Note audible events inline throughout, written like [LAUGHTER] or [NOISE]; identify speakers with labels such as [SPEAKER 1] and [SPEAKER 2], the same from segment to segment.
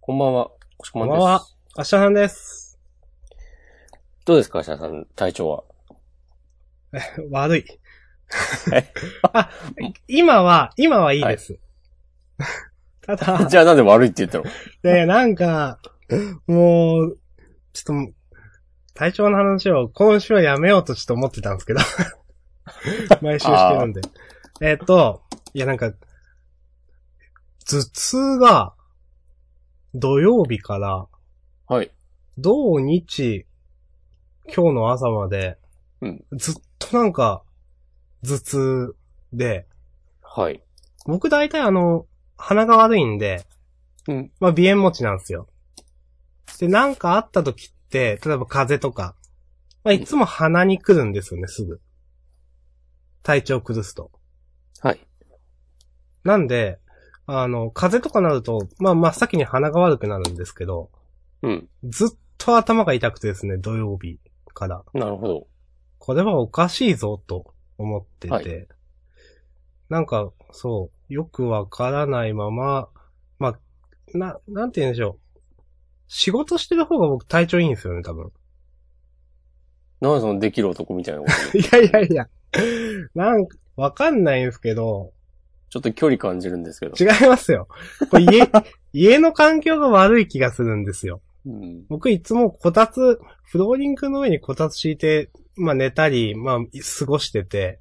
[SPEAKER 1] こんばんは。こしこま
[SPEAKER 2] こん
[SPEAKER 1] んで
[SPEAKER 2] ば
[SPEAKER 1] す。
[SPEAKER 2] んは。明日さんです。 [LAUGHS]
[SPEAKER 1] どうですか、芦田さん、体調は。
[SPEAKER 2] 悪い
[SPEAKER 1] え。
[SPEAKER 2] [LAUGHS] あ、今は、今はいいです。た
[SPEAKER 1] [LAUGHS]
[SPEAKER 2] だ、
[SPEAKER 1] じゃあなんで悪いって言ったの
[SPEAKER 2] ね、なんか、もう、ちょっと、体調の話を今週はやめようとちょっと思ってたんですけど。 [LAUGHS] 毎週してるんで。えっと、いやなんか、頭痛が、土曜日から、
[SPEAKER 1] はい。
[SPEAKER 2] 土日、今日の朝まで、
[SPEAKER 1] うん
[SPEAKER 2] ずっとなんか、頭痛で、
[SPEAKER 1] はい。
[SPEAKER 2] 僕大体あの、鼻が悪いんで、
[SPEAKER 1] うん。
[SPEAKER 2] まあ、鼻炎持ちなんですよ。で、なんかあった時って、例えば風邪とか、まあ、いつも鼻に来るんですよね、すぐ。体調崩すと。
[SPEAKER 1] はい。
[SPEAKER 2] なんで、あの、風邪とかなると、まあ、真っ先に鼻が悪くなるんですけど、
[SPEAKER 1] うん。
[SPEAKER 2] ずっと頭が痛くてですね、土曜日から。
[SPEAKER 1] なるほど。
[SPEAKER 2] これはおかしいぞ、と思ってて。
[SPEAKER 1] は
[SPEAKER 2] なんか、そう、よくわからないまま、まあ、な、なんて言うんでしょう。仕事してる方が僕体調いいんですよね、多分。
[SPEAKER 1] なんでそのできる男みたいなこと言う
[SPEAKER 2] [LAUGHS] いやいやいや。なんか、わかんないんですけど、
[SPEAKER 1] ちょっと距離感じるんですけど。
[SPEAKER 2] 違いますよ。これ家、 [LAUGHS] 家の環境が悪い気がするんですよ。
[SPEAKER 1] うん。
[SPEAKER 2] 僕いつもこたつ、フローリングの上にこたつ敷いて、まあ寝たり、まあ過ごしてて、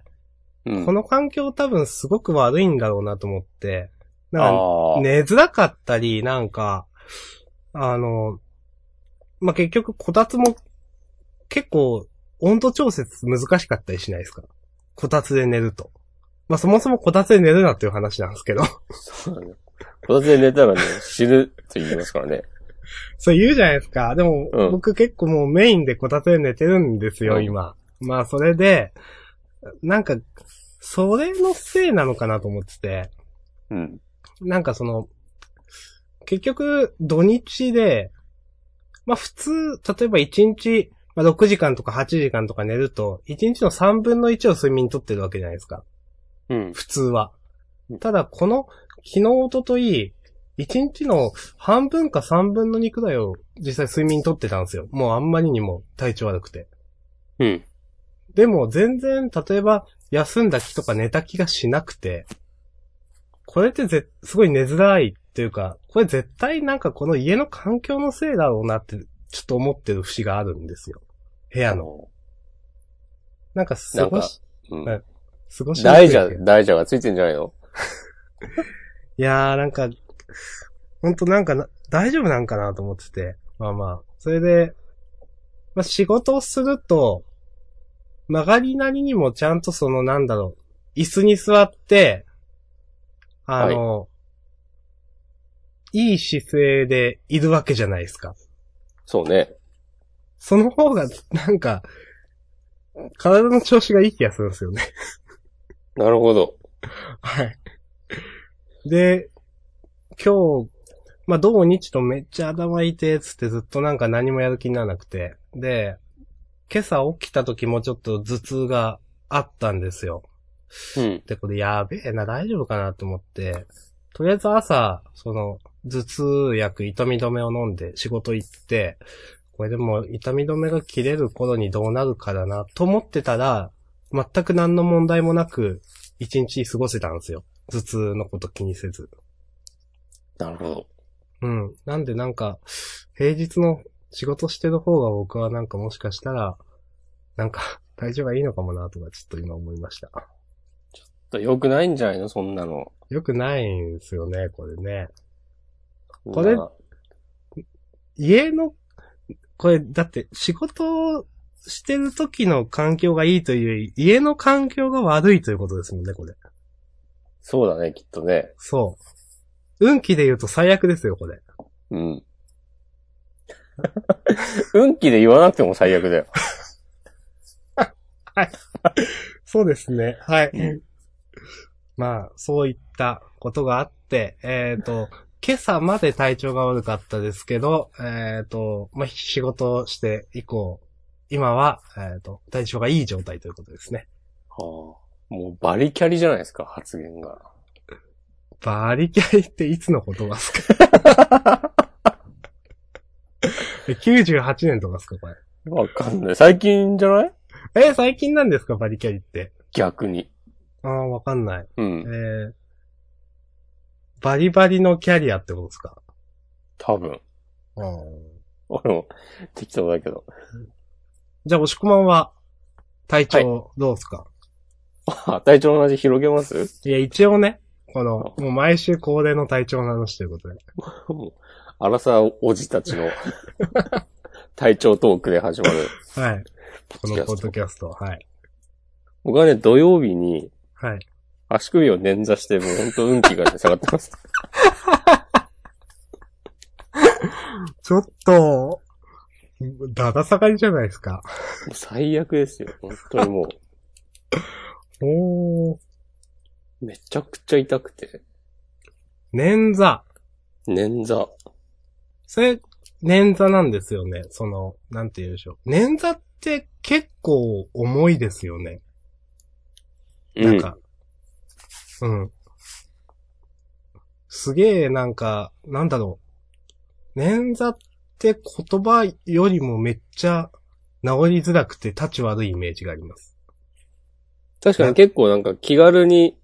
[SPEAKER 1] うん。
[SPEAKER 2] この環境多分すごく悪いんだろうなと思って、なん
[SPEAKER 1] あ
[SPEAKER 2] か
[SPEAKER 1] あ。
[SPEAKER 2] 寝づらかったり、なんか、あの、まあ、結局、こたつも結構温度調節難しかったりしないですかこたつで寝ると。まあ、そもそもこたつで寝るなっていう話なんですけど。 [LAUGHS]
[SPEAKER 1] そうだね。こたつで寝たらね、死ぬと言いますからね。
[SPEAKER 2] そう言うじゃないですか。でも、
[SPEAKER 1] うん
[SPEAKER 2] 僕結構もうメインでこたつで寝てるんですよ、
[SPEAKER 1] うん
[SPEAKER 2] 今。まあ、それで、なんか、それのせいなのかなと思ってて。
[SPEAKER 1] うん。
[SPEAKER 2] なんかその、結局、土日で、まあ普通、例えば1日、まあ6時間とか8時間とか寝ると、1日の3分の1を睡眠にとってるわけじゃないですか。
[SPEAKER 1] うん。
[SPEAKER 2] 普通は
[SPEAKER 1] うん。
[SPEAKER 2] ただ、この、昨日、おととい、1日の半分か3分の2くらいを実際睡眠にとってたんですよ。もうあんまりにも体調悪くて。
[SPEAKER 1] うん。
[SPEAKER 2] でも全然、例えば、休んだ気とか寝た気がしなくて、これってぜ、すごい寝づらいっていうか、これ絶対なんかこの家の環境のせいだろうなって、ちょっと思ってる節があるんですよ。部屋の。なんか過ごし、
[SPEAKER 1] うん。
[SPEAKER 2] はい過ごしにくい
[SPEAKER 1] 大蛇、大蛇がついてんじゃないの
[SPEAKER 2] いやーなんか、ほんとなんかな、大丈夫なんかなと思ってて。まあまあ。それで、まあ仕事をすると、曲がりなりにもちゃんとそのなんだろう、椅子に座って、あの、いい姿勢でいるわけじゃないですか。
[SPEAKER 1] そうね。
[SPEAKER 2] その方が、なんか、体の調子がいい気がするんですよね。
[SPEAKER 1] なるほど。
[SPEAKER 2] はい。で、今日、まあ、土日とめっちゃ頭痛いっつってずっとなんか何もやる気にならなくて。で、今朝起きた時もちょっと頭痛があったんですよ。
[SPEAKER 1] うん。
[SPEAKER 2] で、これやべえな、大丈夫かなと思って、とりあえず朝、その、頭痛薬、痛み止めを飲んで仕事行って、これでもう痛み止めが切れる頃にどうなるかだな、と思ってたら、全く何の問題もなく、一日過ごせたんですよ。頭痛のこと気にせず。
[SPEAKER 1] なるほど。
[SPEAKER 2] うん。なんでなんか、平日の仕事してる方が僕はなんかもしかしたら、なんか、体調がいいのかもな、とかちょっと今思いました。
[SPEAKER 1] 良くないんじゃないのそんなの。
[SPEAKER 2] よくないんですよね、これね。
[SPEAKER 1] こ
[SPEAKER 2] れ家の、これ、だって仕事をしてる時の環境がいいという、家の環境が悪いということですもんね、これ。
[SPEAKER 1] そうだね、きっとね。
[SPEAKER 2] そう。運気で言うと最悪ですよ、これ。
[SPEAKER 1] うん。運気で言わなくても最悪だよ。
[SPEAKER 2] そうですね、はい
[SPEAKER 1] うん。
[SPEAKER 2] まあ、そういったことがあって、えっ、と、今朝まで体調が悪かったですけど、えっ、と、まあ、仕事をして以降、今は、えっ、と、体調がいい状態ということですね。
[SPEAKER 1] はあ、もうバリキャリじゃないですか、発言が。
[SPEAKER 2] バリキャリっていつの言葉ですかえ98年とかですか、これ。
[SPEAKER 1] わかんない。最近じゃない
[SPEAKER 2] えー最近なんですか、バリキャリって。
[SPEAKER 1] 逆に。
[SPEAKER 2] ああ、わかんない。
[SPEAKER 1] う
[SPEAKER 2] え
[SPEAKER 1] ん。
[SPEAKER 2] ー、バリバリのキャリアってことですか
[SPEAKER 1] 多分。俺も、適当だけど。 [LAUGHS]
[SPEAKER 2] じゃあ、押し込まんは、体調、どうですか、
[SPEAKER 1] あ体調の話広げます
[SPEAKER 2] い、や、一応ね、この、もう毎週恒例の体調の話ということで。
[SPEAKER 1] もう、荒沢おじた [LAUGHS] ちの体調トークで始まる。
[SPEAKER 2] はい。この
[SPEAKER 1] ポ
[SPEAKER 2] ポ
[SPEAKER 1] ッ
[SPEAKER 2] ッ
[SPEAKER 1] ド
[SPEAKER 2] ドキャスト、はい。
[SPEAKER 1] 僕はね、土曜日に
[SPEAKER 2] はい。
[SPEAKER 1] 足首を捻挫して、もうほんと運気がね下がってます。
[SPEAKER 2] ちょっと、だだ下がりじゃないですか。
[SPEAKER 1] もう最悪ですよ。本当にも
[SPEAKER 2] おー。
[SPEAKER 1] う、めちゃくちゃ痛くて。
[SPEAKER 2] 捻挫。
[SPEAKER 1] 捻挫。
[SPEAKER 2] それ、捻挫なんですよね。その、なんて言うんでしょう。捻挫って結構重いですよね。なんか。うん。すげえ、なんか、なんだろう。捻挫って言葉よりもめっちゃ治りづらくて立ち悪いイメージがあります。
[SPEAKER 1] 確かに結構なんか気軽に、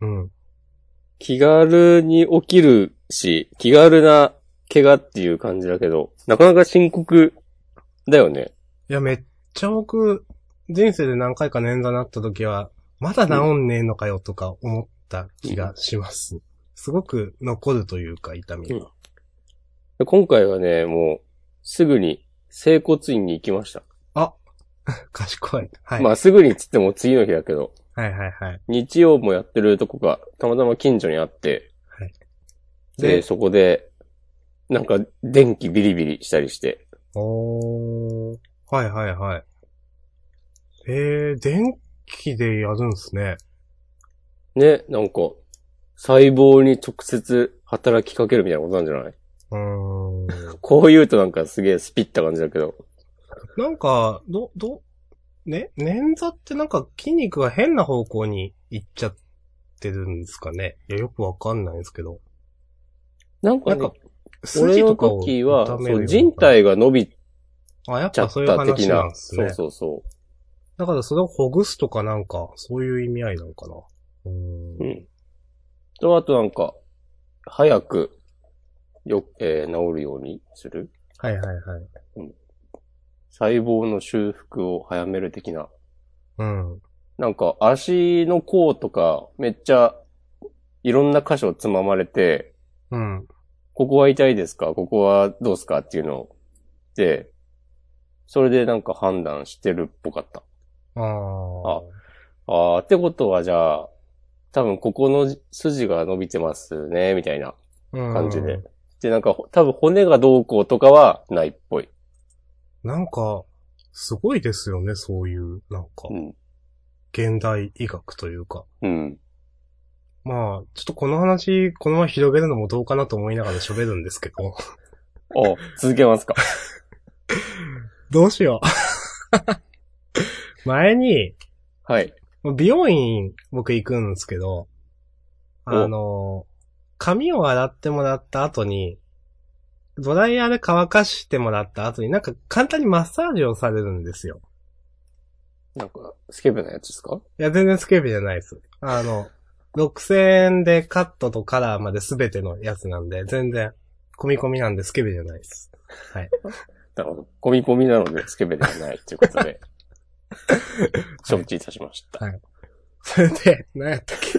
[SPEAKER 2] うん。
[SPEAKER 1] 気軽に起きるし、気軽な怪我っていう感じだけど、なかなか深刻だよね。
[SPEAKER 2] いや、めっちゃ僕、人生で何回か捻挫なった時は、まだ治んねえのかよとか思った気がします。すごく残るというか、痛みが。
[SPEAKER 1] で今回はね、もう、すぐに、整骨院に行きました。
[SPEAKER 2] 賢い。はい。
[SPEAKER 1] まあ、すぐにっつっても次の日だけど、
[SPEAKER 2] はいはいはい。
[SPEAKER 1] 日曜もやってるとこが、たまたま近所にあって、
[SPEAKER 2] はい
[SPEAKER 1] で、
[SPEAKER 2] で
[SPEAKER 1] そこで、なんか、電気ビリビリしたりして、
[SPEAKER 2] おー。はいはいはい。えー、電気でやるんすね。
[SPEAKER 1] ね、なんか、細胞に直接働きかけるみたいなことなんじゃないう
[SPEAKER 2] ーん。
[SPEAKER 1] こう言うとなんかすげえスピった感じだけど、
[SPEAKER 2] なんか、ど、ど、ね、捻挫ってなんか筋肉が変な方向に行っちゃってるんですかね。いや、よくわかんないんですけど。
[SPEAKER 1] なんか,、ね、
[SPEAKER 2] なんか
[SPEAKER 1] 俺
[SPEAKER 2] 筋
[SPEAKER 1] の
[SPEAKER 2] とかを
[SPEAKER 1] 時は、
[SPEAKER 2] 痛め
[SPEAKER 1] そ
[SPEAKER 2] る
[SPEAKER 1] う
[SPEAKER 2] よ
[SPEAKER 1] 人体が伸びち
[SPEAKER 2] あ、やっ
[SPEAKER 1] ゃ
[SPEAKER 2] ぱ
[SPEAKER 1] っ
[SPEAKER 2] そういう
[SPEAKER 1] た的
[SPEAKER 2] 話な
[SPEAKER 1] な、
[SPEAKER 2] んです
[SPEAKER 1] そう
[SPEAKER 2] ね。
[SPEAKER 1] そうそ
[SPEAKER 2] だからそれをほぐすとかなんか、そういう意味合いなのかな。う
[SPEAKER 1] う。う
[SPEAKER 2] ーん。
[SPEAKER 1] ん。と、あとなんか、早く、よ、えー治るようにする
[SPEAKER 2] はいはいはい。
[SPEAKER 1] 細胞の修復を早める的な。
[SPEAKER 2] うん。
[SPEAKER 1] なんか、足の甲とか、めっちゃ、いろんな箇所つままれて、
[SPEAKER 2] うん。
[SPEAKER 1] ここは痛いですかここはどうすかっていうのを、で、それでなんか判断してるっぽかった。
[SPEAKER 2] ああ。
[SPEAKER 1] あああ、ってことはじゃあ、多分ここの筋が伸びてますね、みたいな
[SPEAKER 2] うん
[SPEAKER 1] 感じで。。で、なんか、多分骨がどうこうとかはないっぽい。
[SPEAKER 2] なんか、すごいですよね、そういう、なんか
[SPEAKER 1] う、ん。
[SPEAKER 2] 現代医学というか。
[SPEAKER 1] うん。
[SPEAKER 2] まあ、ちょっとこの話、このまま広げるのもどうかなと思いながら喋るんですけ
[SPEAKER 1] [LAUGHS]
[SPEAKER 2] ど。
[SPEAKER 1] お、続けますか。 [LAUGHS]
[SPEAKER 2] どう [LAUGHS] しよう。前に、
[SPEAKER 1] はい。
[SPEAKER 2] 美容院、僕行くんですけど、あの、髪を洗ってもらった後に、ドライヤーで乾かしてもらった後に、なんか簡単にマッサージをされるんですよ。
[SPEAKER 1] なんか、スケベなやつですか
[SPEAKER 2] いや、全然スケベじゃないです。あの、6000円でカットとカラーまで全てのやつなんで、全然、込み込みなんでスケベじゃないです。
[SPEAKER 1] なるほど。ゴミゴミなのでスケベではないということ
[SPEAKER 2] [LAUGHS]
[SPEAKER 1] で。承知いたしました。
[SPEAKER 2] [LAUGHS] それで、何やったっけ。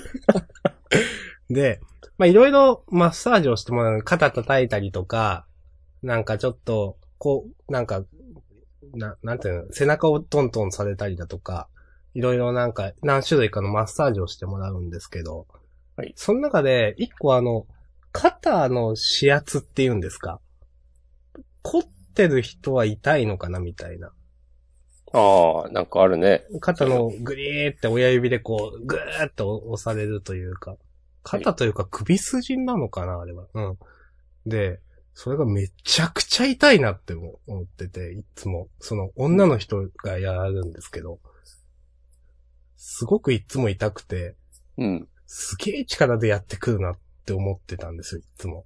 [SPEAKER 2] [LAUGHS] で、まあ、いろいろマッサージをしてもらうの肩叩いたりとか、なんかちょっと、こう、なんか、な、なんていうの、背中をトントンされたりだとか、いろいろなんか、何種類かのマッサージをしてもらうんですけど、
[SPEAKER 1] はい
[SPEAKER 2] その中で、一個あの、肩の指圧っていうんですか凝ってる人は痛いのかなみたいな。
[SPEAKER 1] ああ、なんかあるね。
[SPEAKER 2] 肩のグリーって親指でこう、ぐーっと押されるというか、肩というか首筋なのかな、あれは。うん。で、それがめちゃくちゃ痛いなって思ってて、いつも、その女の人がやるんですけど、すごくいつも痛くて、
[SPEAKER 1] うん。
[SPEAKER 2] すげえ力でやってくるなって思ってたんですよ、いつも。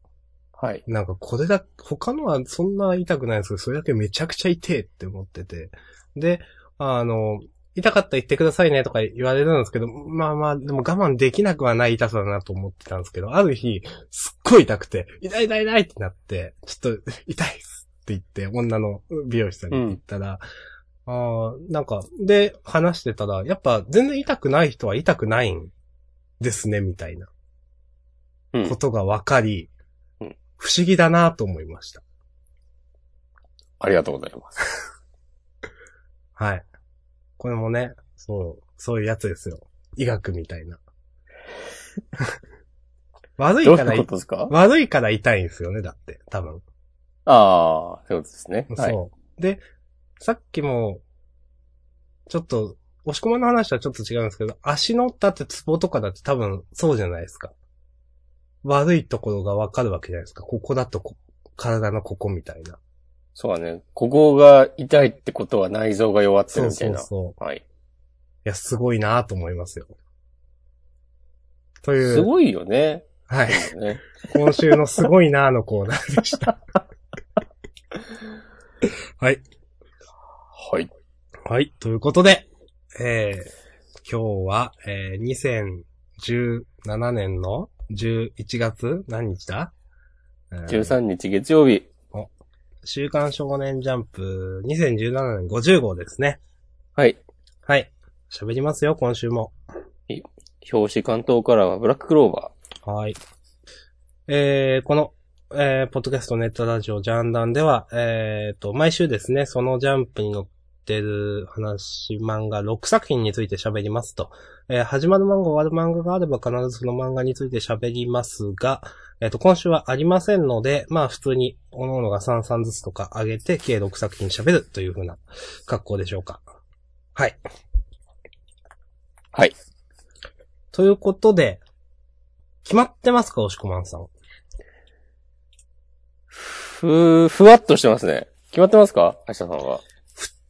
[SPEAKER 1] はい。
[SPEAKER 2] なんかこれだ、他のはそんな痛くないんですけど、それだけめちゃくちゃ痛えって思ってて。で、あの、痛かったら言ってくださいねとか言われるんですけど、まあまあ、でも我慢できなくはない痛さだなと思ってたんですけど、ある日、すっごい痛くて、痛い痛い痛いってなって、ちょっと痛いっすって言って、女の美容師さんに言ったら、ああ、なんか、で、話してたら、やっぱ全然痛くない人は痛くないんですね、みたいな
[SPEAKER 1] う
[SPEAKER 2] こ
[SPEAKER 1] ん。
[SPEAKER 2] とが分かり、
[SPEAKER 1] うん
[SPEAKER 2] 不思議だなと思いました。
[SPEAKER 1] ありがとうございます。
[SPEAKER 2] はい。これもね、そう、そういうやつですよ。医学みたいな。 [LAUGHS] 悪い
[SPEAKER 1] どう
[SPEAKER 2] か
[SPEAKER 1] い
[SPEAKER 2] ら
[SPEAKER 1] うこ
[SPEAKER 2] い、
[SPEAKER 1] とですか
[SPEAKER 2] 悪いから痛いんですよね、だって、多分。
[SPEAKER 1] ああ、そういうことですね。はい。
[SPEAKER 2] そう。で、さっきも、ちょっと、押し込まの話とはちょっと違うんですけど、足のだってツボとかだって多分そうじゃないですか。悪いところがわかるわけじゃないですか。ここだとこ、体のここみたいな。
[SPEAKER 1] そうだね。ここが痛いってことは内臓が弱ってるみたいな。
[SPEAKER 2] そう。
[SPEAKER 1] はい。
[SPEAKER 2] いや、すごいなと思いますよ。という、
[SPEAKER 1] すごいよね。
[SPEAKER 2] はい。
[SPEAKER 1] ね
[SPEAKER 2] 今週のすごいなのコーナーでした。はい。
[SPEAKER 1] はい。
[SPEAKER 2] はい。ということで、えー、今日は、えー、2017年の11月何日だ、えー
[SPEAKER 1] 13日月曜日。
[SPEAKER 2] 週刊少年ジャンプ2017年50号ですね。
[SPEAKER 1] はい。
[SPEAKER 2] はい。喋りますよ、今週も。
[SPEAKER 1] 表紙関東カラーはブラッククローバ
[SPEAKER 2] はい。えー、この、えー、ポッドキャストネットラジオジャンダンでは、えーと、毎週ですね、そのジャンプに載ってる話、漫画6作品について喋りますと。えー始まる漫画、終わる漫画があれば必ずその漫画について喋りますが、えっ、と、今週はありませんので、まあ普通に、各々が3、3ずつとか上げて、計6作品喋るというふうな格好でしょうか。はい。
[SPEAKER 1] はい。
[SPEAKER 2] ということで、決まってますか、押しこまんさん。
[SPEAKER 1] ー。ふ、ふわっとしてますね。決まってますか明日さんは。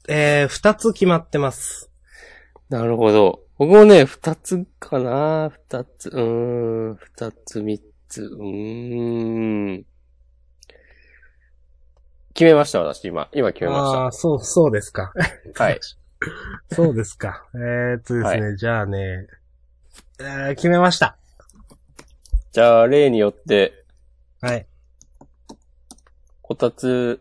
[SPEAKER 2] えー、二つ決まってます。
[SPEAKER 1] なるほど。僕もね、二つかな二つ、うーん、二つ、三つ、うーん。決めました、私、今。今決め
[SPEAKER 2] あ
[SPEAKER 1] ま
[SPEAKER 2] あ、そう、そうですか。
[SPEAKER 1] した。はい。
[SPEAKER 2] [LAUGHS] そうですか。えーっとですね、じゃあね、えー、決めました。
[SPEAKER 1] じゃあ、例によって、
[SPEAKER 2] はい。
[SPEAKER 1] こたつ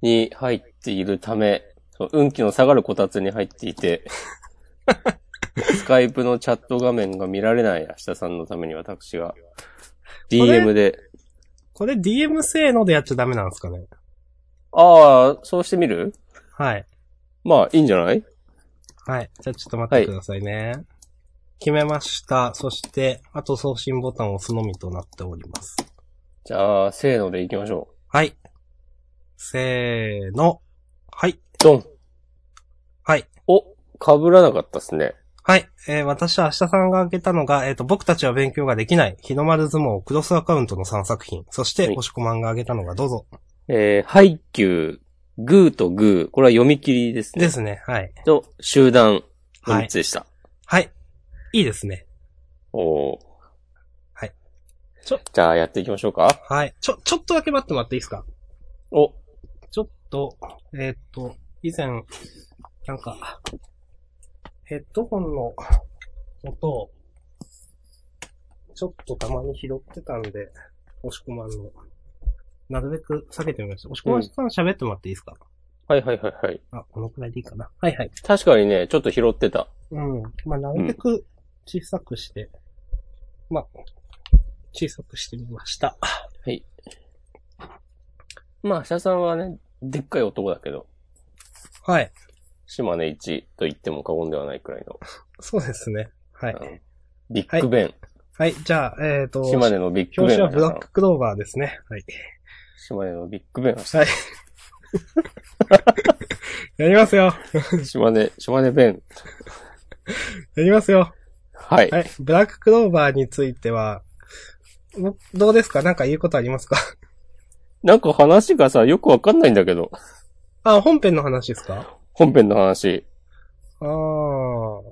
[SPEAKER 1] に入っているため、その運気の下がるこたつに入ってい
[SPEAKER 2] [LAUGHS]
[SPEAKER 1] て、スカイプのチャット画面が見られない明日さんのために私が、DM で、
[SPEAKER 2] これ DM 性能でやっちゃダメなんですかね。
[SPEAKER 1] ああ、そうしてみる
[SPEAKER 2] はい。
[SPEAKER 1] まあ、いいんじゃない
[SPEAKER 2] はい。じゃあちょっと待ってくださいね。決めました。そして、あと送信ボタンを押すのみとなっております。
[SPEAKER 1] じゃあ、せーのでいきましょ
[SPEAKER 2] はい。せーの。はい。
[SPEAKER 1] う。ドン
[SPEAKER 2] はい。
[SPEAKER 1] お、被らなかったっすね。
[SPEAKER 2] はい。えー、私は明日さんが挙げたのが、えっ、と、僕たちは勉強ができない、日の丸相撲クロスアカウントの3作品。そして、
[SPEAKER 1] はい
[SPEAKER 2] 押し込まんが挙げたのがどうぞ。
[SPEAKER 1] えー、ハイキュー、グーとグー、これは読み切りですね。
[SPEAKER 2] ですね。はい。
[SPEAKER 1] と、集団の
[SPEAKER 2] は
[SPEAKER 1] 3
[SPEAKER 2] い
[SPEAKER 1] つ。でした。
[SPEAKER 2] はい。いいですね。
[SPEAKER 1] おー
[SPEAKER 2] はい。ちょ
[SPEAKER 1] じゃあ、やっていきましょうか。
[SPEAKER 2] はい。ちょ、ちょっとだけ待ってもらっていいですか
[SPEAKER 1] お、
[SPEAKER 2] ちょっと、えっ、と、以前、なんか、ヘッドホンの音を、ちょっとたまに拾ってたんで、押し込まんの、なるべく避けてみました。押し込まんさん喋ってもらっていいですか、
[SPEAKER 1] はいはいはいはい。
[SPEAKER 2] あ、このくらいでいいかな。はいはい。
[SPEAKER 1] 確かにね、ちょっと拾ってた。
[SPEAKER 2] うん。まあ、なるべく小さくして、まあ、小さくしてみました。
[SPEAKER 1] まあ、社さんはね、でっかい男だけど、
[SPEAKER 2] はい。
[SPEAKER 1] 島根一と言っても過言ではないくらいの。
[SPEAKER 2] そうですね。はい。
[SPEAKER 1] うんビッグベン。
[SPEAKER 2] はい。じゃあ、えっ、と、
[SPEAKER 1] 島
[SPEAKER 2] 表
[SPEAKER 1] 根のビッグベン。
[SPEAKER 2] 紙はブラッ
[SPEAKER 1] 明日さん
[SPEAKER 2] ククローバーですね。はい。
[SPEAKER 1] 島根のビッグベン。
[SPEAKER 2] はい。 [LAUGHS] やりますよ。
[SPEAKER 1] 島根、島根弁。
[SPEAKER 2] やりますよ。
[SPEAKER 1] はい。
[SPEAKER 2] はい。ブラッククローバーについては、おどうですかなんか言うことありますか [LAUGHS]
[SPEAKER 1] なんか話がさ、よくわかんないんだけど。
[SPEAKER 2] あ、本編の話ですか
[SPEAKER 1] 本編の話。
[SPEAKER 2] ああ。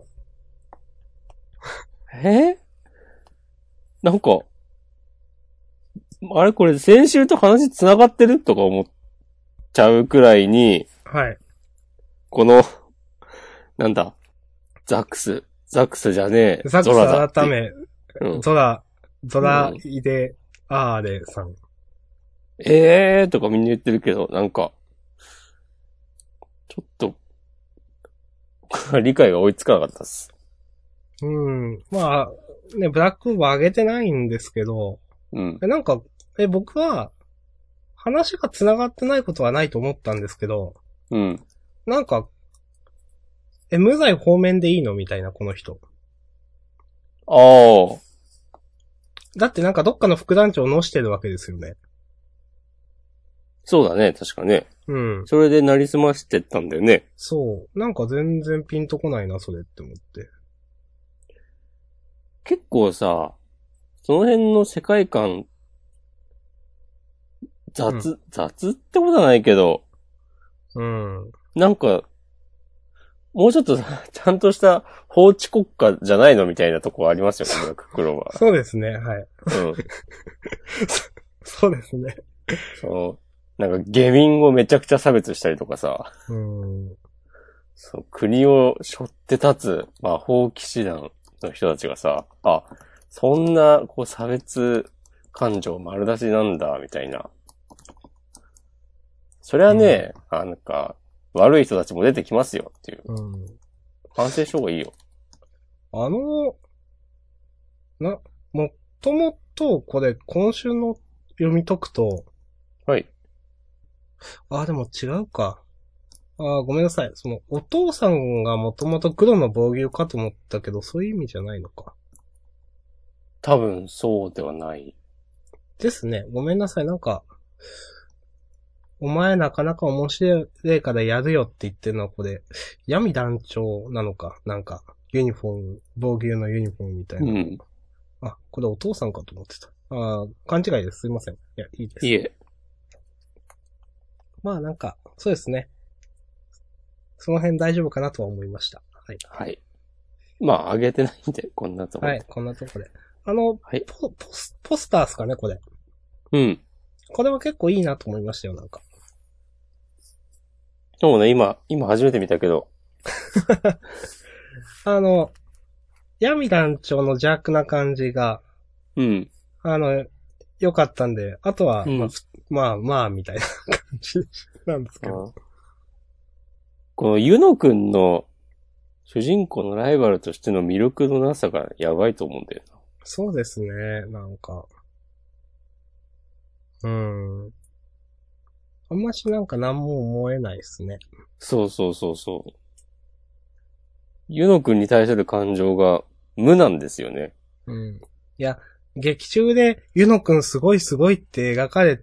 [SPEAKER 1] えなんか、あれこれ先週と話繋がってるとか思っちゃうくらいに、
[SPEAKER 2] はい。
[SPEAKER 1] この、なんだ、ザックス、ザックスじゃねえ、
[SPEAKER 2] ザッ
[SPEAKER 1] ゾラだ
[SPEAKER 2] ク
[SPEAKER 1] っ
[SPEAKER 2] ス
[SPEAKER 1] て
[SPEAKER 2] 改め、
[SPEAKER 1] うん
[SPEAKER 2] ゾラ、ゾラ
[SPEAKER 1] うん
[SPEAKER 2] イデアーレさん。
[SPEAKER 1] ええーとかみんな言ってるけど、なんか、ちょっと、 [LAUGHS] 僕は理解が追いつかなかったです。
[SPEAKER 2] うん。まあ、ね、ブラックは上げてないんですけど、
[SPEAKER 1] うん。
[SPEAKER 2] えなんか、え、僕は、話が繋がってないことはないと思ったんですけど、
[SPEAKER 1] うん。
[SPEAKER 2] なんか、え、無罪方面でいいのみたいな、この人。
[SPEAKER 1] ああ、
[SPEAKER 2] だってなんかどっかの副団長を乗してるわけですよね。
[SPEAKER 1] そうだね、確かね。
[SPEAKER 2] うん。
[SPEAKER 1] それでなりすましてったんだよね。
[SPEAKER 2] そう。なんか全然ピンとこないな、それって思って。
[SPEAKER 1] 結構さ、その辺の世界観、雑、雑ってことはないけど、
[SPEAKER 2] うん。
[SPEAKER 1] なんか、もうちょっとさ [LAUGHS] ちゃんとした法治国家じゃないのみたいなとこありますよ、ブラッククローバ
[SPEAKER 2] そうですね、はい。
[SPEAKER 1] ー。うん。
[SPEAKER 2] そうですね。
[SPEAKER 1] その、なんか下民をめちゃくちゃ差別したりとかさ、
[SPEAKER 2] うん。
[SPEAKER 1] その国を背負って立つ魔法騎士団の人たちがさ、あ、そんなこう差別感情丸出しなんだ、みたいな。それはね、あなんか、悪い人たちも出てきますよっていう。
[SPEAKER 2] うん。
[SPEAKER 1] 反省した方がいいよ。
[SPEAKER 2] あの、な、もっともっと、これ、今週の読み解くと、
[SPEAKER 1] はい。
[SPEAKER 2] あ、でも違うか。あごめんなさい。その、お父さんがもともと黒の防御かと思ったけど、そういう意味じゃないのか。
[SPEAKER 1] 多分そうではない。
[SPEAKER 2] ですね。ごめんなさい。なんか、お前なかなか面白いからやるよって言ってるのはこれ、闇団長なのか。なんか、ユニフォーム、防御のユニフォームみたいうな。
[SPEAKER 1] ん。
[SPEAKER 2] あ、これお父さんかと思ってた。あー勘違いです。すいません。いや、いいです。
[SPEAKER 1] いえ。
[SPEAKER 2] まあなんか、そうですね。その辺大丈夫かなとは思いました。はい。
[SPEAKER 1] はい。まあ、あげてないんで、こんなところ。
[SPEAKER 2] はい、こんなとこで。あの、
[SPEAKER 1] はい
[SPEAKER 2] ポポスポスターですかね、これ。
[SPEAKER 1] うん。
[SPEAKER 2] これは結構いいなと思いましたよ、なんか。
[SPEAKER 1] そうね、今、今初めて見たけど。
[SPEAKER 2] あの、闇団長の邪悪な感じが、
[SPEAKER 1] うん。
[SPEAKER 2] あの、良かったんで、あとは、
[SPEAKER 1] うん
[SPEAKER 2] まあ、ふまあ、まあ、みたいな感じなんですけど。
[SPEAKER 1] このユノくんの主人公のライバルとしての魅力のなさがやばいと思うんだよ
[SPEAKER 2] そうですね、なんか。うん。あんましなんか何も思えないですね。
[SPEAKER 1] な。そうそうそうそう。ユノくんに対する感情が無なんですよね。
[SPEAKER 2] うん。いや、劇中で、ゆのくんすごいすごいって描かれ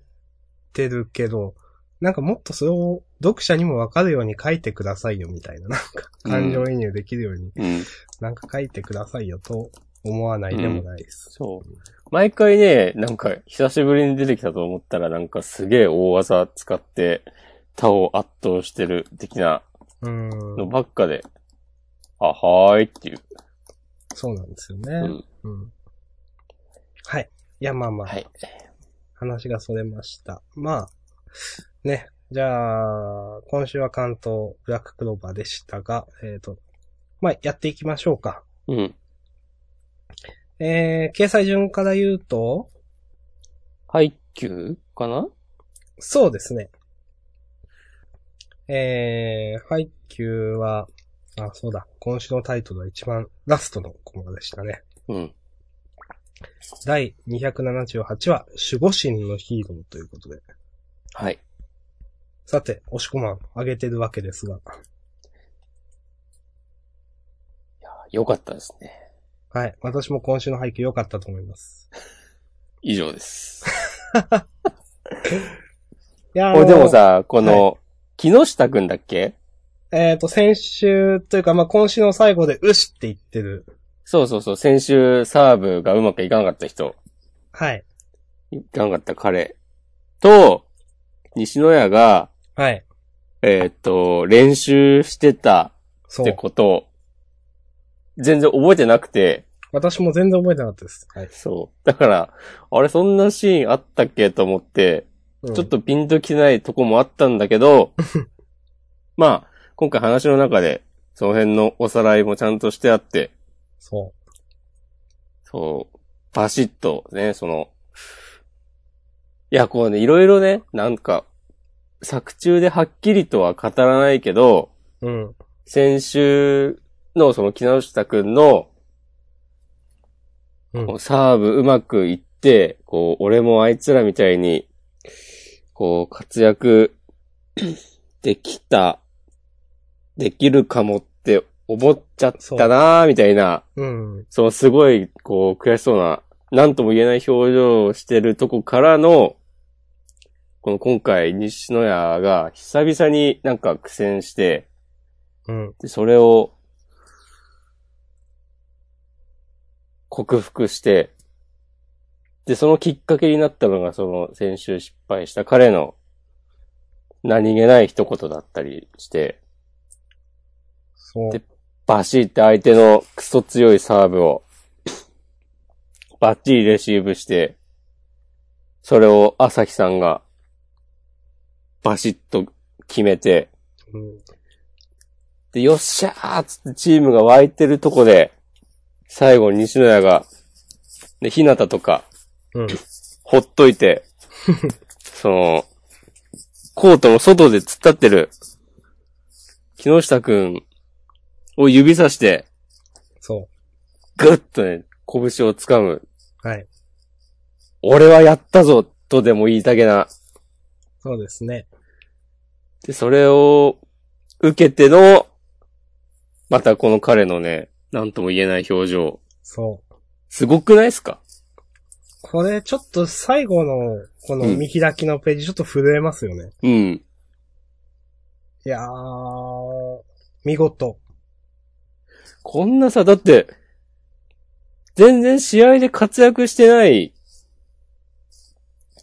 [SPEAKER 2] てるけど、なんかもっとそれを読者にもわかるように書いてくださいよみたいな、なんか
[SPEAKER 1] うん
[SPEAKER 2] 感情移入できるように、
[SPEAKER 1] うん。
[SPEAKER 2] なんか書いてくださいよと思わないでもないです。
[SPEAKER 1] そう。毎回ね、なんか久しぶりに出てきたと思ったらなんかすげえ大技使って他を圧倒してる的な
[SPEAKER 2] うん、
[SPEAKER 1] のばっかで、あ、はーいっていう。
[SPEAKER 2] そうなんですよ
[SPEAKER 1] う
[SPEAKER 2] ね。
[SPEAKER 1] ん。
[SPEAKER 2] うん。はい。いや、まあまあ
[SPEAKER 1] は、い。
[SPEAKER 2] 話がそれました。まあ、ね。じゃあ、今週は関東ブラッククローバーでしたが、えっ、と、まあ、やっていきましょうか。
[SPEAKER 1] うん。
[SPEAKER 2] えー、掲載順から言うと、
[SPEAKER 1] 配給かな
[SPEAKER 2] そうですね。えー、配給は、あ、そうだ。今週のタイトルは一番ラストのコマでしたね。
[SPEAKER 1] うん。
[SPEAKER 2] 第278話、守護神のヒーローということで。
[SPEAKER 1] はい。
[SPEAKER 2] さて、押し込まん、上げてるわけですが。
[SPEAKER 1] よかったですね。
[SPEAKER 2] はい。私も今週の配給良かったと思います。
[SPEAKER 1] 以上です。
[SPEAKER 2] いや
[SPEAKER 1] これでも、
[SPEAKER 2] あ
[SPEAKER 1] さ、この、木下くんだっけ
[SPEAKER 2] のえっ、と、先週というか、まあ、今週の最後で、うしって言ってる。
[SPEAKER 1] そうそうそう、先週サーブがうまくいかなかった人、
[SPEAKER 2] はい。
[SPEAKER 1] いかなかった彼と、西野屋が、
[SPEAKER 2] はい。
[SPEAKER 1] えーっと、練習してた
[SPEAKER 2] そ
[SPEAKER 1] っ
[SPEAKER 2] う
[SPEAKER 1] て。ことを、全然覚えてなくて、
[SPEAKER 2] う私も全然覚えてなかったです。はい。
[SPEAKER 1] そう。だから、あれ、そんなシーンあったっけと思って、
[SPEAKER 2] うん
[SPEAKER 1] ちょっ、とピンときてないとこもあったんだけ
[SPEAKER 2] [LAUGHS]
[SPEAKER 1] ど、まあ、今回話の中で、その辺のおさらいもちゃんとしてあって、
[SPEAKER 2] そ
[SPEAKER 1] そう、パシッとね、その、いや、こうね、いろいろね、なんか、作中ではっきりとは語らないけど、
[SPEAKER 2] う。うん。
[SPEAKER 1] 先週のその木下くんの、
[SPEAKER 2] うん
[SPEAKER 1] こうサーブうまくいって、こう、俺もあいつらみたいに、こう、活躍 [CLEARS THROAT] できた、できるかもって思っちゃったなーみたいな、
[SPEAKER 2] うん。
[SPEAKER 1] そのすごい、こう、悔しそうな、なんとも言えない表情をしてるとこからの、この今回、西野屋が久々になんか苦戦して、
[SPEAKER 2] うん。
[SPEAKER 1] で、それを、克服して、で、そのきっかけになったのが、その、先週失敗した彼の、何気ない一言だったりして、
[SPEAKER 2] そう。
[SPEAKER 1] でバシって相手のクソ強いサーブを、バッチリレシーブして、それを朝日さんが、バシッと決めて、
[SPEAKER 2] うん
[SPEAKER 1] で、よっしゃーっつってチームが湧いてるとこで、最後に西野屋が、で、日向とか、
[SPEAKER 2] うん。
[SPEAKER 1] ほっといて、その、コートの外で突っ立ってる、木下くんを指さして、
[SPEAKER 2] そ
[SPEAKER 1] ぐっとね、拳を掴む。
[SPEAKER 2] う。はい。
[SPEAKER 1] 俺はやったぞとでも言いたげな。
[SPEAKER 2] そうですね。
[SPEAKER 1] で、それを受けての、またこの彼のね、なんとも言えない表情。
[SPEAKER 2] そう。
[SPEAKER 1] すごくないですか
[SPEAKER 2] これ、ちょっと最後の、この見開きのページ、ちょっと震えますよね。
[SPEAKER 1] うん。
[SPEAKER 2] いやー、見事。
[SPEAKER 1] こんなさ、だって、全然試合で活躍してない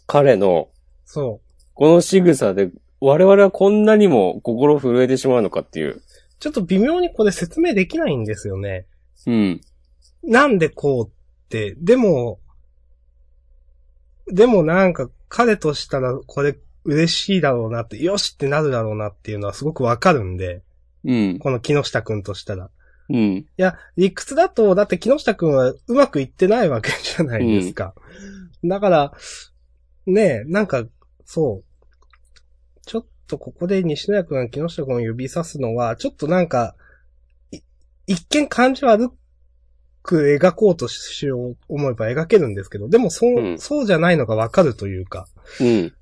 [SPEAKER 1] 彼の
[SPEAKER 2] そう。
[SPEAKER 1] この仕草で我々はこんなにも心震えてしまうのかっていう。
[SPEAKER 2] ちょっと微妙にこれ説明できないんですよね。
[SPEAKER 1] うん。
[SPEAKER 2] なんでこうって、でも、でもなんか彼としたらこれ嬉しいだろうなって、よしってなるだろうなっていうのはすごくわかるんで、
[SPEAKER 1] うん。
[SPEAKER 2] この木下くんとしたら。
[SPEAKER 1] うん。
[SPEAKER 2] いや、理屈だと、だって木下くんはうまくいってないわけじゃないですか。だから、ねえ、なんか、そう。ちょっとここで西野谷くんが木下くんを指さすのは、ちょっとなんか、い一見感じ悪く描こうとしよう思えば描けるんですけど、でもそう、
[SPEAKER 1] うん
[SPEAKER 2] そうじゃないのがわかるというか、
[SPEAKER 1] うん。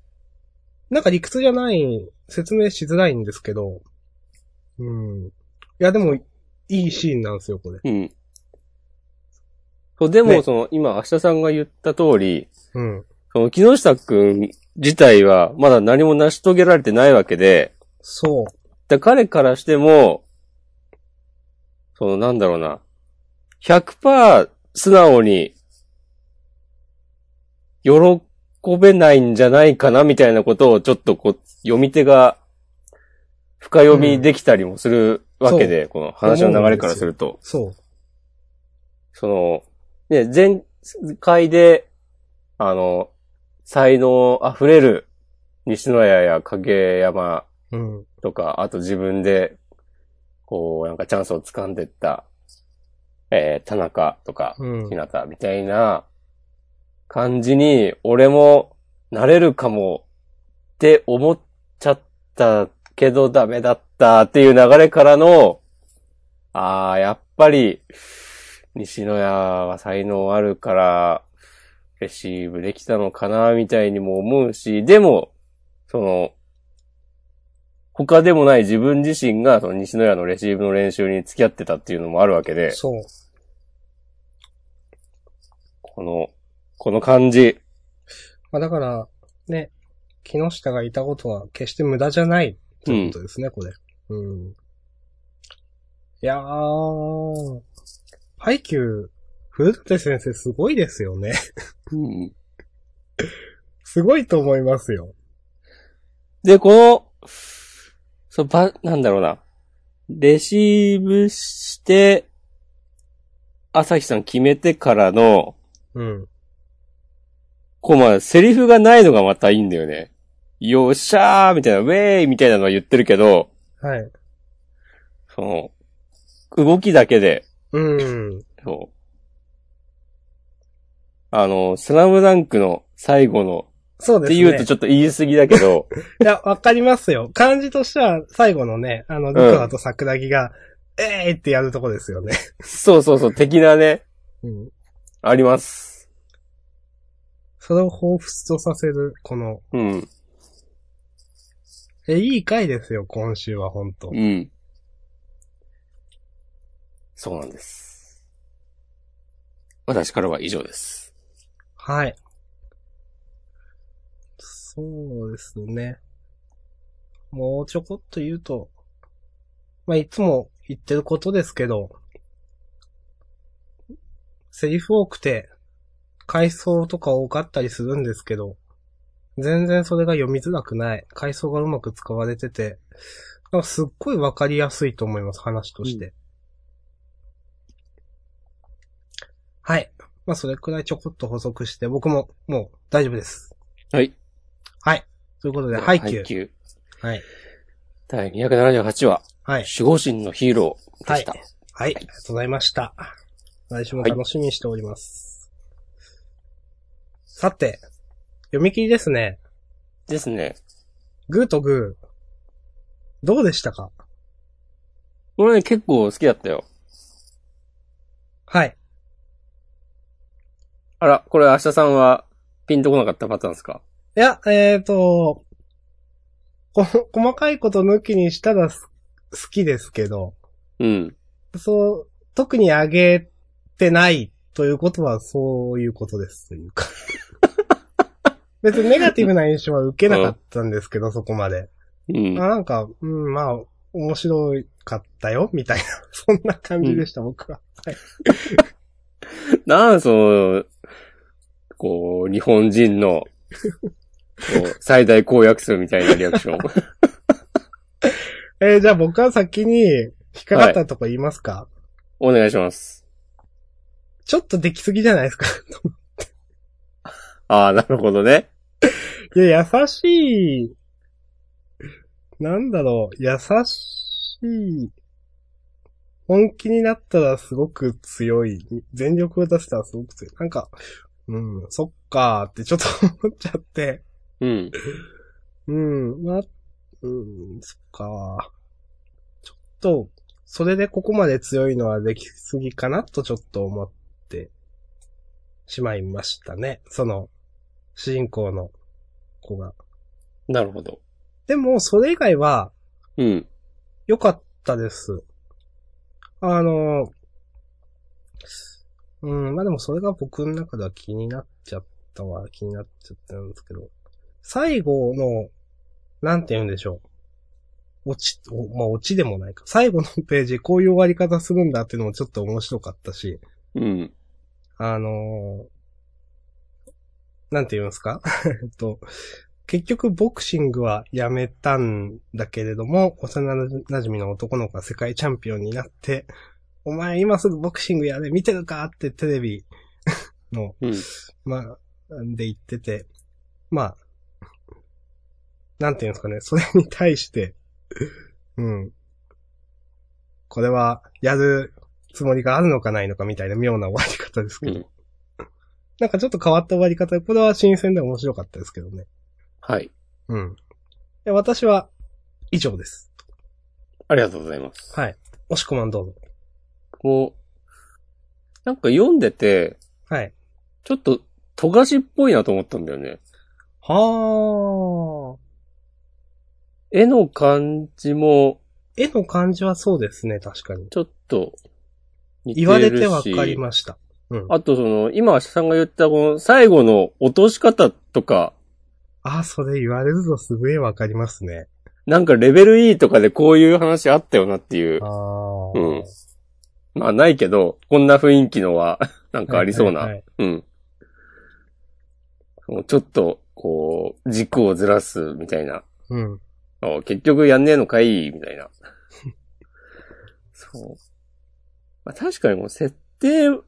[SPEAKER 2] なんか理屈じゃない、説明しづらいんですけど、うん。いや、でも、いいシーンなんですよ、これ。
[SPEAKER 1] うん。そう、でも
[SPEAKER 2] ね
[SPEAKER 1] その、今、明日さんが言った通り、
[SPEAKER 2] うん。
[SPEAKER 1] その木下くん自体はまだ何も成し遂げられてないわけで、
[SPEAKER 2] そう。
[SPEAKER 1] だ彼からしても、そのなんだろうな、100%素直に、喜べないんじゃないかなみたいなことをちょっとこう、読み手が深読みできたりもするわけで、この話の流れからすると。
[SPEAKER 2] そう。
[SPEAKER 1] その、ね、前回で、あの、才能溢れる西野屋や影山
[SPEAKER 2] うん。
[SPEAKER 1] とか、あと自分で、こう、なんかチャンスを掴んでった、えー、田中とか、
[SPEAKER 2] うん
[SPEAKER 1] 日。向みたいな感じに、俺もなれるかもって思っちゃったけどダメだったっていう流れからの、ああ、やっぱり、西野屋は才能あるから、レシーブできたのかな、みたいにも思うし、でも、その、他でもない自分自身が、その西野屋のレシーブの練習に付き合ってたっていうのもあるわけで。
[SPEAKER 2] そう。
[SPEAKER 1] この、この感じ。
[SPEAKER 2] まあだから、ね、木下がいたことは決して無駄じゃないということですね、これ。うん。いやー、ハイキュー、古舘先生すごいですよね。 [LAUGHS] すごいと思いますよ。
[SPEAKER 1] で、この、そう、ば、なんだろうな。レシーブして、朝日さん決めてからの、
[SPEAKER 2] うん。
[SPEAKER 1] こうまあ、セリフがないのがまたいいんだよね。よっしゃーみたいな、ウェーイみたいなのは言ってるけど、
[SPEAKER 2] はい。
[SPEAKER 1] その、動きだけで、
[SPEAKER 2] うん。
[SPEAKER 1] そう。あの、スラムダンクの最後の、
[SPEAKER 2] そう
[SPEAKER 1] っ
[SPEAKER 2] です
[SPEAKER 1] て
[SPEAKER 2] ね。
[SPEAKER 1] 言うとちょっと言い過ぎだけど、
[SPEAKER 2] いや、わかりますよ。漢字としては、最後のね、あの、ルクアと桜木が、えーいってやるとこですよね。
[SPEAKER 1] そうそうそう、的なね、
[SPEAKER 2] うん。
[SPEAKER 1] あります。
[SPEAKER 2] それを彷彿とさせる、この、
[SPEAKER 1] うん。
[SPEAKER 2] え、いい回ですよ、今週は、本当
[SPEAKER 1] うん。そうなんです。私からは以上です。
[SPEAKER 2] はい。そうですね。もうちょこっと言うと、まあ、いつも言ってることですけど、セリフ多くて、回想とか多かったりするんですけど、全然それが読みづらくない。回想がうまく使われてて、なんかすっごいわかりやすいと思います、話として。はい。まあ、それくらいちょこっと補足して、僕ももう大丈夫です。
[SPEAKER 1] はい。
[SPEAKER 2] はい。ということで、ハイキュ
[SPEAKER 1] 配
[SPEAKER 2] ー。
[SPEAKER 1] 給
[SPEAKER 2] はい。
[SPEAKER 1] 第278話、
[SPEAKER 2] はい。
[SPEAKER 1] 守護神のヒーローでした。
[SPEAKER 2] はいはい。ありがとうございました。来週も楽しみにしております。さて、読み切りですね。
[SPEAKER 1] ですね。
[SPEAKER 2] グーとグー。どうでしたか
[SPEAKER 1] これね、結構好きだったよ。
[SPEAKER 2] はい。
[SPEAKER 1] あら、これ明日さんはピンとこなかったパターンですか
[SPEAKER 2] いや、えーと、こ、細かいこと抜きにしたらす好きですけど、
[SPEAKER 1] うん。
[SPEAKER 2] そう、特にあげてないということはそういうことですというか。 [LAUGHS] 別にネガティブな印象は受けなかったんですけど、そこまで。
[SPEAKER 1] うん。
[SPEAKER 2] あなんか、うん、まあ、面白かったよ、みたいな、 [LAUGHS] そんな感じでした、僕は。
[SPEAKER 1] なんその、こう、日本人の、こう、最大公約数みたいなリアクシ [LAUGHS] ョン。
[SPEAKER 2] えーじゃあ僕は先に、引っかかったとこ言いますか、
[SPEAKER 1] お願いします。
[SPEAKER 2] ちょっとできすぎじゃないですか。
[SPEAKER 1] ああ、なるほどね。
[SPEAKER 2] いや、優しい、なんだろう、優しい、本気になったらすごく強い、全力を出したらすごく強い。なんか、うん、そっかーってちょっと思っちゃって、
[SPEAKER 1] うん。
[SPEAKER 2] うん、まあ、うん、そっか。ちょっと、それでここまで強いのはできすぎかなとちょっと思ってしまいましたね。その、主人公の子が。
[SPEAKER 1] なるほど。
[SPEAKER 2] でも、それ以外は
[SPEAKER 1] うん。
[SPEAKER 2] 良かったです。あの、うん、まあでもそれが僕の中では気になっちゃったわ。気になっちゃったんですけど。最後の、なんて言うんでしょう。落ち、おまあ落ちでもないか。最後のページ、こういう終わり方するんだっていうのもちょっと面白かったし、
[SPEAKER 1] うん。
[SPEAKER 2] あのーなんて言うんですか [LAUGHS] えっと、結局ボクシングはやめたんだけれども、幼馴染の男の子が世界チャンピオンになって、お前今すぐボクシングやれ、見てるかってテレビの
[SPEAKER 1] うん。
[SPEAKER 2] まあ、で言ってて、まあ、なんていうんですかね、それに対して、うん。これは、やるつもりがあるのかないのかみたいな妙な終わり方ですけど。
[SPEAKER 1] うん
[SPEAKER 2] なんかちょっと変わった終わり方で、これは新鮮で面白かったですけどね。
[SPEAKER 1] はい。
[SPEAKER 2] うん。で私は、以上です。
[SPEAKER 1] ありがとうございます。
[SPEAKER 2] はい。押し込まんどうぞ。
[SPEAKER 1] こう、なんか読んでて、
[SPEAKER 2] はい。
[SPEAKER 1] ちょっと、富樫っぽいなと思ったんだよね。
[SPEAKER 2] はあ。
[SPEAKER 1] 絵の感じも、
[SPEAKER 2] 絵の感じはそうですね、確かに。
[SPEAKER 1] ちょっと、似てるし
[SPEAKER 2] 言われてわかりました。うん。
[SPEAKER 1] あとその、今、さんが言ったこの最後の落とし方とか、
[SPEAKER 2] あ、それ言われるとすごいわかりますね。
[SPEAKER 1] なんかレベル E とかでこういう話あったよなっていう
[SPEAKER 2] あ。あ。
[SPEAKER 1] うんまあないけど、こんな雰囲気のは、 [LAUGHS] なんかありそうな。
[SPEAKER 2] はいはいはい
[SPEAKER 1] うん。もうちょっと、こう、軸をずらすみたいな。
[SPEAKER 2] うん。
[SPEAKER 1] あ結局やんねえのか
[SPEAKER 2] [LAUGHS]
[SPEAKER 1] いみたいな。そう。まあ確かにもう設定、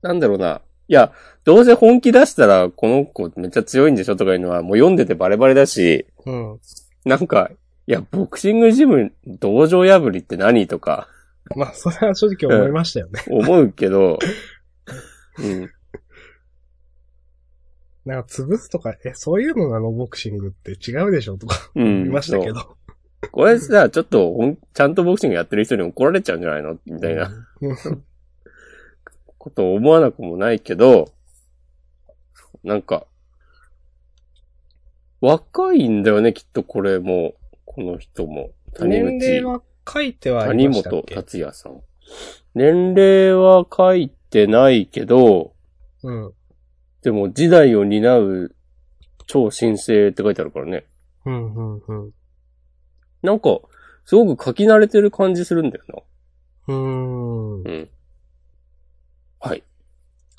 [SPEAKER 1] なんだろうな。いや、どうせ本気出したら、この子めっちゃ強いんでしょとかいうのは、もう読んでてバレバレだし、
[SPEAKER 2] うん。
[SPEAKER 1] なんか、いや、ボクシングジム、道場破りって何とか、
[SPEAKER 2] まあ、それは正直思いましたよね。
[SPEAKER 1] 思うけ
[SPEAKER 2] [LAUGHS]
[SPEAKER 1] ど、うん。
[SPEAKER 2] なんか、潰すとか、え、そういうのなのボクシングって違うでしょとか
[SPEAKER 1] う
[SPEAKER 2] 言
[SPEAKER 1] ん。
[SPEAKER 2] いましたけど。
[SPEAKER 1] そう。これさ、ちょっとほん、ちゃんとボクシングやってる人に怒られちゃうんじゃないのみたいな
[SPEAKER 2] うん。
[SPEAKER 1] ことを思わなくもないけど、なんか、若いんだよね、きっとこれも、この人も。谷
[SPEAKER 2] 年
[SPEAKER 1] 口
[SPEAKER 2] 齢。は書いてはあり
[SPEAKER 1] 谷
[SPEAKER 2] ましたっ
[SPEAKER 1] 本
[SPEAKER 2] け
[SPEAKER 1] 達也さん。年齢は書いてないけど、
[SPEAKER 2] うん。
[SPEAKER 1] でも時代を担う超新星って書いてあるからね。
[SPEAKER 2] うん、うん、うん。
[SPEAKER 1] なんか、すごく書き慣れてる感じするんだよ
[SPEAKER 2] うーん。
[SPEAKER 1] な。うん。はい。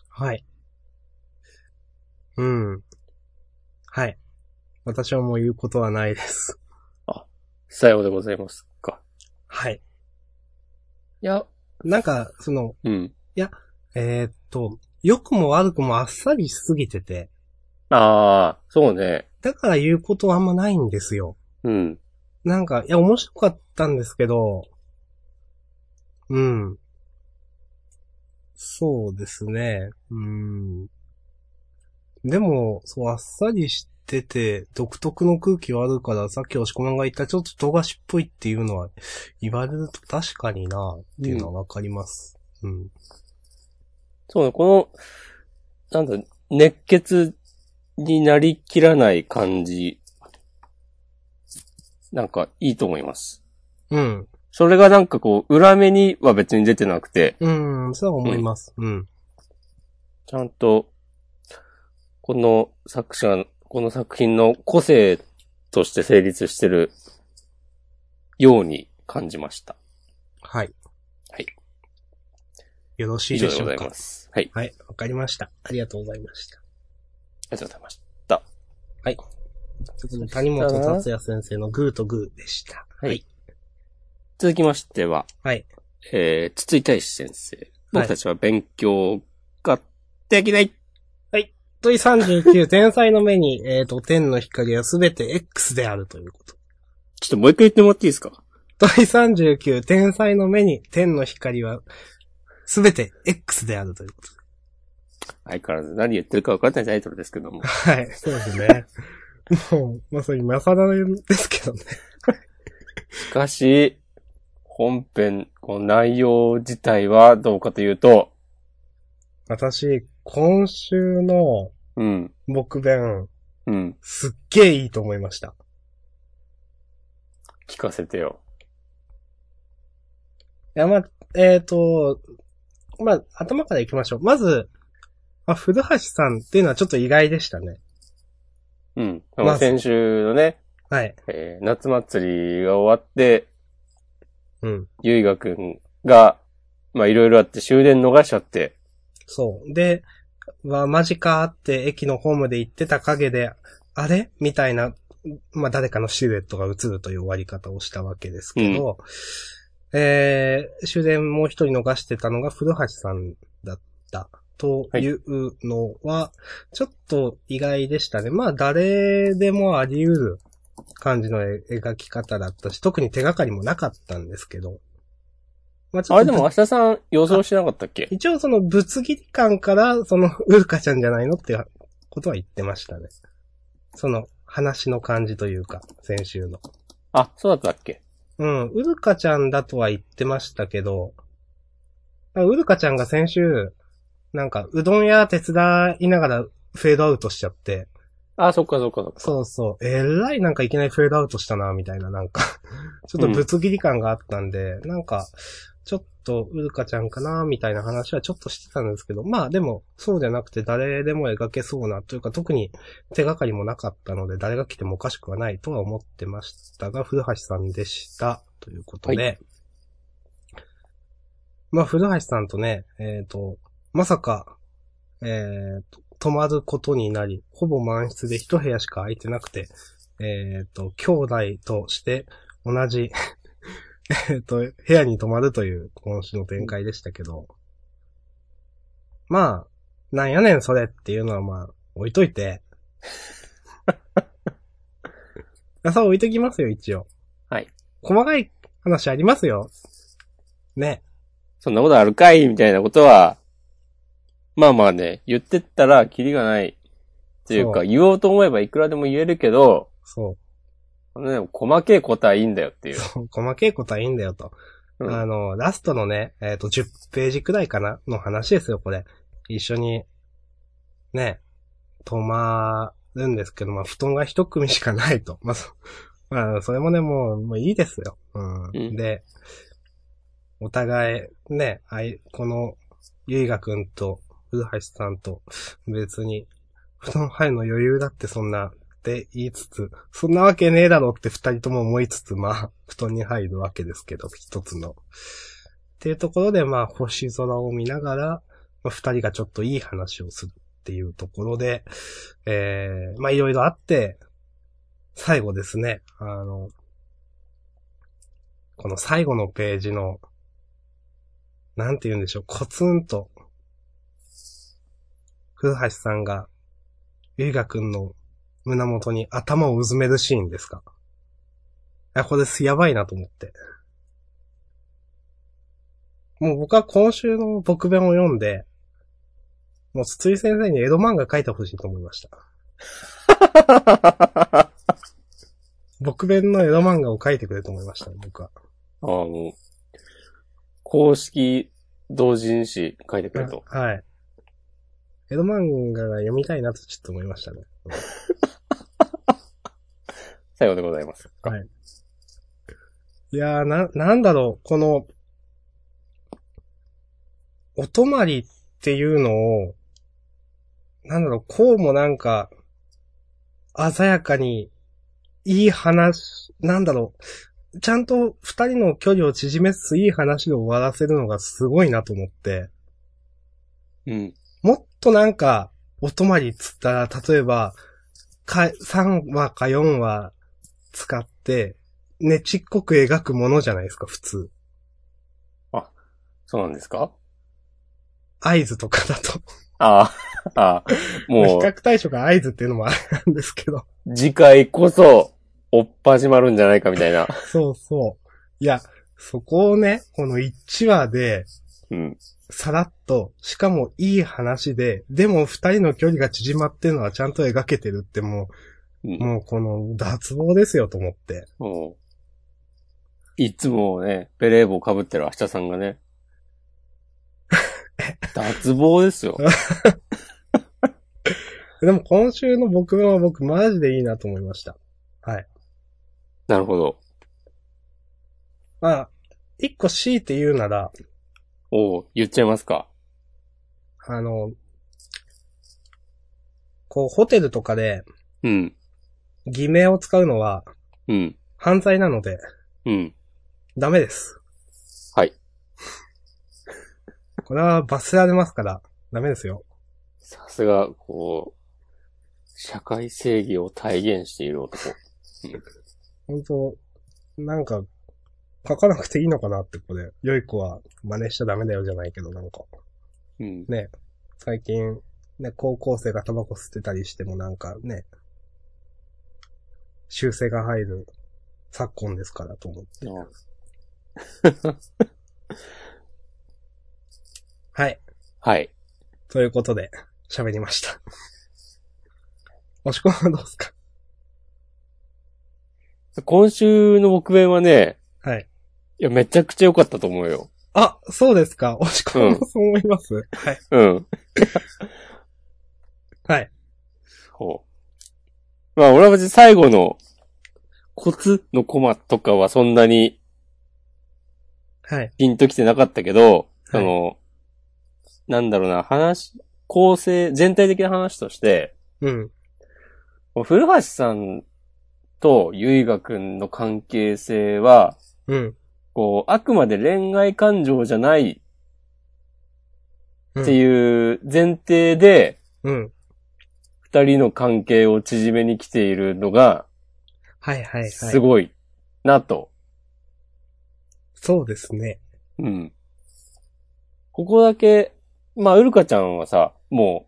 [SPEAKER 2] はい。うん。はい。私はもう言うことはないです。
[SPEAKER 1] さようでございますか。
[SPEAKER 2] はい。
[SPEAKER 1] いや、
[SPEAKER 2] なんか、その、
[SPEAKER 1] うん。
[SPEAKER 2] えーっと、良くも悪くもあっさりしすぎてて、
[SPEAKER 1] ああ、そうね。
[SPEAKER 2] だから言うことはあんまないんですよ。
[SPEAKER 1] うん。
[SPEAKER 2] なんか、いや、面白かったんですけど、うん。そうですね。うん。でも、そう、あっさりしてて、独特の空気はあるから、さっき押し込まんが言った、ちょっと唐菓子っぽいっていうのは、言われると確かにな、っていうのはわかります。うん。
[SPEAKER 1] そうね、この、なんだ、熱血になりきらない感じ、なんかいいと思います。
[SPEAKER 2] うん。
[SPEAKER 1] それがなんかこう、裏目には別に出てなくて、
[SPEAKER 2] うん、そうは思います。うん。
[SPEAKER 1] ちゃんと、この作者、この作品の個性として成立してるように感じました。
[SPEAKER 2] はい。
[SPEAKER 1] はい。
[SPEAKER 2] よろし
[SPEAKER 1] 以
[SPEAKER 2] い
[SPEAKER 1] 上
[SPEAKER 2] で
[SPEAKER 1] で
[SPEAKER 2] し
[SPEAKER 1] ご
[SPEAKER 2] ょ
[SPEAKER 1] ざ
[SPEAKER 2] う
[SPEAKER 1] い
[SPEAKER 2] か。
[SPEAKER 1] ます。はい。
[SPEAKER 2] はい。わかりました。ありがとうございました。
[SPEAKER 1] ありがとうございました。
[SPEAKER 2] ということで、谷本達也先生のグーとグーでした。
[SPEAKER 1] はい。続きましては、
[SPEAKER 2] はい。
[SPEAKER 1] えー、筒井大志先生。僕たちは勉強ができない。
[SPEAKER 2] 問い39、天才の目に、えっ、と、天の光はすべて X であるということ。
[SPEAKER 1] ちょっともう一回言ってもらっていいですか
[SPEAKER 2] 問い39、天才の目に天の光はすべて X であるということ。
[SPEAKER 1] 相変わらず何言ってるか分かんないタイトルですけ
[SPEAKER 2] [LAUGHS]
[SPEAKER 1] ども。
[SPEAKER 2] はい。そうですね。もう、まさにマサダですけどね。
[SPEAKER 1] しかし、本編、この内容自体はどうかというと、
[SPEAKER 2] 私、今週の
[SPEAKER 1] うん、
[SPEAKER 2] 僕弁、
[SPEAKER 1] うん、
[SPEAKER 2] すっげえいいと思いました。
[SPEAKER 1] 聞かせてよ。
[SPEAKER 2] いや、まあ、えっ、と、まあ、頭から行きましょう。まず、あ、古橋さんっていうのはちょっと意外でしたね。
[SPEAKER 1] うん。
[SPEAKER 2] まず
[SPEAKER 1] 先週のね、
[SPEAKER 2] はい。
[SPEAKER 1] えー夏祭りが終わって、
[SPEAKER 2] うん。
[SPEAKER 1] ゆいがくんが、まあいろいろあって終電逃しちゃって、
[SPEAKER 2] そう。で、わ、マジかーって駅のホームで行ってた影で、あれみたいな、まあ、誰かのシルエットが映るという終わり方をしたわけですけど、えー、終電もう一人逃してたのが古橋さんだった。というのは、ちょっと意外でしたね。まあ、誰でもあり得る感じの絵描き方だったし、特に手がかりもなかったんですけど。まあ、ち
[SPEAKER 1] あ
[SPEAKER 2] ょっ
[SPEAKER 1] れ
[SPEAKER 2] と
[SPEAKER 1] でも明日さん予想してなかったっけ
[SPEAKER 2] 一応その物議感から、その、ウルカちゃんじゃないのってことは言ってましたね。その、話の感じというか、先週の。
[SPEAKER 1] あ、そうだったっけ
[SPEAKER 2] うん、ウルカちゃんだとは言ってましたけど、あウルカちゃんが先週、なんか、うどん屋手伝いながらフェードアウトしちゃって、
[SPEAKER 1] あ、そっかそっかそっか。
[SPEAKER 2] そうそう、えらいなんかいきなりフェードアウトしたな、みたいな、なんか、 [LAUGHS] ちょっと物議感があったんで、なんか、ちょっと、ウルカちゃんかな、みたいな話はちょっとしてたんですけど、まあでも、そうじゃなくて誰でも描けそうな、というか特に手がかりもなかったので、誰が来てもおかしくはないとは思ってましたが、古橋さんでした、ということで。
[SPEAKER 1] は
[SPEAKER 2] まあ、古橋さんとね、えっ、と、まさか、えーと、泊まることになり、ほぼ満室で一部屋しか空いてなくて、えっ、と、兄弟として同 [LAUGHS] じ、えっと、部屋に泊まるという今週の展開でしたけど、まあ、なんやねんそれっていうのはまあ、置いといて。 [LAUGHS] そう置いときますよ、一応。
[SPEAKER 1] はい。
[SPEAKER 2] 細かい話ありますよ。ね。
[SPEAKER 1] そんなことあるかいみたいなことは、まあまあね、言ってったらキリがない。っていう
[SPEAKER 2] そ
[SPEAKER 1] か、言おうと思えばいくらでも言えるけど、
[SPEAKER 2] そ
[SPEAKER 1] ね、細けいことはいいんだよっていう。
[SPEAKER 2] う。細けいことはいいんだよと。
[SPEAKER 1] うん
[SPEAKER 2] あの、ラストのね、えっ、と、10ページくらいかなの話ですよ、これ。一緒に、ね、泊まるんですけど、まあ、布団が一組しかないと。まあ、そ [LAUGHS] まあ、それもね、もう、もういいですよ。うん。
[SPEAKER 1] うん
[SPEAKER 2] で、お互い、ね、あい、この、ゆいがくんと、古橋さんと、別に、布団入るの余裕だってそんな、って言いつつ、そんなわけねえだろって二人とも思いつつ、まあ、布団に入るわけですけど、一つの。っていうところで、まあ、星空を見ながら、まあ二人がちょっといい話をするっていうところで、えー、まあ、いろいろあって、最後ですね、あの、この最後のページの、なんて言うんでしょう、コツンと、古橋さんが、ゆいがくんの胸元に頭をうずめるシーンですか。いや、これすやばいなと思って。もう僕は今週の僕弁を読んで、もう筒井先生に江戸漫画書いてほしいと思いました。
[SPEAKER 1] [LAUGHS] あ
[SPEAKER 2] 僕弁の江戸漫画を書いてくれと思いました、僕は。
[SPEAKER 1] あ、もう、公式同人誌書いてくれと。
[SPEAKER 2] はい。江戸漫画が読みたいなとちょっと思いましたね。
[SPEAKER 1] 最後でございます。
[SPEAKER 2] いやー、な、なんだろう、この、お泊まりっていうのを、なんだろう、こうもなんか、鮮やかに、いい話、なんだろう、ちゃんと二人の距離を縮めつついい話で終わらせるのがすごいなと思って、
[SPEAKER 1] うん。
[SPEAKER 2] もっとなんか、お泊まりっつったら、例えば、か、3話か4話使って、ねちっこく描くものじゃないですか、普通。
[SPEAKER 1] そうなんですか
[SPEAKER 2] 合図とかだと。
[SPEAKER 1] ああ、ああ、
[SPEAKER 2] 比
[SPEAKER 1] もう、
[SPEAKER 2] 較対象が合図っていうのもあれなんですけど。
[SPEAKER 1] 次回こそ、おっぱじまるんじゃないかみたいな。
[SPEAKER 2] そうそう。いや、そこをね、この1話で、
[SPEAKER 1] うん。
[SPEAKER 2] さらっと、しかもいい話で、でも二人の距離が縮まってるのはちゃんと描けてるっても
[SPEAKER 1] うん
[SPEAKER 2] う、もうこの脱帽ですよと思って。
[SPEAKER 1] もう、いつもね、ベレー帽被ってる明日さんがね、脱帽ですよ。
[SPEAKER 2] でも今週の僕は僕マジでいいなと思いました。
[SPEAKER 1] なるほど。
[SPEAKER 2] まあ、一個強いて言うなら、
[SPEAKER 1] おお言っちゃいますか。
[SPEAKER 2] あの、こうホテルとかで
[SPEAKER 1] うん、
[SPEAKER 2] 偽名を使うのは
[SPEAKER 1] うん、
[SPEAKER 2] 犯罪なので
[SPEAKER 1] うん。
[SPEAKER 2] ダメです。
[SPEAKER 1] はい。
[SPEAKER 2] [LAUGHS] これは罰せられますからダメですよ。
[SPEAKER 1] さすが、こう、社会正義を体現している男。
[SPEAKER 2] 本当なんか、書かなくていいのかなってこれ。良い子は真似しちゃダメだよじゃないけど、なんか。
[SPEAKER 1] うん。
[SPEAKER 2] 最近、ね、高校生がタバコ吸ってたりしてもなんかね、修正が入る昨今ですからと思って。はい。
[SPEAKER 1] はい。
[SPEAKER 2] ということで、喋りました。おし込はどうですか
[SPEAKER 1] 今週の僕弁はね、
[SPEAKER 2] はい。
[SPEAKER 1] いや、めちゃくちゃ良かったと思うよ。
[SPEAKER 2] あ、そうですか。おし込
[SPEAKER 1] う
[SPEAKER 2] もそう思います、はい。
[SPEAKER 1] うん。
[SPEAKER 2] はい。
[SPEAKER 1] そう。まあ、俺は別に最後の、コツのコマとかはそんなに
[SPEAKER 2] はい。
[SPEAKER 1] ピンときてなかったけど、その、なんだろうな、話、構成、全体的な話として、
[SPEAKER 2] うん。
[SPEAKER 1] 古橋さんとゆいがくんの関係性は、
[SPEAKER 2] うん。
[SPEAKER 1] こう、あくまで恋愛感情じゃない
[SPEAKER 2] うん
[SPEAKER 1] っていう前提で、
[SPEAKER 2] うん。
[SPEAKER 1] 二人の関係を縮めに来ているのが、
[SPEAKER 2] はいはいはい。
[SPEAKER 1] すごいなと。
[SPEAKER 2] そうですね。
[SPEAKER 1] うん。ここだけ、まあ、ウルカちゃんはさ、も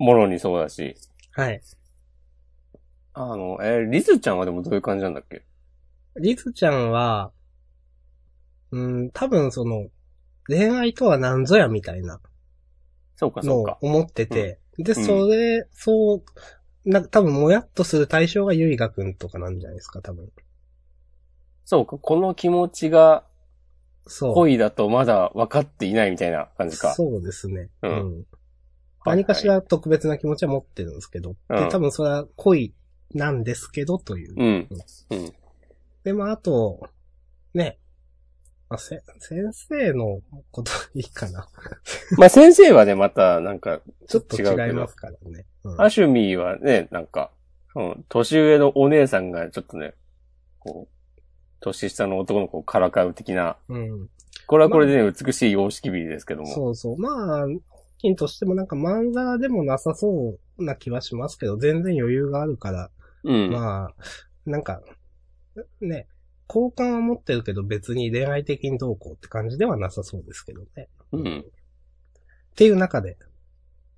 [SPEAKER 1] う、もろにそうだし、
[SPEAKER 2] はい。
[SPEAKER 1] あの、えーリズちゃんはでもどういう感じなんだっけ
[SPEAKER 2] リズちゃんは、うん、多分その、恋愛とは何ぞやみたいな
[SPEAKER 1] そうか、
[SPEAKER 2] の
[SPEAKER 1] そう
[SPEAKER 2] を
[SPEAKER 1] か。
[SPEAKER 2] 思ってて、で、
[SPEAKER 1] うん
[SPEAKER 2] それ、そう、なんか多分もやっとする対象がゆいがくんとかなんじゃないですか、多分。
[SPEAKER 1] そうか、この気持ちが
[SPEAKER 2] そう。
[SPEAKER 1] 恋だとまだ分かっていないみたいな感じか。
[SPEAKER 2] そうですね。
[SPEAKER 1] うん
[SPEAKER 2] うん何かしら特別な気持ちは持ってるんですけど、
[SPEAKER 1] う
[SPEAKER 2] で
[SPEAKER 1] ん
[SPEAKER 2] 多分それは恋なんですけどという。
[SPEAKER 1] うん。うん。
[SPEAKER 2] で、まあ、あと、ね、まあ、せ先生のこといいかな。
[SPEAKER 1] まあ、先生はね、また、なんか、
[SPEAKER 2] ちょっと
[SPEAKER 1] 違うけど
[SPEAKER 2] 違いますからね。うん
[SPEAKER 1] アシュミーはね、なんか、うん、年上のお姉さんがちょっとね、こう、年下の男の子をからかう的な、
[SPEAKER 2] うん。
[SPEAKER 1] これはこれでね、美しい様式美ですけども。
[SPEAKER 2] そうそう。まあ、金としてもなんかまんざらでもなさそうな気はしますけど、全然余裕があるから、
[SPEAKER 1] うん。
[SPEAKER 2] まあ、なんか、ね、好感は持ってるけど別に恋愛的にどうこうって感じではなさそうですけどね。
[SPEAKER 1] うん。
[SPEAKER 2] っていう中で、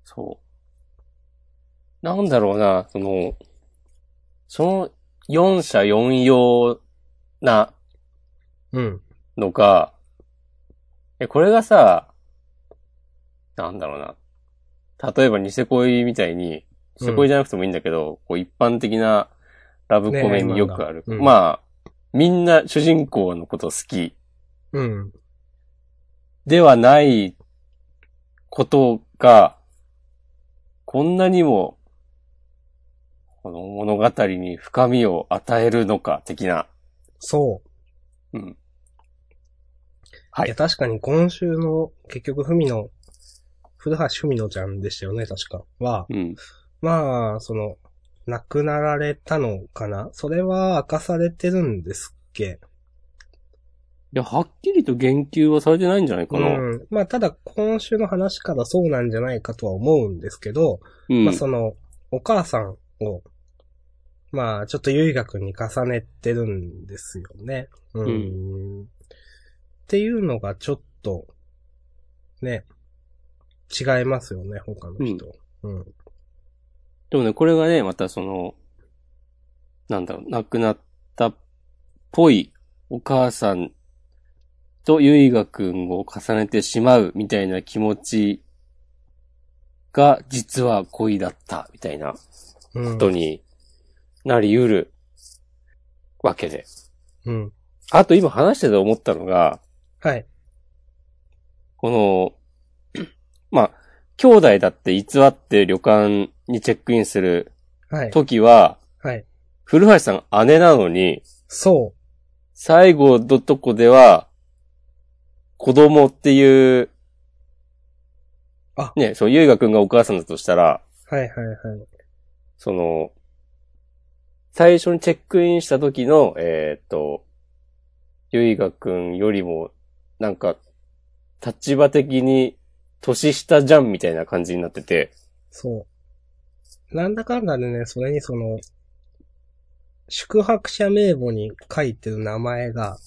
[SPEAKER 1] そう。なんだろうな、その、その、四者四様な
[SPEAKER 2] うん。
[SPEAKER 1] のか、え、これがさ、なんだろうな。例えば、ニセ恋みたいに、ニセ恋じゃなくてもいいんだけど、こう一般的なラブコメによくある。
[SPEAKER 2] 恋愛漫画うん
[SPEAKER 1] まあ、みんな主人公のこと好き
[SPEAKER 2] うん。
[SPEAKER 1] ではないことが、こんなにも、この物語に深みを与えるのか、的な。
[SPEAKER 2] そう。
[SPEAKER 1] うん。
[SPEAKER 2] いや、確かに今週の、結局、ふみの、古橋ふみのちゃんでしたよね、確か。は、
[SPEAKER 1] うん。
[SPEAKER 2] まあ、その、亡くなられたのかなそれは明かされてるんですっけ
[SPEAKER 1] いや、はっきりと言及はされてないんじゃないか
[SPEAKER 2] う
[SPEAKER 1] な。
[SPEAKER 2] ん。まあ、ただ、今週の話からそうなんじゃないかとは思うんですけど、
[SPEAKER 1] うん
[SPEAKER 2] まあ、その、お母さんを、まあ、ちょっとゆいがくんに重ねてるんですよね。うん。っていうのがちょっと、ね、違いますよね、他の人。うん。
[SPEAKER 1] でもね、これがね、またその、なんだろう、亡くなったっぽいお母さんとゆいがくんを重ねてしまうみたいな気持ちが実は恋だったみたいなこ
[SPEAKER 2] うん。
[SPEAKER 1] とになり得るわけで。
[SPEAKER 2] うん。
[SPEAKER 1] あと今話してて思ったのが、
[SPEAKER 2] はい。
[SPEAKER 1] この、まあ、兄弟だって偽って旅館にチェックインする
[SPEAKER 2] はい。
[SPEAKER 1] 時は、
[SPEAKER 2] はい。
[SPEAKER 1] 古橋さん姉なのに、
[SPEAKER 2] そ
[SPEAKER 1] 最後のとこでは、子供っていう、
[SPEAKER 2] あ
[SPEAKER 1] ね、そう、ゆいがくんがお母さんだとしたら、
[SPEAKER 2] う。はいはいはい。
[SPEAKER 1] その、最初にチェックインした時の、えーっと、ゆいがくんよりも、なんか、立場的に年下じゃんみたいな感じになってて、
[SPEAKER 2] そう。なんだかんだでね、それにその、宿泊者名簿に書いてる名前が、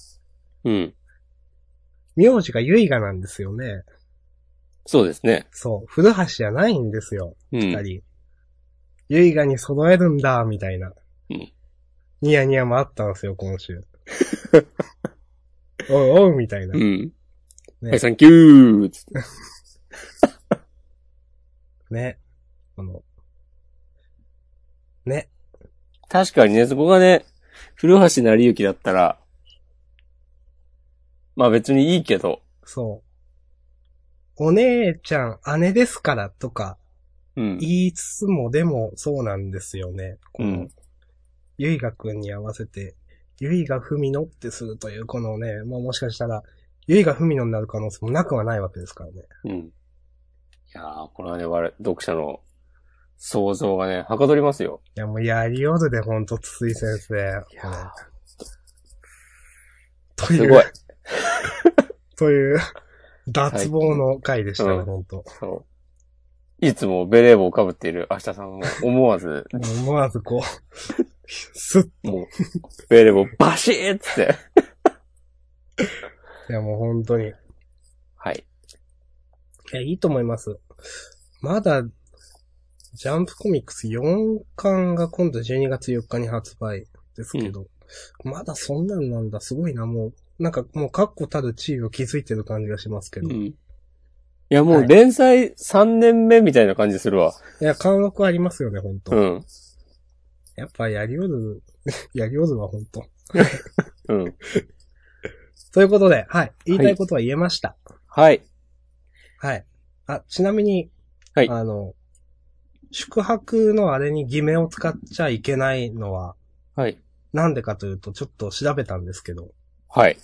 [SPEAKER 1] うん。
[SPEAKER 2] 名字がゆいがなんですよね。
[SPEAKER 1] そうですね。
[SPEAKER 2] そう。古橋じゃないんですよ。
[SPEAKER 1] う
[SPEAKER 2] 二
[SPEAKER 1] ん。
[SPEAKER 2] 人。ゆいがに揃えるんだ、みたいな。
[SPEAKER 1] うん
[SPEAKER 2] ニヤニヤもあったんですよ、今
[SPEAKER 1] [LAUGHS]
[SPEAKER 2] 週。おうおう、みたいな。
[SPEAKER 1] うん。
[SPEAKER 2] ね
[SPEAKER 1] はい、サンキューっつって
[SPEAKER 2] ね。あの、ね。
[SPEAKER 1] 確かにね、そこがね、古橋成之だったら、まあ別にいいけど、
[SPEAKER 2] そう。お姉ちゃん、姉ですからとか
[SPEAKER 1] うん。
[SPEAKER 2] 言いつつも、でもそうなんですよね。この、
[SPEAKER 1] うん
[SPEAKER 2] ゆいがくんに合わせて、ゆいがふみのってするという、このね、まあもしかしたら、ゆいがふみのになる可能性もなくはないわけですからね。
[SPEAKER 1] うん。いやー、これはね、我々読者の想像がね、はかどりますよ。
[SPEAKER 2] いや、もうやりよるで、ほんと、筒井先生。とい
[SPEAKER 1] す
[SPEAKER 2] う、
[SPEAKER 1] ごい。
[SPEAKER 2] という、脱帽の回でした
[SPEAKER 1] う
[SPEAKER 2] ね、
[SPEAKER 1] ん
[SPEAKER 2] ほんと。
[SPEAKER 1] そう。いつもベレー帽をかぶっている明日さんも思わず、
[SPEAKER 2] 思わずこう、 [LAUGHS] すっ
[SPEAKER 1] もう、ベレー帽バシーっつって。
[SPEAKER 2] いやもう本当に。
[SPEAKER 1] はい。
[SPEAKER 2] いや、いいと思います。まだ、ジャンプコミックス4巻が今度12月4日に発売ですけど、まだそんなんなんだ、すごいな、もう、なんかもう確固たる地位を築いてる感じがしますけど。
[SPEAKER 1] う
[SPEAKER 2] い
[SPEAKER 1] ん。いや、もう連載3年目みたいな感じするわ。
[SPEAKER 2] や、感覚ありますよね、本当、
[SPEAKER 1] うん。
[SPEAKER 2] やっぱやりおる、 [LAUGHS] やりおるわ、本当
[SPEAKER 1] うん。
[SPEAKER 2] ということで、はい、言いたいことは言えました。
[SPEAKER 1] はい。
[SPEAKER 2] はい。あ、ちなみに、
[SPEAKER 1] はい
[SPEAKER 2] あの、宿泊のあれに偽名を使っちゃいけないのは、
[SPEAKER 1] はい。
[SPEAKER 2] なんでかというと、ちょっと調べたんですけど、
[SPEAKER 1] はい。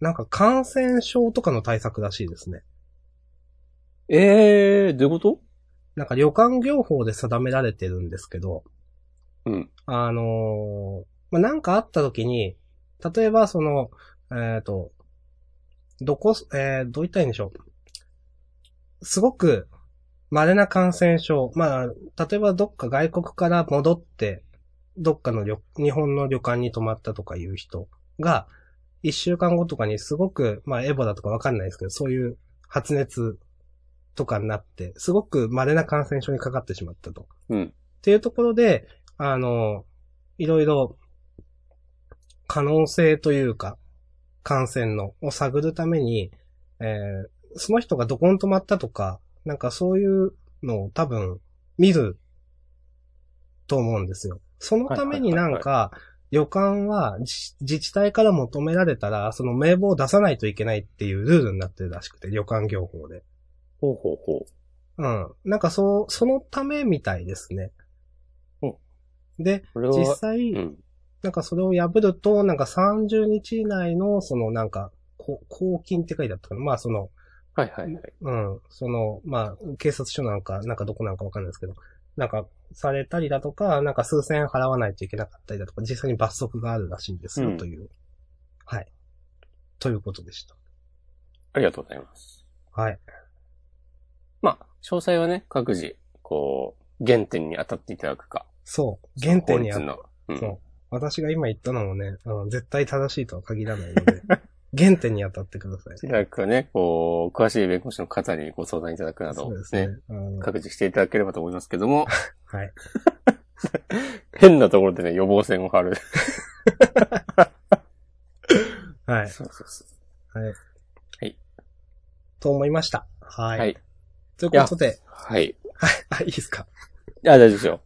[SPEAKER 2] なんか感染症とかの対策らしいですね。
[SPEAKER 1] えー、どういうこと
[SPEAKER 2] なんか旅館業法で定められてるんですけど、
[SPEAKER 1] うん。
[SPEAKER 2] あのーまあ、なんかあった時に、例えばその、えっ、と、どこ、えーどう言ったらいいんでしょう。すごく稀な感染症。まあ、例えばどっか外国から戻って、どっかの旅、日本の旅館に泊まったとかいう人が、一週間後とかにすごく、まあエボだとかわかんないですけど、そういう発熱とかになって、すごく稀な感染症にかかってしまったと。
[SPEAKER 1] うん。
[SPEAKER 2] っていうところで、あの、いろいろ、可能性というか、感染のを探るために、えーその人がどこに泊まったとか、なんかそういうのを多分見ると思うんですよ。そのためになんか、旅館は自自治体から求められたら、その名簿を出さないといけないっていうルールになってるらしくて、旅館業法で。
[SPEAKER 1] ほうほうほ
[SPEAKER 2] うん。なんかそう、そのためみたいですね。
[SPEAKER 1] お
[SPEAKER 2] で、
[SPEAKER 1] う。これ
[SPEAKER 2] 実
[SPEAKER 1] は、
[SPEAKER 2] 際、
[SPEAKER 1] うん。
[SPEAKER 2] なんかそれを破ると、なんか30日以内の、そのなんか、こ公金って書いてあったかな。まあその、
[SPEAKER 1] はいはいはい。
[SPEAKER 2] うん、その、まあ、警察署なんか、なんかどこなんかわかんないですけど、なんか、されたりだとか、なんか数千円払わないといけなかったりだとか、実際に罰則があるらしいんですよ、
[SPEAKER 1] うん
[SPEAKER 2] という。はい。ということでした。
[SPEAKER 1] ありがとうございます。
[SPEAKER 2] はい。
[SPEAKER 1] まあ、詳細はね、各自、こう、原点に当たっていただくか。
[SPEAKER 2] そう。原点にあ
[SPEAKER 1] 法律
[SPEAKER 2] っ
[SPEAKER 1] の。うん。
[SPEAKER 2] そう。私が今言ったのもね、あの、絶対正しいとは限らないので、 [LAUGHS] 原点に当たってください。
[SPEAKER 1] いただくかね、こう、詳しい弁護士の方にご相談いただくなど、
[SPEAKER 2] そう
[SPEAKER 1] ね
[SPEAKER 2] ですね。あの
[SPEAKER 1] 各自していただければと思いますけども、 [LAUGHS]
[SPEAKER 2] はい。
[SPEAKER 1] 変なところでね、予防線を張る。
[SPEAKER 2] はい。
[SPEAKER 1] そうそうそう。
[SPEAKER 2] と思いました。はい。
[SPEAKER 1] はい
[SPEAKER 2] ということで、 [LAUGHS]
[SPEAKER 1] はい。
[SPEAKER 2] はい、あ、いいですか。
[SPEAKER 1] あ、大丈夫ですよ。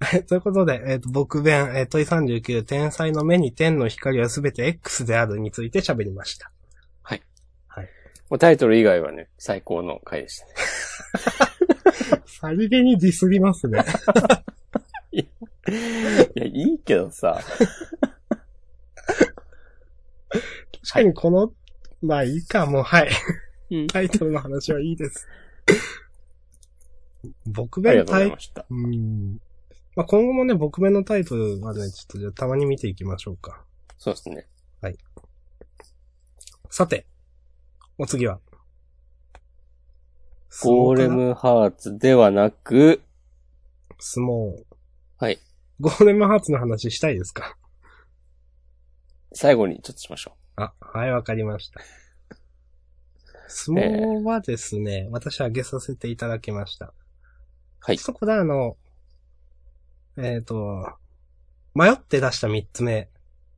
[SPEAKER 2] はいということで、えっ、と、僕弁、えー問い39、天才の目に天の光はすべて X であるについて喋りました。
[SPEAKER 1] もうタイトル以外はね、最高の回でしたね。 [LAUGHS]
[SPEAKER 2] さりげにディスりますね。
[SPEAKER 1] いや、いいけどさ。
[SPEAKER 2] 確かにこの、まあいいか、もう、はい。
[SPEAKER 1] うん
[SPEAKER 2] タイトルの話はい
[SPEAKER 1] [LAUGHS]
[SPEAKER 2] いです。僕
[SPEAKER 1] ありがと
[SPEAKER 2] 弁
[SPEAKER 1] うござ
[SPEAKER 2] タ
[SPEAKER 1] い
[SPEAKER 2] イ
[SPEAKER 1] ました。
[SPEAKER 2] うん。まあ、今後もね、僕弁のタイトルはね、ちょっとじゃあたまに見ていきましょうか。
[SPEAKER 1] そうですね。
[SPEAKER 2] さて、お次は。
[SPEAKER 1] ゴーレムハーツではなく、
[SPEAKER 2] 相撲かな。相撲。
[SPEAKER 1] はい。
[SPEAKER 2] ゴーレムハーツの話したいですか
[SPEAKER 1] 最後にちょっとしましょ
[SPEAKER 2] あ、はい、わかりました。相撲はですね、私は挙げさせていただきました。
[SPEAKER 1] はい
[SPEAKER 2] そこであの、えっ、と、迷って出した三つ目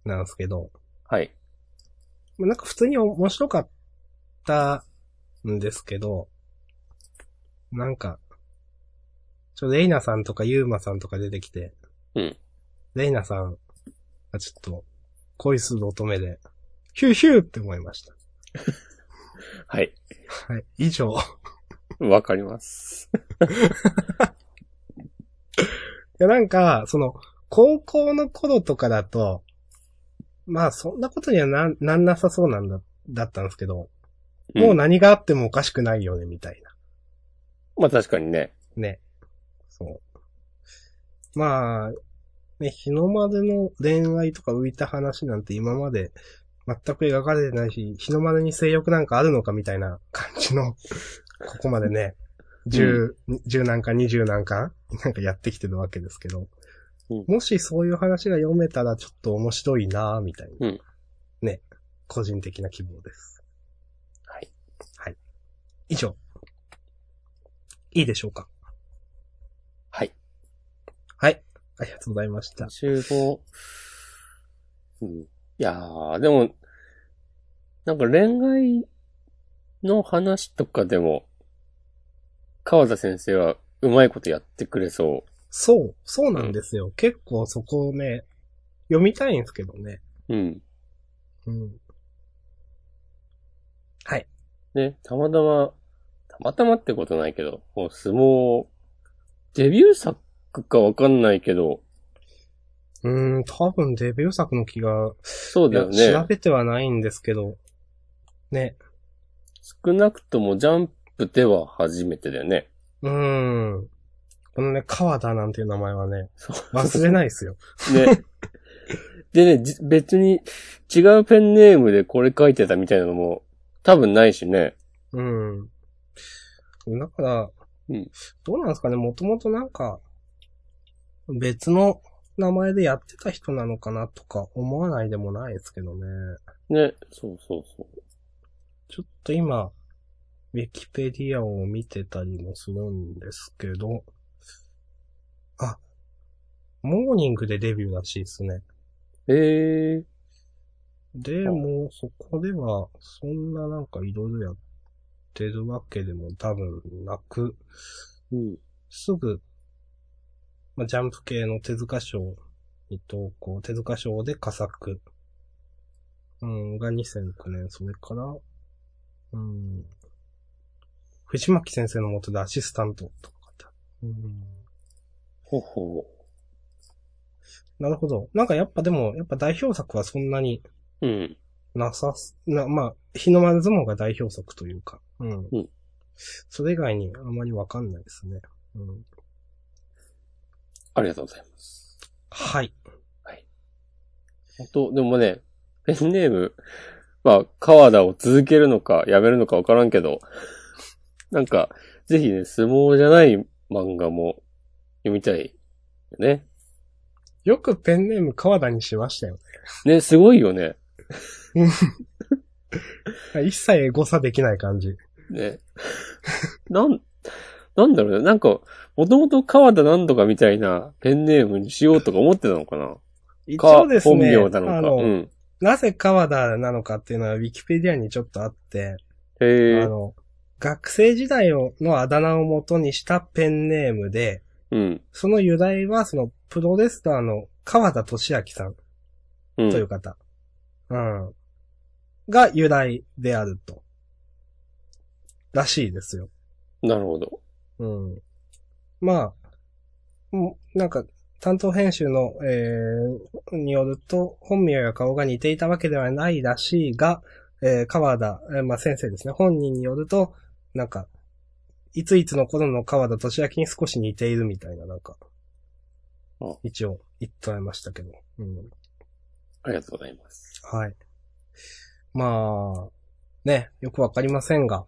[SPEAKER 2] なんですけど、
[SPEAKER 1] う。はい。
[SPEAKER 2] まあなんか普通に面白かったんですけど、なんか、ちょ、レイナさんとかユーマさんとか出てきて、
[SPEAKER 1] うん。
[SPEAKER 2] レイナさんがちょっと恋する乙女で、ヒューヒューって思いました。
[SPEAKER 1] はい。
[SPEAKER 2] はい。
[SPEAKER 1] [LAUGHS]
[SPEAKER 2] 以上。い
[SPEAKER 1] わかります。
[SPEAKER 2] や、なんか、その、高校の頃とかだと、まあ、そんなことにはなん、なんなさそうなんだ、だったんですけど、もう
[SPEAKER 1] な、
[SPEAKER 2] 何があってもおかしくないよね、みたいな。
[SPEAKER 1] まあ確かにね。
[SPEAKER 2] ね。そう。まあ、ね、日の丸の恋愛とか浮いた話なんて今まで全く描かれてないし、日の丸に性欲なんかあるのかみたいな感じの、こ [LAUGHS] こまでね、十、十何巻、二十何巻なんかやってきてるわけですけど、
[SPEAKER 1] うん
[SPEAKER 2] もしそういう話が読めたらちょっと面白いなぁ、みたいな。
[SPEAKER 1] うん
[SPEAKER 2] ね、個人的な希望です。
[SPEAKER 1] はい。
[SPEAKER 2] はい。以上。いいでしょうか
[SPEAKER 1] はい。
[SPEAKER 2] はい。ありがとうございました。
[SPEAKER 1] 集合。うん、いやー、でも、なんか恋愛の話とかでも、川田先生はうまいことやってくれそ
[SPEAKER 2] そう、そうなんですよ。結構そこをね、読みたいんですけどね。
[SPEAKER 1] う。うん。
[SPEAKER 2] うん。
[SPEAKER 1] ね、たまたま、たまたまってことないけど、もう相撲、デビュー作かわかんないけど、
[SPEAKER 2] うーん、多分デビュー作の気が、
[SPEAKER 1] そうだよ
[SPEAKER 2] いや調
[SPEAKER 1] ね。
[SPEAKER 2] べてはないんですけど、ね。
[SPEAKER 1] 少なくともジャンプでは初めてだよね。
[SPEAKER 2] うーん。このね、川田なんていう名前はね、
[SPEAKER 1] そう
[SPEAKER 2] 忘れないですよ。
[SPEAKER 1] ね。でね、じ別に違うペンネームでこれ書いてたみたいなのも多分ないしね。
[SPEAKER 2] うん。だから、
[SPEAKER 1] うん
[SPEAKER 2] どうなんですかね、もともとなんか、別の名前でやってた人なのかなとか思わないでもないですけどね。
[SPEAKER 1] ね。そうそうそう。
[SPEAKER 2] ちょっと今、ウィキペディアを見てたりもするんですけど、あ、モーニングでデビューらしいですね。
[SPEAKER 1] ええ
[SPEAKER 2] で
[SPEAKER 1] あ
[SPEAKER 2] も、そこでは、そんななんかいろいろやってるわけでも多分なく、
[SPEAKER 1] うん。
[SPEAKER 2] すぐ、まあ、ジャンプ系の手塚賞に投稿、手塚賞で佳作。うん、が2009年、それから、うん、藤巻先生のもとでアシスタントとかだうん。
[SPEAKER 1] ほうほ
[SPEAKER 2] なるほど。なんかやっぱでも、やっぱ代表作はそんなに
[SPEAKER 1] う。うん。
[SPEAKER 2] なさす、な、まあ、日の丸相撲が代表作というか。うん。
[SPEAKER 1] うん
[SPEAKER 2] それ以外にあまりわかんないですね。うん。
[SPEAKER 1] ありがとうございます。
[SPEAKER 2] はい。
[SPEAKER 1] 本当でもね、ペンネーム、まあ、川田を続けるのか、やめるのかわからんけど、なんか、ぜひね、相撲じゃない漫画も読みたいよね。
[SPEAKER 2] よくペンネーム川田にしましたよ。
[SPEAKER 1] ね、すごいよね。
[SPEAKER 2] 一切誤差できない感じ。
[SPEAKER 1] ね。なん、なんだろうね。なんか、もともと川田なんとかみたいなペンネームにしようとか思ってたのかな
[SPEAKER 2] 一
[SPEAKER 1] か、
[SPEAKER 2] 応です
[SPEAKER 1] 本
[SPEAKER 2] ね、
[SPEAKER 1] 名なのか。
[SPEAKER 2] あの、
[SPEAKER 1] うん。
[SPEAKER 2] なぜ川田なのかっていうのはウィキペディアにちょっとあって、
[SPEAKER 1] へ
[SPEAKER 2] あ
[SPEAKER 1] え。
[SPEAKER 2] の、学生時代をのあだ名を元にしたペンネームで、
[SPEAKER 1] うん。
[SPEAKER 2] その由来はそのプロレスラーの川田俊明さん
[SPEAKER 1] うん。
[SPEAKER 2] という方。うん。が由来であると。らしいですよ。
[SPEAKER 1] なるほど。
[SPEAKER 2] うん。まあ、もうなんか、担当編集の、えーによると、本名や顔が似ていたわけではないらしいが、えー川田、えーまあ先生ですね、本人によると、なんか、いついつの頃の川田俊明に少し似ているみたいな、なんか
[SPEAKER 1] あ、
[SPEAKER 2] 一応言ってられましたけど。うん。
[SPEAKER 1] ありがとうございます。
[SPEAKER 2] はい。まあ、ね、よくわかりませんが。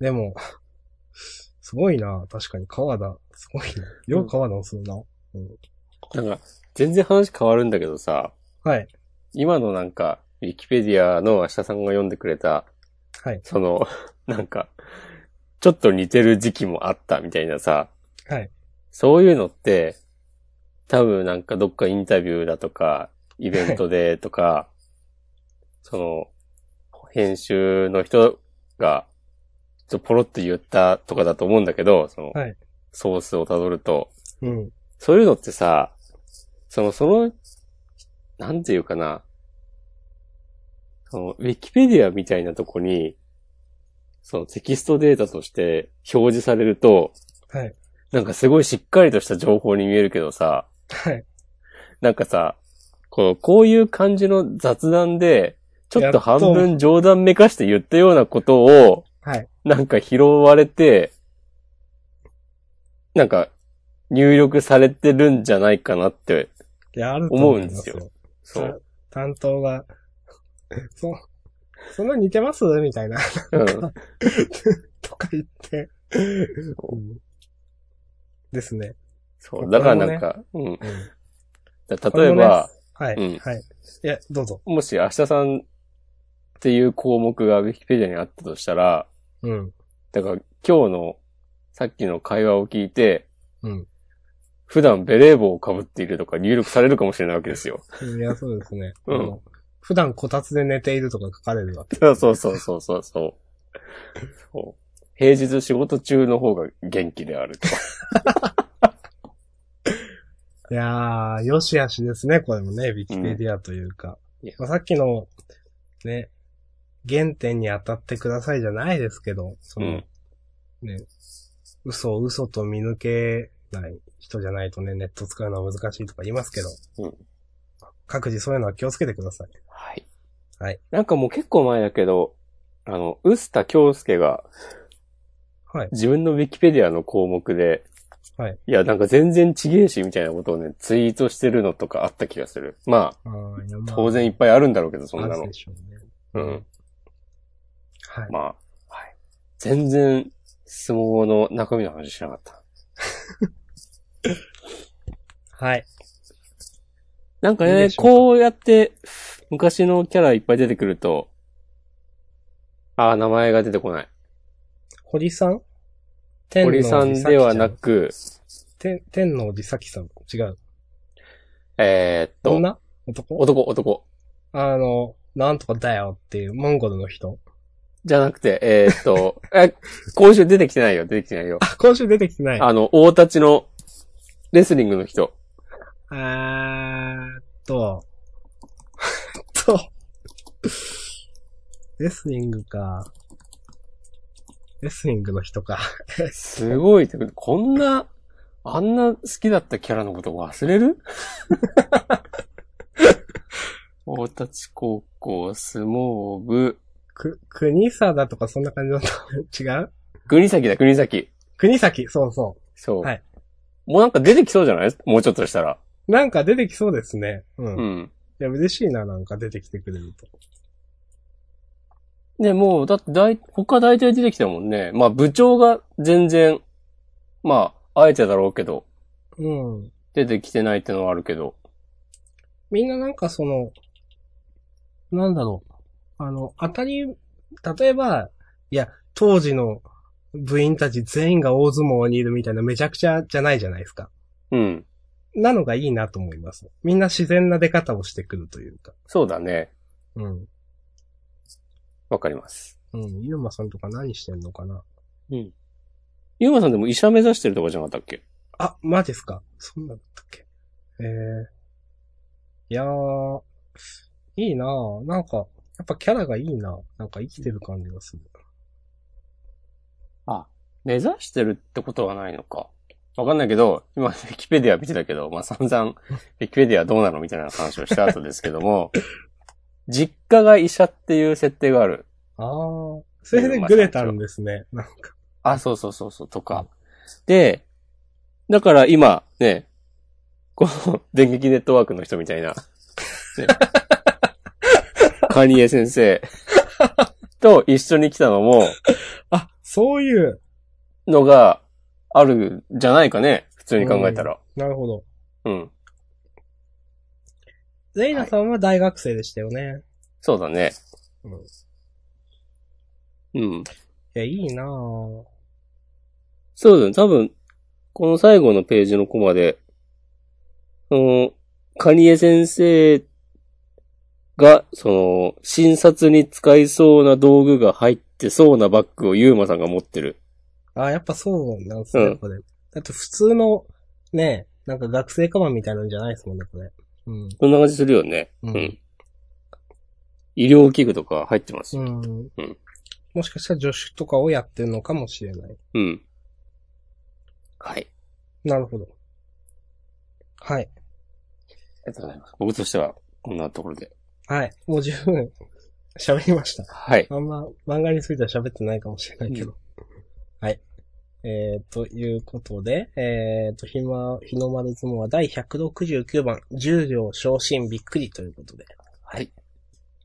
[SPEAKER 2] でも、 [LAUGHS] すごいな、確かに川田、すごいな。よく川田をするな。
[SPEAKER 1] なんか、全然話変わるんだけどさ、
[SPEAKER 2] はい。
[SPEAKER 1] 今のなんか、ウィキペディアの明日さんが読んでくれた、
[SPEAKER 2] はい。
[SPEAKER 1] その、 [LAUGHS] なんか、ちょっと似てる時期もあったみたいなさ、
[SPEAKER 2] はい。
[SPEAKER 1] そういうのって、多分なんかどっかインタビューだとか、イベントでとか、その、編集の人が、ちょっとポロッと言ったとかだと思うんだけど、その、
[SPEAKER 2] はい
[SPEAKER 1] ソースをたどると、
[SPEAKER 2] うん。
[SPEAKER 1] そういうのってさ、その、その、なんていうかな、その、ウィキペディアみたいなとこに、そのテキストデータとして表示されると、
[SPEAKER 2] はい。
[SPEAKER 1] なんかすごいしっかりとした情報に見えるけどさ、
[SPEAKER 2] はい。
[SPEAKER 1] なんかさ、こう、こういう感じの雑談で、ちょっと半
[SPEAKER 2] やっ
[SPEAKER 1] 分冗談めかして言ったようなことを、
[SPEAKER 2] はい。
[SPEAKER 1] なんか拾われて、なんか、入力されてるんじゃないかなって、
[SPEAKER 2] いや、あると思いま
[SPEAKER 1] 思うんですよ。そ
[SPEAKER 2] そう
[SPEAKER 1] う。。
[SPEAKER 2] 担当が、 [LAUGHS] そ、そんな似てますみたいな、 [LAUGHS]
[SPEAKER 1] うん。
[SPEAKER 2] とか言って。うんですね。
[SPEAKER 1] そう。だからなんか、うん
[SPEAKER 2] うん。
[SPEAKER 1] だ例えば、
[SPEAKER 2] はい。
[SPEAKER 1] うん
[SPEAKER 2] はい。いや、どうぞ。
[SPEAKER 1] もし明日さんっていう項目が Wikipedia にあったとしたら、
[SPEAKER 2] うん。
[SPEAKER 1] だから今日のさっきの会話を聞いて、
[SPEAKER 2] うん。
[SPEAKER 1] 普段ベレー帽を被っているとか入力されるかもしれないわけですよ。
[SPEAKER 2] いや、そうですね。
[SPEAKER 1] うん
[SPEAKER 2] あの普段こたつで寝ているとか書かれるわけ。
[SPEAKER 1] [LAUGHS] そうそうそうそうそうそう。そう平日仕事中の方が元気であると。
[SPEAKER 2] いやー、よしあしですね、これもね、ウィキペディアというか。
[SPEAKER 1] うんいや
[SPEAKER 2] まあ、さっきの、ね、原点に当たってくださいじゃないですけど、その、
[SPEAKER 1] うん
[SPEAKER 2] ね、嘘を嘘と見抜けない人じゃないとね、ネット使うのは難しいとか言いますけ
[SPEAKER 1] う
[SPEAKER 2] ど、
[SPEAKER 1] ん
[SPEAKER 2] 各自そういうのは気をつけてください。
[SPEAKER 1] はい。
[SPEAKER 2] はい。
[SPEAKER 1] なんかもう結構前だけど、あの、臼田京介が
[SPEAKER 2] はい。
[SPEAKER 1] 自分のウィキペディアの項目で、
[SPEAKER 2] はい。
[SPEAKER 1] いや、なんか全然ちげえし、みたいなことをね、ツイートしてるのとかあった気がする。ま
[SPEAKER 2] あーいや
[SPEAKER 1] あ、
[SPEAKER 2] まあ
[SPEAKER 1] 当然いっぱいあるんだろうけど、そんな
[SPEAKER 2] ある
[SPEAKER 1] の
[SPEAKER 2] で。しょうね。
[SPEAKER 1] うん。
[SPEAKER 2] はい。
[SPEAKER 1] まあ、はい。全然、相撲の中身の話しなかった。
[SPEAKER 2] はい。
[SPEAKER 1] なんか
[SPEAKER 2] いい
[SPEAKER 1] ね、
[SPEAKER 2] でしょうか
[SPEAKER 1] こうやって、昔のキャラいっぱい出てくると、ああ、名前が出てこない。
[SPEAKER 2] 堀さん
[SPEAKER 1] 堀さんではなく、
[SPEAKER 2] く。天天王寺咲さん。違う。
[SPEAKER 1] えーっと、
[SPEAKER 2] 女男
[SPEAKER 1] 男、男。
[SPEAKER 2] あの、なんとかだよっていう、モンゴルの人。
[SPEAKER 1] じゃなくて、えーっと、 [LAUGHS] え、今週出てきてないよ、出てきてないよ。
[SPEAKER 2] あ、今週出てきてない。あ
[SPEAKER 1] あの、大立ちの、レスリングの人。
[SPEAKER 2] ーっと、 [LAUGHS] えっと、レスリングか。レスリングの人か。
[SPEAKER 1] すごいって、こんな、あんな好きだったキャラのこと忘れ
[SPEAKER 2] [LAUGHS]
[SPEAKER 1] る大立高校相撲部。
[SPEAKER 2] く、国貞とかそんな感じだった。 [LAUGHS] 違う
[SPEAKER 1] 国崎だ、国崎。
[SPEAKER 2] 国崎、そうそ
[SPEAKER 1] そう。
[SPEAKER 2] はい
[SPEAKER 1] もうなんか出てきそうじゃないもうちょっとしたら。
[SPEAKER 2] う。なんか出てきそうですね。うん。
[SPEAKER 1] う
[SPEAKER 2] い
[SPEAKER 1] ん。
[SPEAKER 2] や、嬉しいな、なんか出てきてくれると。
[SPEAKER 1] で、もう、だって大、他大体出てきたもんね。まあ部長が全然、まあ、あえてだろうけど、
[SPEAKER 2] うん。
[SPEAKER 1] 出てきてないってのはあるけど。
[SPEAKER 2] みんななんかその、なんだろう。あの、当たり、例えば、いや、当時の部員たち全員が大相撲にいるみたいなめちゃくちゃじゃないじゃないですか。
[SPEAKER 1] うん。
[SPEAKER 2] なのがいいなと思います。みんな自然な出方をしてくるというか。
[SPEAKER 1] そうだね。
[SPEAKER 2] うん。
[SPEAKER 1] わかります。
[SPEAKER 2] うん。ゆうまさんとか何してんのかな
[SPEAKER 1] うん。ゆうまさんでも医者目指してるとかじゃなかったっけ
[SPEAKER 2] あ、マジっすかそんなんだったっけえー。いやー、いいなぁ。なんか、やっぱキャラがいいななんか生きてる感じがする。
[SPEAKER 1] あ、目指してるってことはないのか。わかんないけど、今、ウィキペディア見てたけど、まあ、散々、ウィキペディアどうなのみたいな話をした後ですけど [LAUGHS] も、実家が医者っていう設定がある。
[SPEAKER 2] ああ。それでグレたんですね。なんか。
[SPEAKER 1] あ、そうそうそうそう、とか。で、だから今、ね、この、電撃ネットワークの人みたい [LAUGHS] な、ね、カニエ先生と一緒に来たのも、
[SPEAKER 2] あ、そういう。
[SPEAKER 1] のがあるんじゃないかね、普通に考えたら。
[SPEAKER 2] なるほど。
[SPEAKER 1] うん。
[SPEAKER 2] レイナさんは大学生でしたよね。
[SPEAKER 1] そうだね。
[SPEAKER 2] い、うん。い
[SPEAKER 1] うん。
[SPEAKER 2] や、いいなぁ。
[SPEAKER 1] そうだね。多分、この最後のページのコマで、その、カニエ先生が、その、診察に使いそうな道具が入ってそうなバッグをユーマさんが持ってる。
[SPEAKER 2] あ、やっぱそうなんですね、
[SPEAKER 1] うん
[SPEAKER 2] これ。だって普通の、ね、なんか学生カバンみたいなんじゃないですもんね、これ。うん。
[SPEAKER 1] そんな感じするよね。
[SPEAKER 2] う
[SPEAKER 1] うんん。医療器具とか入ってます。
[SPEAKER 2] う
[SPEAKER 1] うん。
[SPEAKER 2] ん。もしかしたら助手とかをやってるのかもしれない。
[SPEAKER 1] はい。
[SPEAKER 2] なるほど。はい。
[SPEAKER 1] ありがとうございます。僕としては、こんなところで。
[SPEAKER 2] はい。もう十分 [LAUGHS] 喋りました。
[SPEAKER 1] はい。
[SPEAKER 2] あんま漫画については喋ってないかもしれないけど。はい。えー、ということで、えー、と、ひま、日の丸相撲は第169番、10両昇進びっくりということで、ありが
[SPEAKER 1] はい。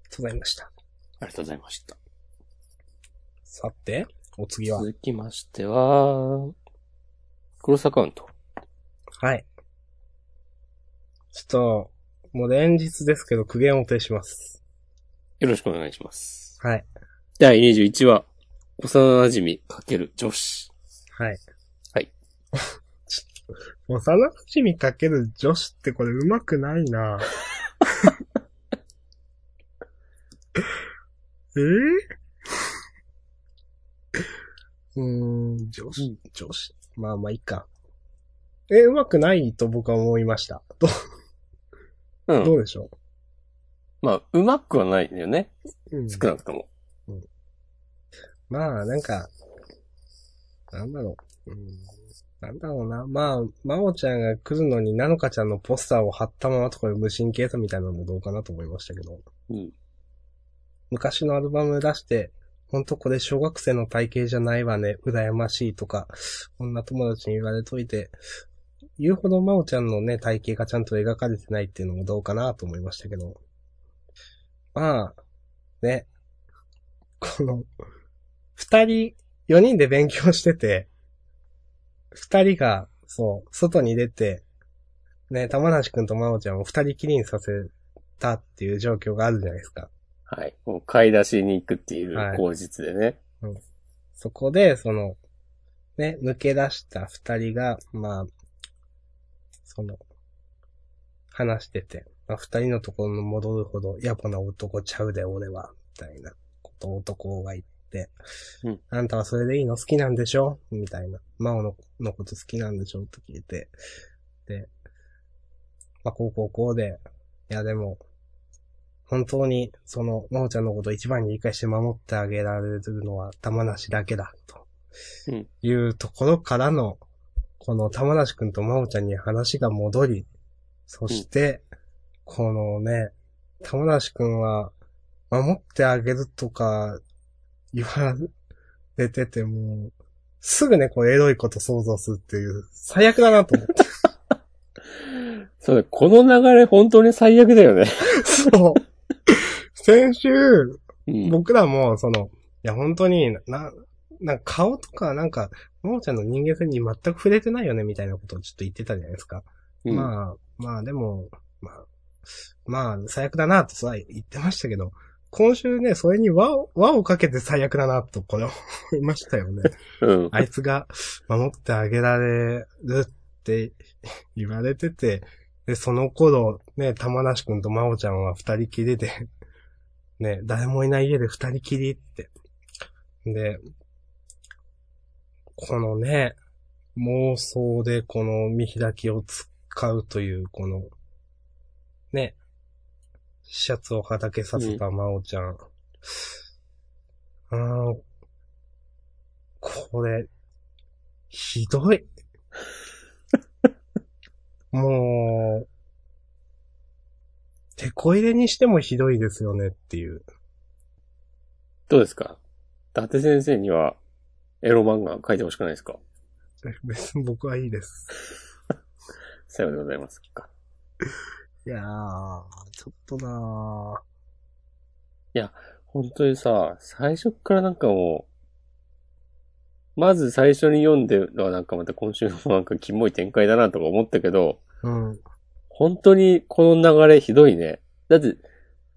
[SPEAKER 2] とうございました。
[SPEAKER 1] ありがとうございました。
[SPEAKER 2] さて、お次は。
[SPEAKER 1] 続きましては、クロスアカウント。
[SPEAKER 2] はい。ちょっと、もう連日ですけど苦言を呈します。
[SPEAKER 1] よろしくお願いします。
[SPEAKER 2] はい。
[SPEAKER 1] 第21話、幼馴染かける女子。
[SPEAKER 2] はい。 [LAUGHS]
[SPEAKER 1] はい。
[SPEAKER 2] ちょっと、幼馴染みかける女子ってこれ上手くないな [LAUGHS] えー、うーん、女子、女子。まあまあいいか。え、上手くないと僕は思いました。ど
[SPEAKER 1] う
[SPEAKER 2] う、ど
[SPEAKER 1] ん。
[SPEAKER 2] うでしょ
[SPEAKER 1] まあ、うまくはないんだよね。
[SPEAKER 2] う、うん、
[SPEAKER 1] 少なくとも。
[SPEAKER 2] まあ、なんか、なんだろう。うん、なんだろうな。まあ、まおちゃんが来るのに、なのかちゃんのポスターを貼ったままとかいう無神経さみたいなのもどうかなと思いましたけど。
[SPEAKER 1] うん。
[SPEAKER 2] 昔のアルバム出して、ほんとこれ小学生の体型じゃないわね、羨ましいとか、女友達に言われといて、言うほどまおちゃんのね、体型がちゃんと描かれてないっていうのもどうかなと思いましたけど。まあ、ね。この、二人、四人で勉強してて、二人が、そう、外に出て、ね、玉梨くんとまおちゃんを二人きりにさせたっていう状況があるじゃないですか。
[SPEAKER 1] はい。こう買い出しに行くってい
[SPEAKER 2] は
[SPEAKER 1] う
[SPEAKER 2] い
[SPEAKER 1] 口実でね。
[SPEAKER 2] そこで、その、ね、抜け出した二人が、まあ、その、話してて、まあ、二人のところに戻るほど野暮な男ちゃうで、俺は、みたいなことを男が言って、
[SPEAKER 1] うん
[SPEAKER 2] あんたはそれでいいの好きなんでしょみたいな。真央ののこと好きなんでしょって聞いて、で、まあ、こうこうこうで、いやでも、本当に、その、真央ちゃんのことを一番に理解して守ってあげられるのは玉梨だけだ、と。
[SPEAKER 1] うん
[SPEAKER 2] いうところからの、この玉梨くんと真央ちゃんに話が戻り、そして、このね、玉梨くんは、守ってあげるとか、言われてても、すぐね、こう、エロいこと想像するっていう、最悪だなと思って。
[SPEAKER 1] そうだ、この流れ本当に最悪だよね。
[SPEAKER 2] [LAUGHS] そう。先週、
[SPEAKER 1] うん。
[SPEAKER 2] 僕らも、その、いや、本当に、な、なんか顔とか、なんか、ももちゃんの人間性に全く触れてないよね、みたいなことをちょっと言ってたじゃないですか。
[SPEAKER 1] うん
[SPEAKER 2] まあ、まあ、でも、まあ、まあ、最悪だな、とさ、言ってましたけど、今週ね、それに輪を、輪をかけて最悪だな、と、これ思いましたよね。
[SPEAKER 1] うん。
[SPEAKER 2] あいつが守ってあげられるって [LAUGHS] 言われてて、で、その頃、ね、玉梨くんと真央ちゃんは二人きりで、ね、誰もいない家で二人きりって。で、このね、妄想でこの見開きを使うという、この、ね、シャツをはだけさせた真央ちゃん。あーこれ、ひどい。もう、手こ入れにしてもひどいですよねっていう。 [LAUGHS]
[SPEAKER 1] どうですか伊達先生には、エロ漫画書いてほしくないですか
[SPEAKER 2] 別に僕はいいです。
[SPEAKER 1] さようでございますか。
[SPEAKER 2] いやー、ちょっとな
[SPEAKER 1] 本当にさ、最初っからなんかもう、まず最初に読んでるのはなんかまた今週のなんかキモい展開だなとか思ったけど、
[SPEAKER 2] ー。うん。
[SPEAKER 1] 本当にこの流れひどいね。だって、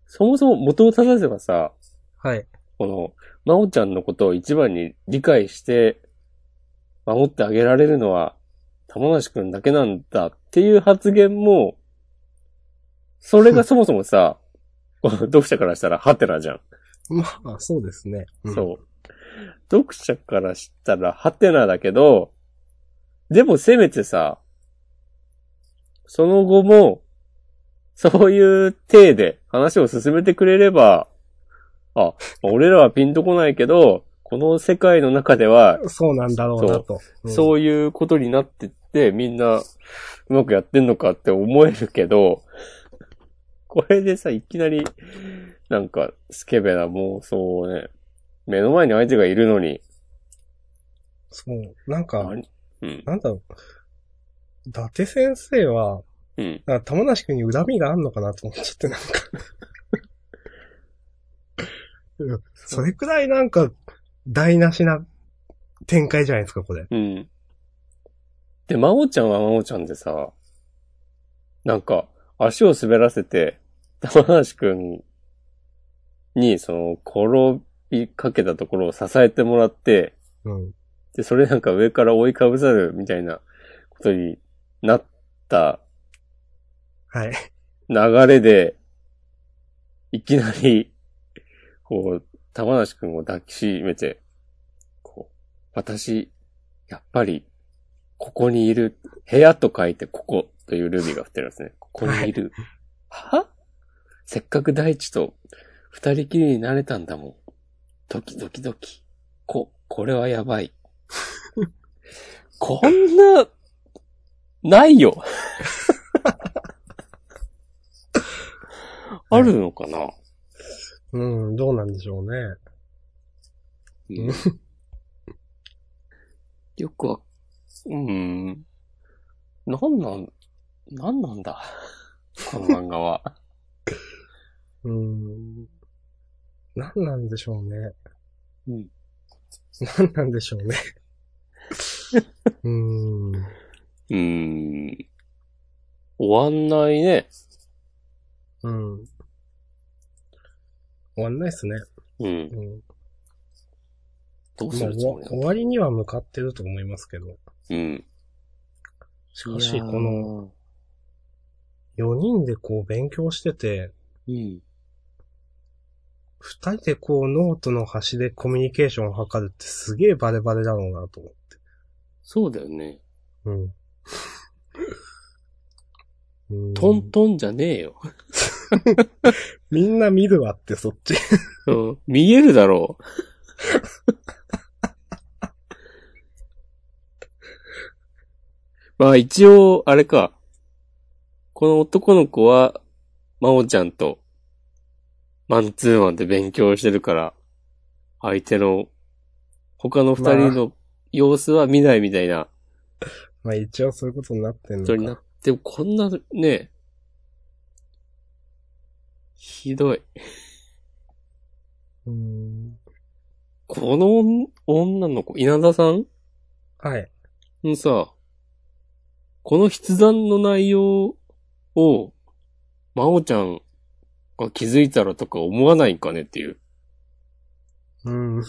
[SPEAKER 1] そもそも元を正せばさ、
[SPEAKER 2] はい。
[SPEAKER 1] この、まおちゃんのことを一番に理解して、守ってあげられるのは、玉梨くんだけなんだっていう発言も、それがそもそもさ、 [LAUGHS] この読者からしたらハテナじゃん。
[SPEAKER 2] まあ、そうですね。うん。
[SPEAKER 1] そう。読者からしたらハテナだけど、でもせめてさ、その後も、そういう体で話を進めてくれれば、あ、俺らはピンとこないけど、この世界の中では、
[SPEAKER 2] そうなんだろうなと。う
[SPEAKER 1] そういうことになってって、みんな、うまくやってんのかって思えるけど、これでさ、いきなり、なんか、スケベな妄想をね、目の前に相手がいるのに、
[SPEAKER 2] ん。そう。なんか、
[SPEAKER 1] 何うん、
[SPEAKER 2] なんだろう。伊達先生は、
[SPEAKER 1] うん。
[SPEAKER 2] なんか玉梨くんに恨みがあんのかなと思っちゃって、なん [LAUGHS] かうん。それくらいなんか、台無しな展開じゃないですか、これ。
[SPEAKER 1] うん。で、真央ちゃんは真央ちゃんでさ、なんか、足を滑らせて、玉梨くんに、その、転いかけたところを支えてもらって、
[SPEAKER 2] うん。
[SPEAKER 1] で、それなんか上から追いかぶさるみたいなことになった
[SPEAKER 2] はい。
[SPEAKER 1] 流れで、いきなり、こう、玉梨くんを抱きしめて、こう、私、やっぱり、ここにいる、部屋と書いてここというルビーが振ってるんですね。ここにいる。はせっかく大地と二人きりになれたんだもん。ドキドキドキ。こ、これはやば [LAUGHS] い。こんな、ないよ。 [LAUGHS] あるのかな、
[SPEAKER 2] うん、どうなんでしょうね。ん
[SPEAKER 1] よくは、うん。なんなん、なんなんだ。この漫画は。
[SPEAKER 2] うん。なんなんでしょうね。
[SPEAKER 1] うん。
[SPEAKER 2] なんなんでしょうね。うん。
[SPEAKER 1] うん。終わんないね。
[SPEAKER 2] うん。終わんないっすね。
[SPEAKER 1] うん。
[SPEAKER 2] うん。
[SPEAKER 1] どうす
[SPEAKER 2] もう
[SPEAKER 1] るつ
[SPEAKER 2] 終
[SPEAKER 1] も
[SPEAKER 2] わ
[SPEAKER 1] り
[SPEAKER 2] 終わりには向かってると思いますけど。
[SPEAKER 1] うん。
[SPEAKER 2] しかし、この、4人でこう勉強してて、
[SPEAKER 1] うん。
[SPEAKER 2] 2人でこうノートの端でコミュニケーションを図るってすげえバレバレだろうなと思って。
[SPEAKER 1] そうだよね。
[SPEAKER 2] [LAUGHS] うん。うん
[SPEAKER 1] トントンじゃねえよ。
[SPEAKER 2] みんな見るわって、そっち。
[SPEAKER 1] うん。 [LAUGHS] 見えるだろう。まあ一応、あれか。この男の子は、まおちゃんと、マンツーマンで勉強してるから、相手の、他の二人の様子は見ないみたいな、
[SPEAKER 2] まあ一応そういうことになってんの
[SPEAKER 1] 人にな
[SPEAKER 2] か。
[SPEAKER 1] って、こんな、ね、ひどい。
[SPEAKER 2] うん。
[SPEAKER 1] この女の子、稲田さん
[SPEAKER 2] はい。
[SPEAKER 1] もうさ、この筆談の内容を、まおちゃんが気づいたらとか思わないんかねっていう。
[SPEAKER 2] うん。
[SPEAKER 1] なん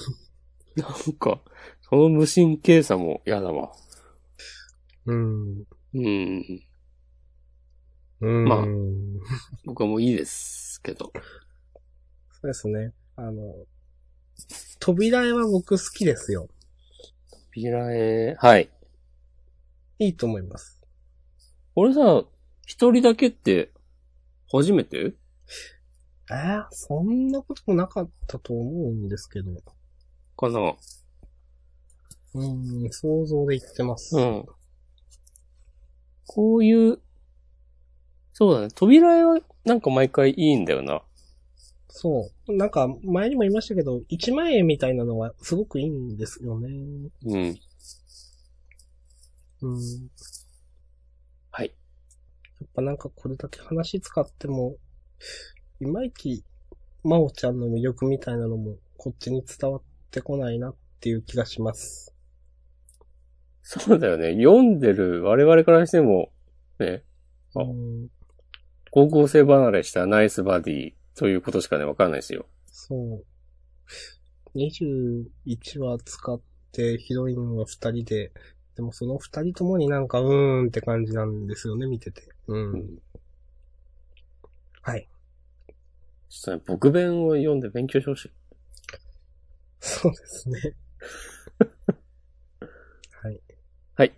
[SPEAKER 1] か、その無神経さも嫌だわ。
[SPEAKER 2] うん。
[SPEAKER 1] うん。
[SPEAKER 2] うん。
[SPEAKER 1] まあ
[SPEAKER 2] うん
[SPEAKER 1] 僕はもういいですけど。
[SPEAKER 2] そうですね。あの、扉絵は僕好きですよ。
[SPEAKER 1] ビラエはい。
[SPEAKER 2] いいと思います。
[SPEAKER 1] 俺さ、一人だけって、初めて
[SPEAKER 2] えー、そんなこともなかったと思うんですけど。
[SPEAKER 1] かな
[SPEAKER 2] うん、想像で言ってます。
[SPEAKER 1] うん。こういう、そうだね。扉絵はなんか毎回いいんだよな。
[SPEAKER 2] そう。なんか、前にも言いましたけど、一万円みたいなのはすごくいいんですよね。
[SPEAKER 1] うん。
[SPEAKER 2] うん。
[SPEAKER 1] はい
[SPEAKER 2] やっぱなんかこれだけ話使っても、いまいち、まおちゃんの魅力みたいなのも、こっちに伝わってこないなっていう気がします。
[SPEAKER 1] そうだよね。読んでる我々からしても、ね、あ
[SPEAKER 2] うん。
[SPEAKER 1] 高校生離れしたナイスバディということしかね、わかんないですよ。
[SPEAKER 2] そう。21話使って、ヒロインは2人で、でもその2人ともになんか、うーんって感じなんですよね、見てて。うん。はい。
[SPEAKER 1] ちょっとね、僕弁を読んで勉強してほしい。
[SPEAKER 2] そうで
[SPEAKER 1] [LAUGHS]
[SPEAKER 2] すね。はい。
[SPEAKER 1] はい。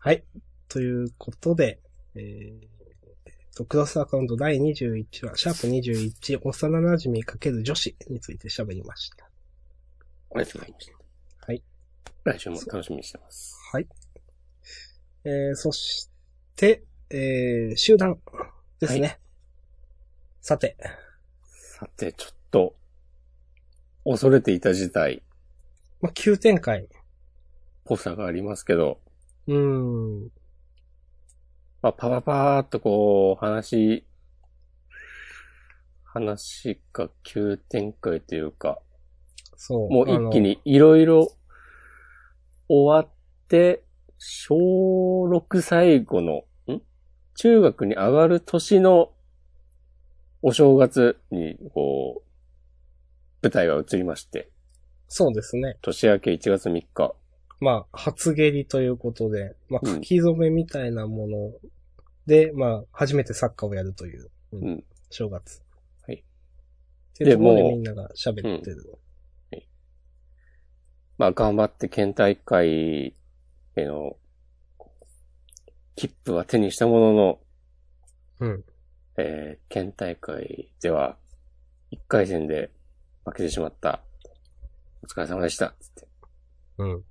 [SPEAKER 2] はい。ということで、えーと、クロスアカウント第21話、シャープ21、幼馴染み×女子について喋りました。
[SPEAKER 1] ありがとうございました。
[SPEAKER 2] はい。
[SPEAKER 1] 来週も楽しみにしてます。
[SPEAKER 2] はい。えー、そして、えー、集団ですね。さて、
[SPEAKER 1] さて、ちょっと、恐れていた事態、
[SPEAKER 2] まあ、急展開。
[SPEAKER 1] ぽさがありますけど、
[SPEAKER 2] うーん。
[SPEAKER 1] まあ、パパパーっとこう、話、話が急展開というか、
[SPEAKER 2] そう。
[SPEAKER 1] もう一気
[SPEAKER 2] に。
[SPEAKER 1] にいろいろ終わって、小6最後の、ん中学に上がる年のお正月に、こう、舞台は移りまして、
[SPEAKER 2] そうですね。
[SPEAKER 1] 年明け1月3日。
[SPEAKER 2] まあ、初蹴りということで、まあ、
[SPEAKER 1] うん
[SPEAKER 2] 書き初めみたいなもので、まあ、初めてサッカーをやるという、うん
[SPEAKER 1] うん
[SPEAKER 2] 正月。
[SPEAKER 1] はい
[SPEAKER 2] っていうところ
[SPEAKER 1] で
[SPEAKER 2] で
[SPEAKER 1] もう
[SPEAKER 2] みんなが喋ってる。
[SPEAKER 1] まあ、頑張って県大会への切符は手にしたものの、
[SPEAKER 2] うん。
[SPEAKER 1] えー、県大会では、1回戦で負けてしまった。お疲れ様でした。つって。
[SPEAKER 2] うん。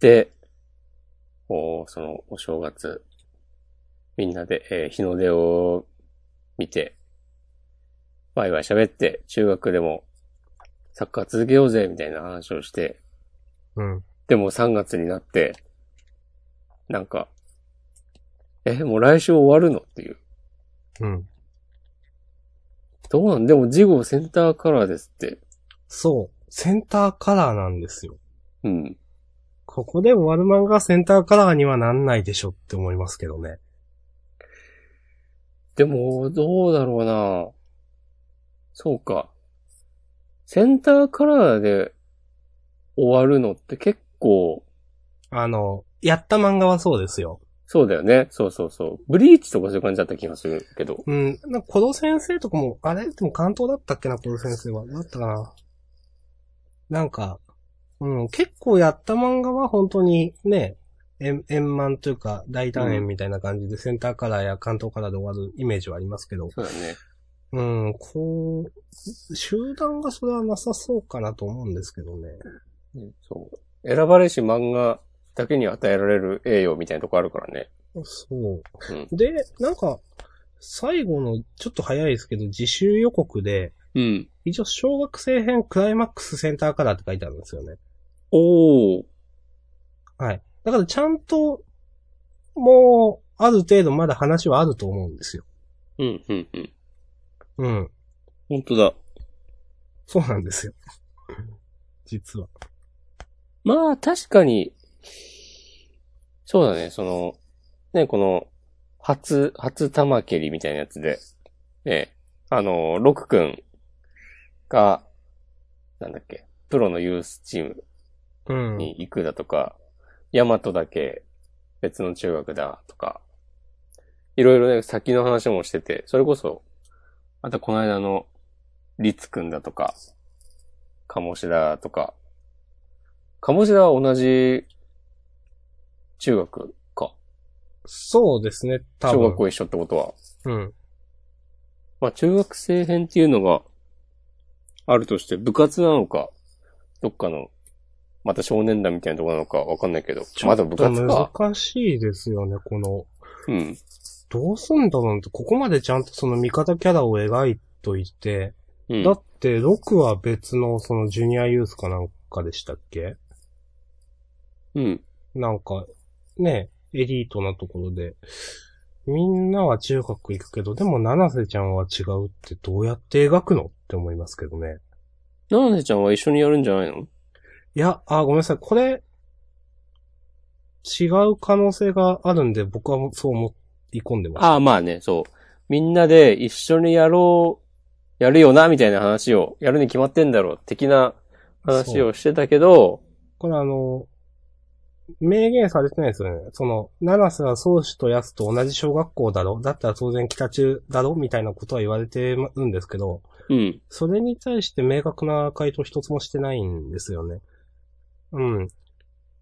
[SPEAKER 1] で、おその、お正月、みんなで、えー日の出を見て、ワイワイ喋って、中学でも、サッカー続けようぜ、みたいな話をして、
[SPEAKER 2] うん。
[SPEAKER 1] でも3月になって、なんか、え、もう来週終わるのっていう。
[SPEAKER 2] うん。
[SPEAKER 1] どうなんでも、事後センターカラーですって。
[SPEAKER 2] そう。センターカラーなんですよ。
[SPEAKER 1] うん。
[SPEAKER 2] ここで終わる漫画がセンターカラーにはなんないでしょって思いますけどね。
[SPEAKER 1] でも、どうだろうなそうか。センターカラーで終わるのって結構、
[SPEAKER 2] あの、やった漫画はそうですよ。
[SPEAKER 1] そうだよね。そうそうそう。ブリーチとかそういう感じだった気がするけど。
[SPEAKER 2] うん。なんか、コド先生とかも、あれでも関東だったっけな、コド先生は。だったかな。なんか、うん、結構やった漫画は本当にね、円円満というか、大団円みたいな感じで、センターカラーや関東カラーで終わるイメージはありますけど、
[SPEAKER 1] そうだね。
[SPEAKER 2] うん、こう、集団がそれはなさそうかなと思うんですけどね。
[SPEAKER 1] そう。選ばれし漫画だけに与えられる栄誉みたいなとこあるからね。
[SPEAKER 2] そう。
[SPEAKER 1] うん
[SPEAKER 2] で、なんか、最後の、ちょっと早いですけど、自習予告で、
[SPEAKER 1] うん。
[SPEAKER 2] 一応小学生編クライマックスセンターカラーって書いてあるんですよね。
[SPEAKER 1] おー。
[SPEAKER 2] はい。だからちゃんと、もう、ある程度まだ話はあると思うんですよ。
[SPEAKER 1] うん、うん、うん。
[SPEAKER 2] うん。
[SPEAKER 1] 本当だ。
[SPEAKER 2] そうなんですよ。 [LAUGHS] 実は。
[SPEAKER 1] まあ、確かに、そうだね、その、ね、この、初、初玉蹴りみたいなやつで、ね、あの、ロクくんが、なんだっけ、プロのユースチーム
[SPEAKER 2] うん。
[SPEAKER 1] に行くだとか、ヤマトだけ別の中学だとか、いろいろね、先の話もしてて、それこそ、あとこの間の、リツくんだとか、鴨志田とか、鴨志田は同じ中学か。
[SPEAKER 2] そうですね、多分。
[SPEAKER 1] 小学校一緒ってことは。
[SPEAKER 2] うん。
[SPEAKER 1] まあ中学生編っていうのがあるとして、部活なのか、どっかの、また少年団みたいなとこなのかわかんないけど、まだ部
[SPEAKER 2] ち
[SPEAKER 1] 活
[SPEAKER 2] ょ
[SPEAKER 1] か
[SPEAKER 2] っ。と難しいですよね、この。
[SPEAKER 1] うん。
[SPEAKER 2] どうすんだろうなって、ここまでちゃんとその味方キャラを描いといて、
[SPEAKER 1] うん
[SPEAKER 2] だって、6は別のそのジュニアユースかなんかでしたっけ
[SPEAKER 1] うん。
[SPEAKER 2] なんか、ね、エリートなところで、みんなは中学行くけど、でも七瀬ちゃんは違うってどうやって描くのって思いますけどね。
[SPEAKER 1] ななせちゃんは一緒にやるんじゃないの
[SPEAKER 2] いや、あ、ごめんなさい。これ、違う可能性があるんで、僕はもうそう思い込んでました。
[SPEAKER 1] ああ、まあね、そう。みんなで一緒にやろう、やるよな、みたいな話を、やるに決まってんだろう、的な話をしてたけど、
[SPEAKER 2] これあの、明言されてないですよね。その、七瀬は宗師と安と同じ小学校だろだったら当然北中だろみたいなことは言われてるんですけど、
[SPEAKER 1] うん。
[SPEAKER 2] それに対して明確な回答一つもしてないんですよね。うん。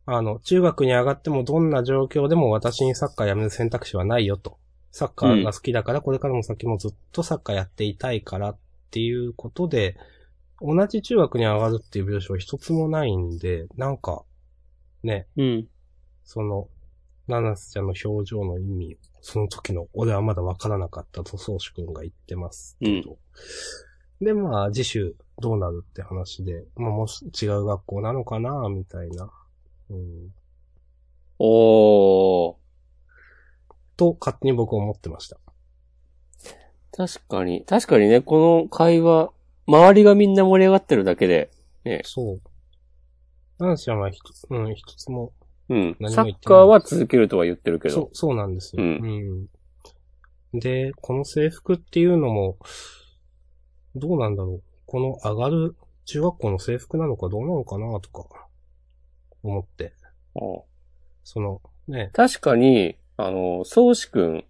[SPEAKER 2] あの、中学に上がってもどんな状況でも私にサッカーやめる選択肢はないよと。サッカーが好きだから、これからも先もずっとサッカーやっていたいからっていうことで、同じ中学に上がるっていう描写は一つもないんで、なんか、ね、
[SPEAKER 1] うん。
[SPEAKER 2] その、七瀬ちゃんの表情の意味を、その時の俺はまだわからなかったと宗主君が言ってますけど。で、まあ、次週どうなるって話で、まあ、もし違う学校なのかな、みたいな、うん、
[SPEAKER 1] おー。
[SPEAKER 2] と勝手に僕思ってました。
[SPEAKER 1] 確かに、確かにね、この会話、周りがみんな盛り上がってるだけで、
[SPEAKER 2] そう。七瀬ちゃんは一つ、うん、一つも、
[SPEAKER 1] うん。
[SPEAKER 2] 何
[SPEAKER 1] サ
[SPEAKER 2] も
[SPEAKER 1] ッ
[SPEAKER 2] 言ってない
[SPEAKER 1] カーは続けるとは言ってるけ
[SPEAKER 2] そ
[SPEAKER 1] ど、
[SPEAKER 2] う、そうなんですよ。
[SPEAKER 1] う
[SPEAKER 2] うんで、この制服っていうのも、どうなんだろう。この上がる中学校の制服なのかどうなのかなとか、思って。
[SPEAKER 1] うん
[SPEAKER 2] その、ね、
[SPEAKER 1] 確かに、あの、宗志くん、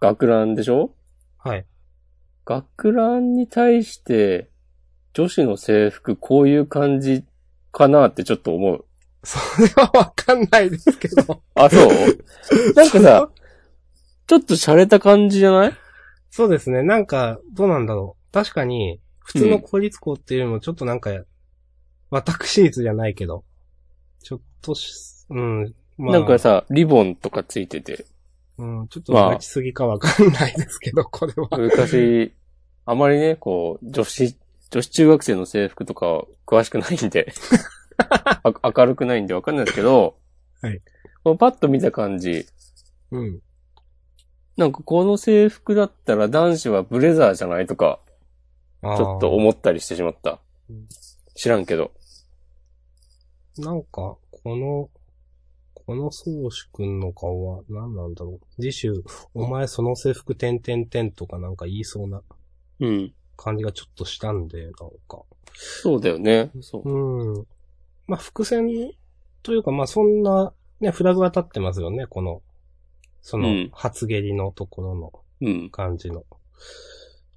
[SPEAKER 1] 学ランでしょ
[SPEAKER 2] はい。 [LAUGHS]
[SPEAKER 1] 学ランに対して、女子の制服こういう感じかなってちょっと思う。
[SPEAKER 2] それはわかんないですけど。
[SPEAKER 1] あ、
[SPEAKER 2] [LAUGHS]
[SPEAKER 1] そう [LAUGHS] なんかさ、ちょっと洒落た感じじゃない
[SPEAKER 2] そうですね。なんか、どうなんだろう。確かに、普通の公立校っていうよりもちょっとなんか、私立じゃないけど、ちょっとし、うん、ま
[SPEAKER 1] な
[SPEAKER 2] あ、
[SPEAKER 1] んかさ、リボンとかついてて、
[SPEAKER 2] うん、ちょっと泣きすぎかわかんないですけど、これは。
[SPEAKER 1] 昔、あまりね、こう、女子、女子中学生の制服とか詳しくないん
[SPEAKER 2] [LAUGHS]
[SPEAKER 1] で、あ明るくないんでわかんないですけど、
[SPEAKER 2] はい
[SPEAKER 1] こうパッと見た感じ、
[SPEAKER 2] うん。
[SPEAKER 1] なんかこの制服だったら男子はブレザーじゃないとか、
[SPEAKER 2] ち
[SPEAKER 1] ちょっと思ったりしてしまった
[SPEAKER 2] うん。
[SPEAKER 1] 知らんけど。
[SPEAKER 2] なんか、この、この宗主くんの顔は何なんだろう。次週、お前その制服てんてんてんとかなんか言いそうな
[SPEAKER 1] うん。
[SPEAKER 2] 感じがちょっとしたんで、なんか。
[SPEAKER 1] そうだよね。そう。
[SPEAKER 2] うん。まあ、伏線というか、まあ、そんな、ね、フラグが立ってますよね、この、その
[SPEAKER 1] うん、
[SPEAKER 2] 初蹴りのところの
[SPEAKER 1] うん。
[SPEAKER 2] 感じの。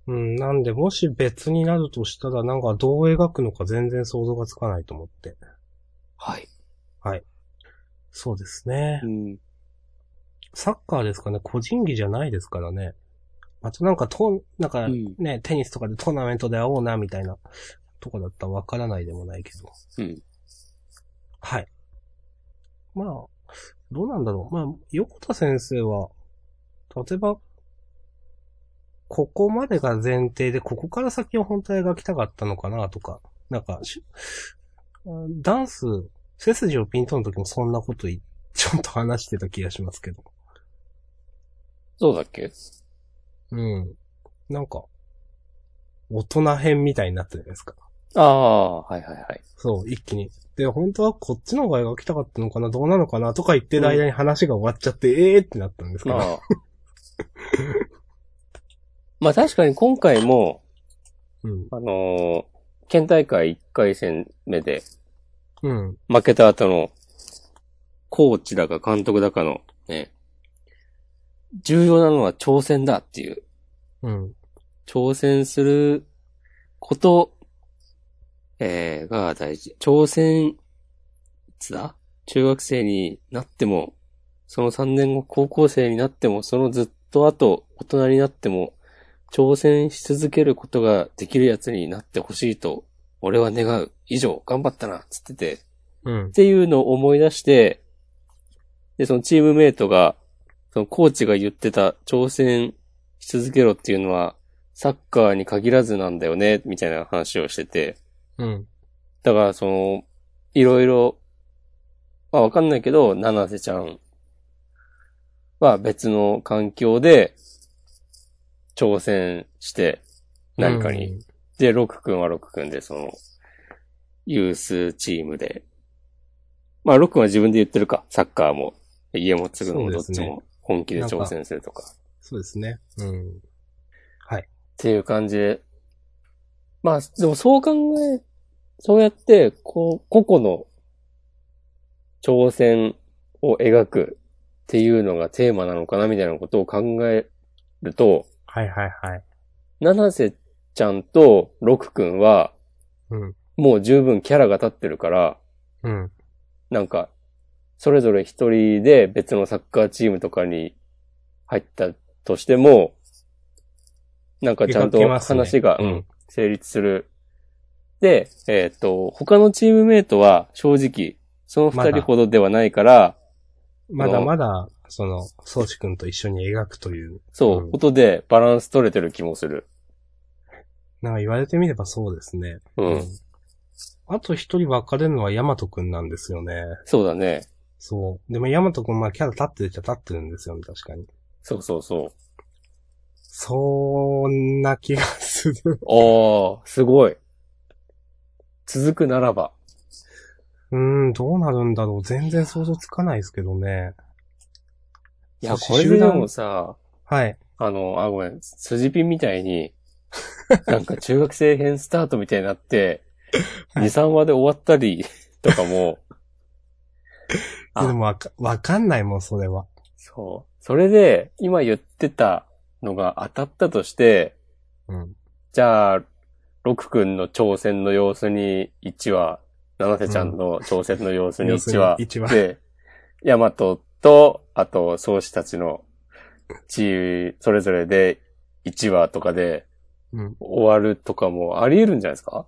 [SPEAKER 2] うん、なんで、もし別になるとしたら、なんかどう描くのか全然想像がつかないと思って。
[SPEAKER 1] はい。
[SPEAKER 2] そうですね
[SPEAKER 1] う。ん。
[SPEAKER 2] サッカーですかね、個人技じゃないですからね。あとなんかトー、なんか
[SPEAKER 1] うん
[SPEAKER 2] ね、テニスとかでトーナメントで会おうな、みたいなとこだったらわからないでもないけど。
[SPEAKER 1] うん。
[SPEAKER 2] はい。まあ、どうなんだろう。まあ、横田先生は、例えば、ここまでが前提で、ここから先を本当は描きたかったのかなとか、なんかし、うんダンス、背筋をピントの時もそんなこといちょっと話してた気がしますけど。
[SPEAKER 1] そうだっけ
[SPEAKER 2] うん。なんか、大人編みたいになってるじゃないですか。
[SPEAKER 1] ああ、はいはいはい。
[SPEAKER 2] そう、一気に。で、本当はこっちの方が描きたかったのかな、どうなのかな、とか言ってる間に話が終わっちゃって、ええーってなったんですけど。
[SPEAKER 1] まあ。 [LAUGHS] まあ確かに今回も、
[SPEAKER 2] うん。
[SPEAKER 1] あのー県大会1回戦目で
[SPEAKER 2] うん。
[SPEAKER 1] 負けた後の、コーチだか監督だかの、ね、重要なのは挑戦だっていう
[SPEAKER 2] うん。
[SPEAKER 1] 挑戦すること、えー、が大事。挑戦、いつだ中学生になっても、その3年後高校生になっても、そのずっと後大人になっても、挑戦し続けることができるやつになってほしいと、俺は願う。以上、頑張ったな、つってて。
[SPEAKER 2] うん
[SPEAKER 1] っ。ていうのを思い出して、で、そのチームメイトが、そのコーチが言ってた挑戦し続けろっていうのは、サッカーに限らずなんだよね、みたいな話をしてて。
[SPEAKER 2] うん。
[SPEAKER 1] だから、その、いろいろ、まあわかんないけど、七瀬ちゃんは別の環境で挑戦して、何かに
[SPEAKER 2] うん。
[SPEAKER 1] で、ロク君はロク君で、その、ユースチームで。まあ、ロク君は自分で言ってるか。サッカーも、家も継ぐのもどっ
[SPEAKER 2] そ
[SPEAKER 1] ち
[SPEAKER 2] うですね
[SPEAKER 1] も本気で挑戦するとか。
[SPEAKER 2] そうですね。うん。
[SPEAKER 1] っていう感じで。まあ、でもそう考え、そうやって、こう、個々の挑戦を描くっていうのがテーマなのかなみたいなことを考えると、
[SPEAKER 2] はいはいはい。
[SPEAKER 1] 七瀬ちゃんとロク君は、
[SPEAKER 2] うん。
[SPEAKER 1] もう十分キャラが立ってるから、
[SPEAKER 2] うん。
[SPEAKER 1] なんか、それぞれ一人で別のサッカーチームとかに入ったとしても、なんかちゃん
[SPEAKER 2] 描け
[SPEAKER 1] と
[SPEAKER 2] ますね
[SPEAKER 1] 話が、
[SPEAKER 2] うん
[SPEAKER 1] うん成立する。で、えっ、と、他のチームメイトは正直、その二人ほどではないから、
[SPEAKER 2] まだまだ、その、宗志くんと一緒に描くという、
[SPEAKER 1] そう、
[SPEAKER 2] うん
[SPEAKER 1] ことでバランス取れてる気もする。
[SPEAKER 2] なんか言われてみればそうですね。
[SPEAKER 1] うん。
[SPEAKER 2] あと一人分かれるのはヤマトくんなんですよね。
[SPEAKER 1] そうだね。
[SPEAKER 2] そう。でもヤマトくん、まあキャラ立ってるっちゃ立ってるんですよね、確かに。
[SPEAKER 1] そうそうそう。
[SPEAKER 2] そんな気がする。 [LAUGHS]
[SPEAKER 1] ああ、すごい。続くならば。
[SPEAKER 2] うん、どうなるんだろう。全然想像つかないですけどね。
[SPEAKER 1] いや、
[SPEAKER 2] そ
[SPEAKER 1] こ
[SPEAKER 2] う
[SPEAKER 1] れで
[SPEAKER 2] 集団
[SPEAKER 1] もさ、
[SPEAKER 2] はい。
[SPEAKER 1] [LAUGHS] あの、あ、ごめん、筋ピンみたいに、なんか中学生編スタートみたいになって、2、3話で終わったりとかも、あ
[SPEAKER 2] でもわか、わかんないもん、それは。
[SPEAKER 1] [LAUGHS] そう。それで、今言ってたのが当たったとして、
[SPEAKER 2] うん。
[SPEAKER 1] じゃあ、六くんの挑戦の様子に1話、七瀬ちゃんの挑戦の様子に1話、
[SPEAKER 2] 一話。 [LAUGHS]
[SPEAKER 1] で、ヤマトと、あと、宗師たちの地位、それぞれで1話とかで
[SPEAKER 2] うん。
[SPEAKER 1] 終わるとかもあり得るんじゃないですか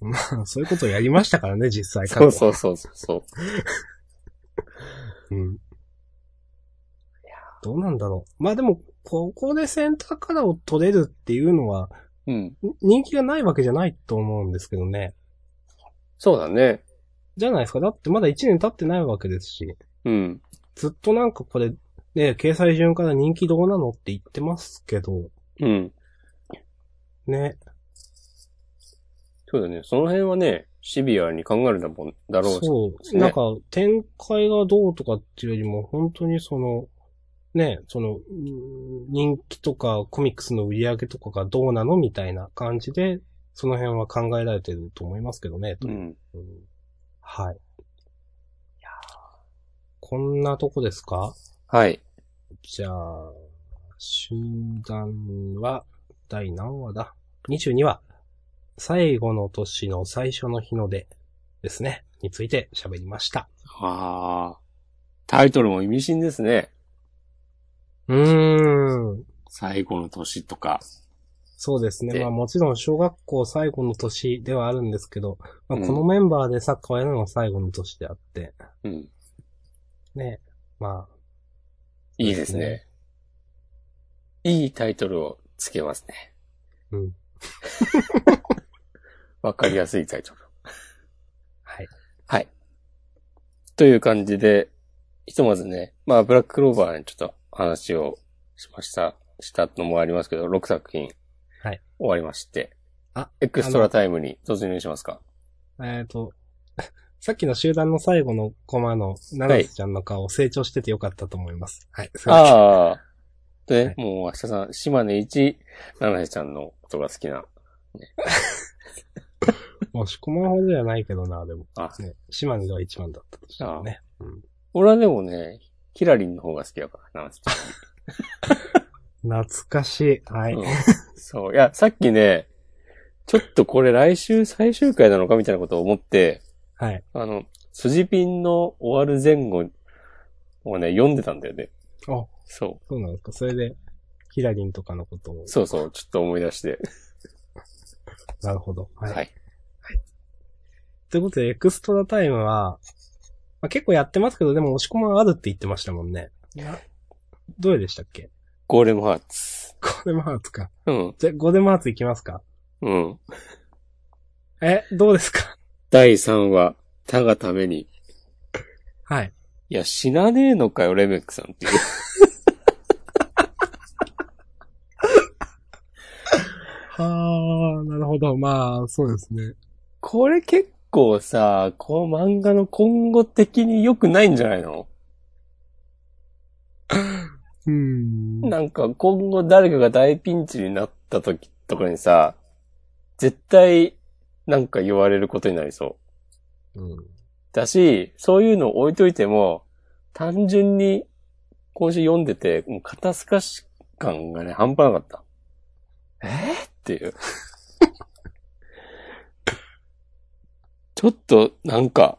[SPEAKER 2] まあ、そういうことをやりましたからね、実際。過
[SPEAKER 1] そ
[SPEAKER 2] 去
[SPEAKER 1] うそうそうそうそう。
[SPEAKER 2] うん。どうなんだろう。まあでも、ここでセンターカラーを取れるっていうのは、
[SPEAKER 1] うん。
[SPEAKER 2] ん人気がないわけじゃないと思うんですけどね。
[SPEAKER 1] そうだね。
[SPEAKER 2] じゃないですか。だってまだ1年経ってないわけですし。
[SPEAKER 1] うん。
[SPEAKER 2] ずっとなんかこれ、ね、掲載順から人気どうなのって言ってますけど、
[SPEAKER 1] うん。
[SPEAKER 2] ね。
[SPEAKER 1] そうだね。その辺はね、シビアに考えるんだもん、だろうし。
[SPEAKER 2] そう。
[SPEAKER 1] ね
[SPEAKER 2] なんか、展開がどうとかっていうよりも、本当にその、ね、その、うーん人気とかコミックスの売り上げとかがどうなのみたいな感じで、その辺は考えられてると思いますけどね。と
[SPEAKER 1] うん。
[SPEAKER 2] うんはい。こんなとこですか
[SPEAKER 1] はい。
[SPEAKER 2] じゃあ、集団は、第何話だ ?22 話。最後の年の最初の日の出ですね。について喋りました。
[SPEAKER 1] ああ。タイトルも意味深ですね。
[SPEAKER 2] うーん。
[SPEAKER 1] 最後の年とか。
[SPEAKER 2] そうですね。
[SPEAKER 1] で
[SPEAKER 2] まあもちろん小学校最後の年ではあるんですけど、まあ、
[SPEAKER 1] うん
[SPEAKER 2] このメンバーでサッカーをやるのが最後の年であって、
[SPEAKER 1] うん。
[SPEAKER 2] ね。まあ、
[SPEAKER 1] いいですね。いいタイトルをつけますね。
[SPEAKER 2] うん。
[SPEAKER 1] [LAUGHS] わかりやすいタイトル。
[SPEAKER 2] はい。
[SPEAKER 1] はい。という感じで、ひとまずね、まあ、ブラッククローバーにちょっと話をしました、したのもありますけど、6作品。
[SPEAKER 2] はい。
[SPEAKER 1] 終わりまして。
[SPEAKER 2] あ、
[SPEAKER 1] エクストラタイムに突入しますか。
[SPEAKER 2] えっ、と、 [LAUGHS] さっきの集団の最後のコマの、七瀬ちゃんの顔、成長しててよかったと思います。はい。あ。
[SPEAKER 1] ああ。で、
[SPEAKER 2] はい
[SPEAKER 1] もう、明日さん、島根一、七瀬ちゃんのことが好きな。
[SPEAKER 2] もし込まんほどじゃないけどな、でも。
[SPEAKER 1] あ
[SPEAKER 2] ね。島根が一番だったとしてもね。
[SPEAKER 1] 俺はでもね、ヒラリンの方が好きだから、
[SPEAKER 2] [LAUGHS]
[SPEAKER 1] 七瀬ちゃん。
[SPEAKER 2] 懐かしい。はい。
[SPEAKER 1] うんそう。いや、さっきね、ちょっとこれ来週最終回なのかみたいなことを思って、
[SPEAKER 2] はい。
[SPEAKER 1] あの、筋ピンの終わる前後をね、読んでたんだよね。
[SPEAKER 2] あ、
[SPEAKER 1] そ
[SPEAKER 2] そうなんですか。それで、ヒラリンとかのことを
[SPEAKER 1] う。。そうそう、ちょっと思い出して。
[SPEAKER 2] なるほど。はい。
[SPEAKER 1] はい。
[SPEAKER 2] ということで、エクストラタイムは、まあ、結構やってますけど、でも押し込まんあるって言ってましたもんね。どれでしたっけ
[SPEAKER 1] ゴーレムハーツ。
[SPEAKER 2] ゴーデマーツか。
[SPEAKER 1] うん。
[SPEAKER 2] じゃ、ゴーデマーツいきますか
[SPEAKER 1] うん。
[SPEAKER 2] え、どうですか
[SPEAKER 1] 第3話、他がために。
[SPEAKER 2] はい。
[SPEAKER 1] いや、死なねえのかよ、レベックさんっていう。
[SPEAKER 2] はあ、なるほど。まあ、そうですね。
[SPEAKER 1] これ結構さ、この漫画の今後的に良くないんじゃないの
[SPEAKER 2] うーん。
[SPEAKER 1] なんか今後誰かが大ピンチになった時とかにさ、絶対なんか言われることになりそう。
[SPEAKER 2] うん。
[SPEAKER 1] だし、そういうのを置いといても、単純に今週読んでて、もう肩透かし感がね、半端なかった。えー、っていう。 [LAUGHS] ちょっと、なんか、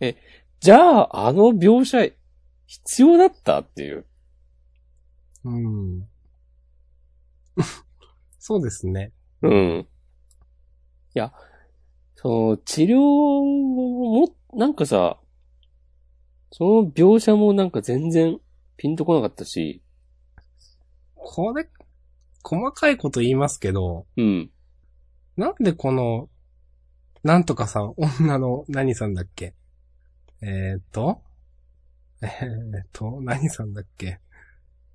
[SPEAKER 1] え、じゃあ、あの描写、必要だったっていう。
[SPEAKER 2] うん。 [LAUGHS] そうですね。
[SPEAKER 1] うん。いや、その、治療も、なんかさ、その描写もなんか全然ピンとこなかったし、
[SPEAKER 2] これ、細かいこと言いますけど、
[SPEAKER 1] うん。
[SPEAKER 2] なんでこの、なんとかさん、女の、何さんだっけえーっと、えーっと、何さんだっけ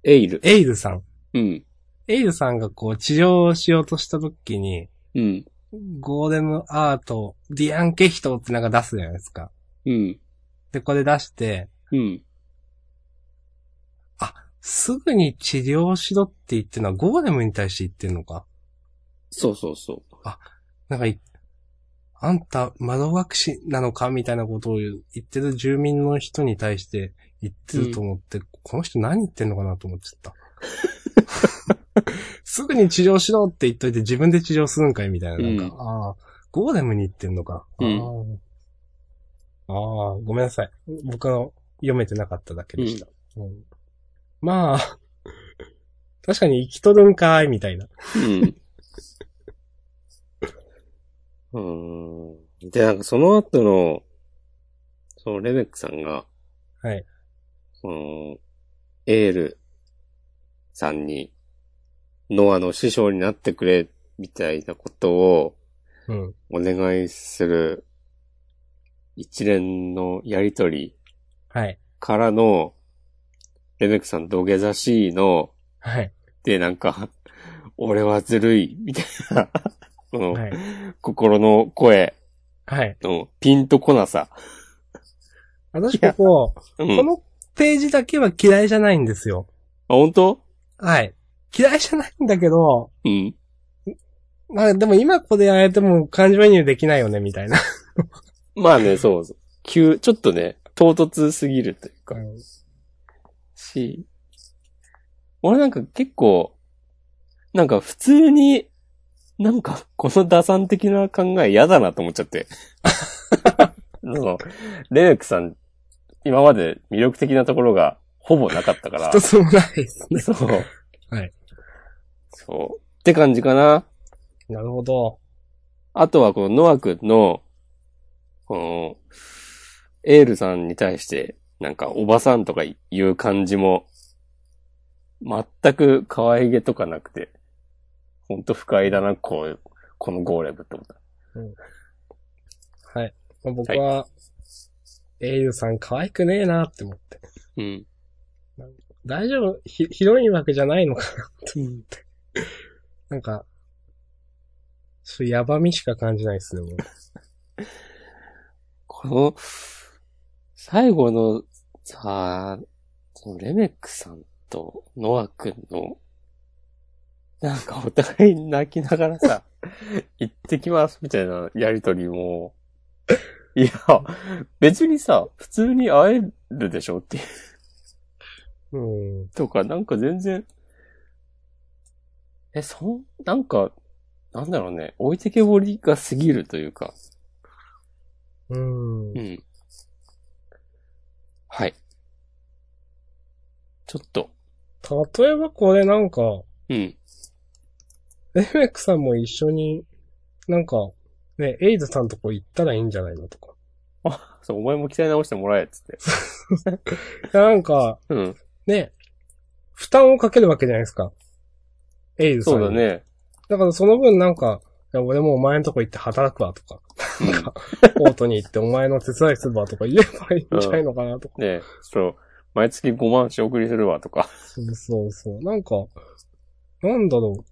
[SPEAKER 1] エイル。
[SPEAKER 2] エイルさん。
[SPEAKER 1] うん。
[SPEAKER 2] エイルさんがこう治療をしようとした時に、
[SPEAKER 1] うん。
[SPEAKER 2] ゴーデムアート、ディアンケヒトってなんか出すじゃないですか。
[SPEAKER 1] うん。
[SPEAKER 2] で、これ出して、
[SPEAKER 1] うん。
[SPEAKER 2] すぐに治療しろって言ってるのはゴーレムに対して言ってるのか。
[SPEAKER 1] そうそうそう。
[SPEAKER 2] なんかい、あんた、窓学士なのかみたいなことを言ってる住民の人に対して言ってると思って、この人何言ってんのかなと思っちゃった。 [LAUGHS] すぐに治療しろって言っといて自分で治療するんかいみたいな。なんか、
[SPEAKER 1] うん
[SPEAKER 2] ああ、ゴーレムに言ってんのか。
[SPEAKER 1] うん
[SPEAKER 2] ああ、ああごめんなさい。僕の読めてなかっただけでした。うんまあ、確かに生きとるんかいみたいな。
[SPEAKER 1] うん。うーん。で、なんかその後の、そのレベックさんが、
[SPEAKER 2] はい。
[SPEAKER 1] その、エールさんに、ノアの師匠になってくれ、みたいなことを
[SPEAKER 2] うん。
[SPEAKER 1] お願いする一連のやりとり
[SPEAKER 2] はい。
[SPEAKER 1] からの、レベックさん土下座しいの、
[SPEAKER 2] はい。
[SPEAKER 1] で、なんか、俺はずるい、みたいな、 [LAUGHS] その、
[SPEAKER 2] はい。
[SPEAKER 1] 心の声
[SPEAKER 2] はい。
[SPEAKER 1] のピンとこなさ。
[SPEAKER 2] 私ここ、
[SPEAKER 1] う
[SPEAKER 2] こ
[SPEAKER 1] ん。あ、
[SPEAKER 2] のページだけは嫌いじゃないんですよ。
[SPEAKER 1] 本当
[SPEAKER 2] はい。嫌いじゃないんだけど、
[SPEAKER 1] うん。
[SPEAKER 2] まあでも今ここでやられても感情移入できないよね、みたいな。
[SPEAKER 1] まあ
[SPEAKER 2] [LAUGHS]
[SPEAKER 1] ね、そうそう。急、ちょっとね、唐突すぎるというか、し、俺なんか結構、なんか普通に、なんかこの打算的な考え嫌だなと思っちゃ
[SPEAKER 2] [LAUGHS]
[SPEAKER 1] って。その、レベックさん、今まで魅力的なところがほぼなかった
[SPEAKER 2] [LAUGHS]
[SPEAKER 1] から。
[SPEAKER 2] 一つもないですね。
[SPEAKER 1] そう。
[SPEAKER 2] はい。
[SPEAKER 1] そう。って感じかな。
[SPEAKER 2] なるほど。
[SPEAKER 1] あとはこのノア君の、この、エールさんに対して、なんかおばさんとか言う感じも、全く可愛げとかなくて、ほんと不快だな、こう、このゴーレムって思った。
[SPEAKER 2] はい。まあ僕は、エイユさん可愛くねえなって思って。
[SPEAKER 1] うん。
[SPEAKER 2] 大丈夫ひ、ひどいわけじゃないのかなと思って。なんか、そう、やばみしか感じないですね、もう。
[SPEAKER 1] この、最後の、さあ、そのレメックさんとノア君の、なんかお互い泣きながらさ、行ってきますみたいなやりとりも、いや、別にさ、普通に会えるでしょっていう
[SPEAKER 2] うん。
[SPEAKER 1] とか、なんか全然、え、そん、なんか、なんだろうね、置いてけぼりが過ぎるというか、
[SPEAKER 2] うん
[SPEAKER 1] う。ん。はい。ちょっと。
[SPEAKER 2] 例えばこれなんか、
[SPEAKER 1] うん。
[SPEAKER 2] レメックさんも一緒に、なんか、ね、エイドさんとこ行ったらいいんじゃないのとか。
[SPEAKER 1] そう、お前も鍛え直してもらえ、っつって。
[SPEAKER 2] なんか、
[SPEAKER 1] うん。
[SPEAKER 2] ね、負担をかけるわけじゃないですか。エイドさん
[SPEAKER 1] そ
[SPEAKER 2] に
[SPEAKER 1] うだ。ね。
[SPEAKER 2] だからその分なんか、いや俺もお前のとこ行って働くわ
[SPEAKER 1] [LAUGHS]
[SPEAKER 2] とか、
[SPEAKER 1] うん
[SPEAKER 2] なんかオートに行ってお前の手伝いするわとか言えばいいんじゃないのかなとか。
[SPEAKER 1] ねえそう。毎月5万仕送りするわ、とか。
[SPEAKER 2] そうそうそう。なんか、なんだろ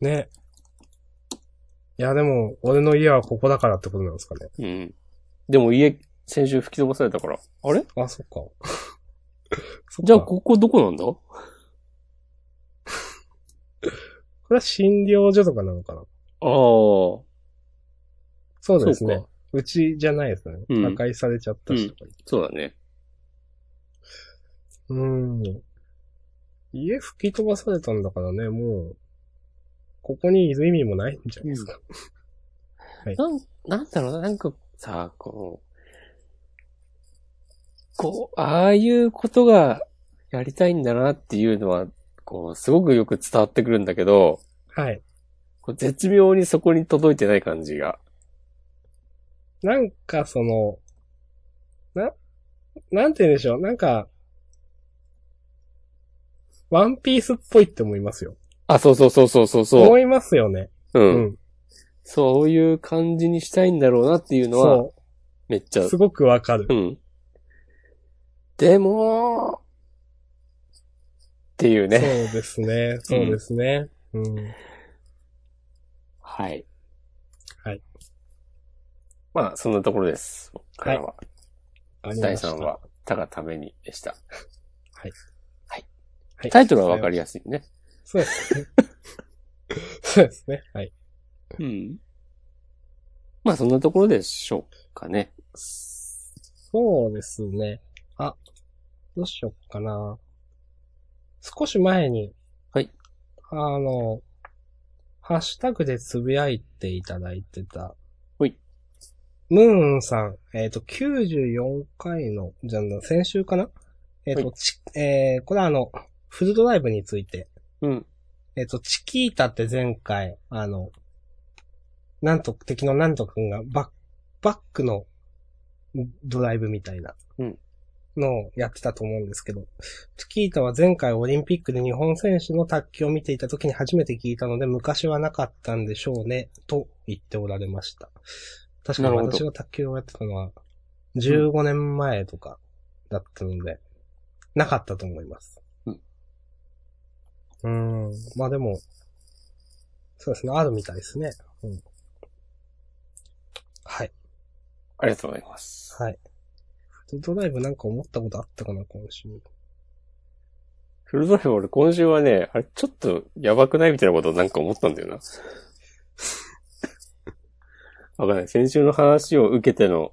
[SPEAKER 2] う。ね。いやでも、俺の家はここだからってことなんですかね。
[SPEAKER 1] うん。でも家、先週吹き飛ばされたから。あれ
[SPEAKER 2] あ、 [LAUGHS] そっか。そっか
[SPEAKER 1] じゃあ、ここどこなんだ
[SPEAKER 2] これは診療所とかなのかな
[SPEAKER 1] ああ。
[SPEAKER 2] そうです
[SPEAKER 1] そう
[SPEAKER 2] ね
[SPEAKER 1] か。
[SPEAKER 2] うちじゃないですね。
[SPEAKER 1] うん
[SPEAKER 2] 破壊されちゃったしとか。
[SPEAKER 1] そうだね。
[SPEAKER 2] うーん。家吹き飛ばされたんだからね、もう、ここにいる意味もないんじゃないですか。
[SPEAKER 1] なん、なんだろうな、なんかさ、こう、こう、ああいうことがやりたいんだなっていうのは、こう、すごくよく伝わってくるんだけど、
[SPEAKER 2] はい。
[SPEAKER 1] こう絶妙にそこに届いてない感じが。
[SPEAKER 2] なんかその、な、なんて言うんでしょう。なんか、ワンピースっぽいって思いますよ。
[SPEAKER 1] あ、そうそうそうそうそうそ
[SPEAKER 2] 思
[SPEAKER 1] う。
[SPEAKER 2] いますよね。
[SPEAKER 1] う。。
[SPEAKER 2] うん
[SPEAKER 1] そういう感じにしたいんだろうなっていうのは、
[SPEAKER 2] そ
[SPEAKER 1] めっちゃ
[SPEAKER 2] う。すごくわかる
[SPEAKER 1] う。ん。でも、っていう
[SPEAKER 2] そう
[SPEAKER 1] ね。
[SPEAKER 2] ですね。そうですね。うん
[SPEAKER 1] はい。
[SPEAKER 2] はい。
[SPEAKER 1] まあ、そんなところです。僕からは。
[SPEAKER 2] ありま
[SPEAKER 1] 第
[SPEAKER 2] した
[SPEAKER 1] 3話、たがためにでした。
[SPEAKER 2] はい。
[SPEAKER 1] はい。
[SPEAKER 2] はい。
[SPEAKER 1] タイトルはわかりやすいね。
[SPEAKER 2] そうですね。そうですね。はい。
[SPEAKER 1] うん。まあそんなところでしょうかね。
[SPEAKER 2] そうですね。あ、どうしよっかな。少し前に、
[SPEAKER 1] はい。
[SPEAKER 2] あの、ハッシュタグでつぶやいていただいてた。
[SPEAKER 1] はい。
[SPEAKER 2] ムーンさん、えっ、と、94回の、じゃあ、先週かなえっ、と、
[SPEAKER 1] は
[SPEAKER 2] ちえーこれはあの、フルドライブについて、
[SPEAKER 1] うん。
[SPEAKER 2] えっ、と、チキータって前回、あの、なんと、敵のなんとくんがバッ、バックのドライブみたいな
[SPEAKER 1] うん、
[SPEAKER 2] のをやってたと思うんですけど、チキータは前回オリンピックで日本選手の卓球を見ていた時に初めて聞いたので、昔はなかったんでしょうね、と言っておられました。確かに
[SPEAKER 1] なるほど
[SPEAKER 2] 私が卓球をやってたのは、15年前とかだったので、なかったと思います。うーん。まあでも、そうですね、あるみたいですね。うん。はい。
[SPEAKER 1] ありがとうございます。
[SPEAKER 2] はい。フルドライブなんか思ったことあったかな、今週。
[SPEAKER 1] フルドライブ俺今週はね、あれちょっとやばくないみたいなことをなんか思ったん
[SPEAKER 2] [LAUGHS]
[SPEAKER 1] だよな。わかんない。先週の話を受けての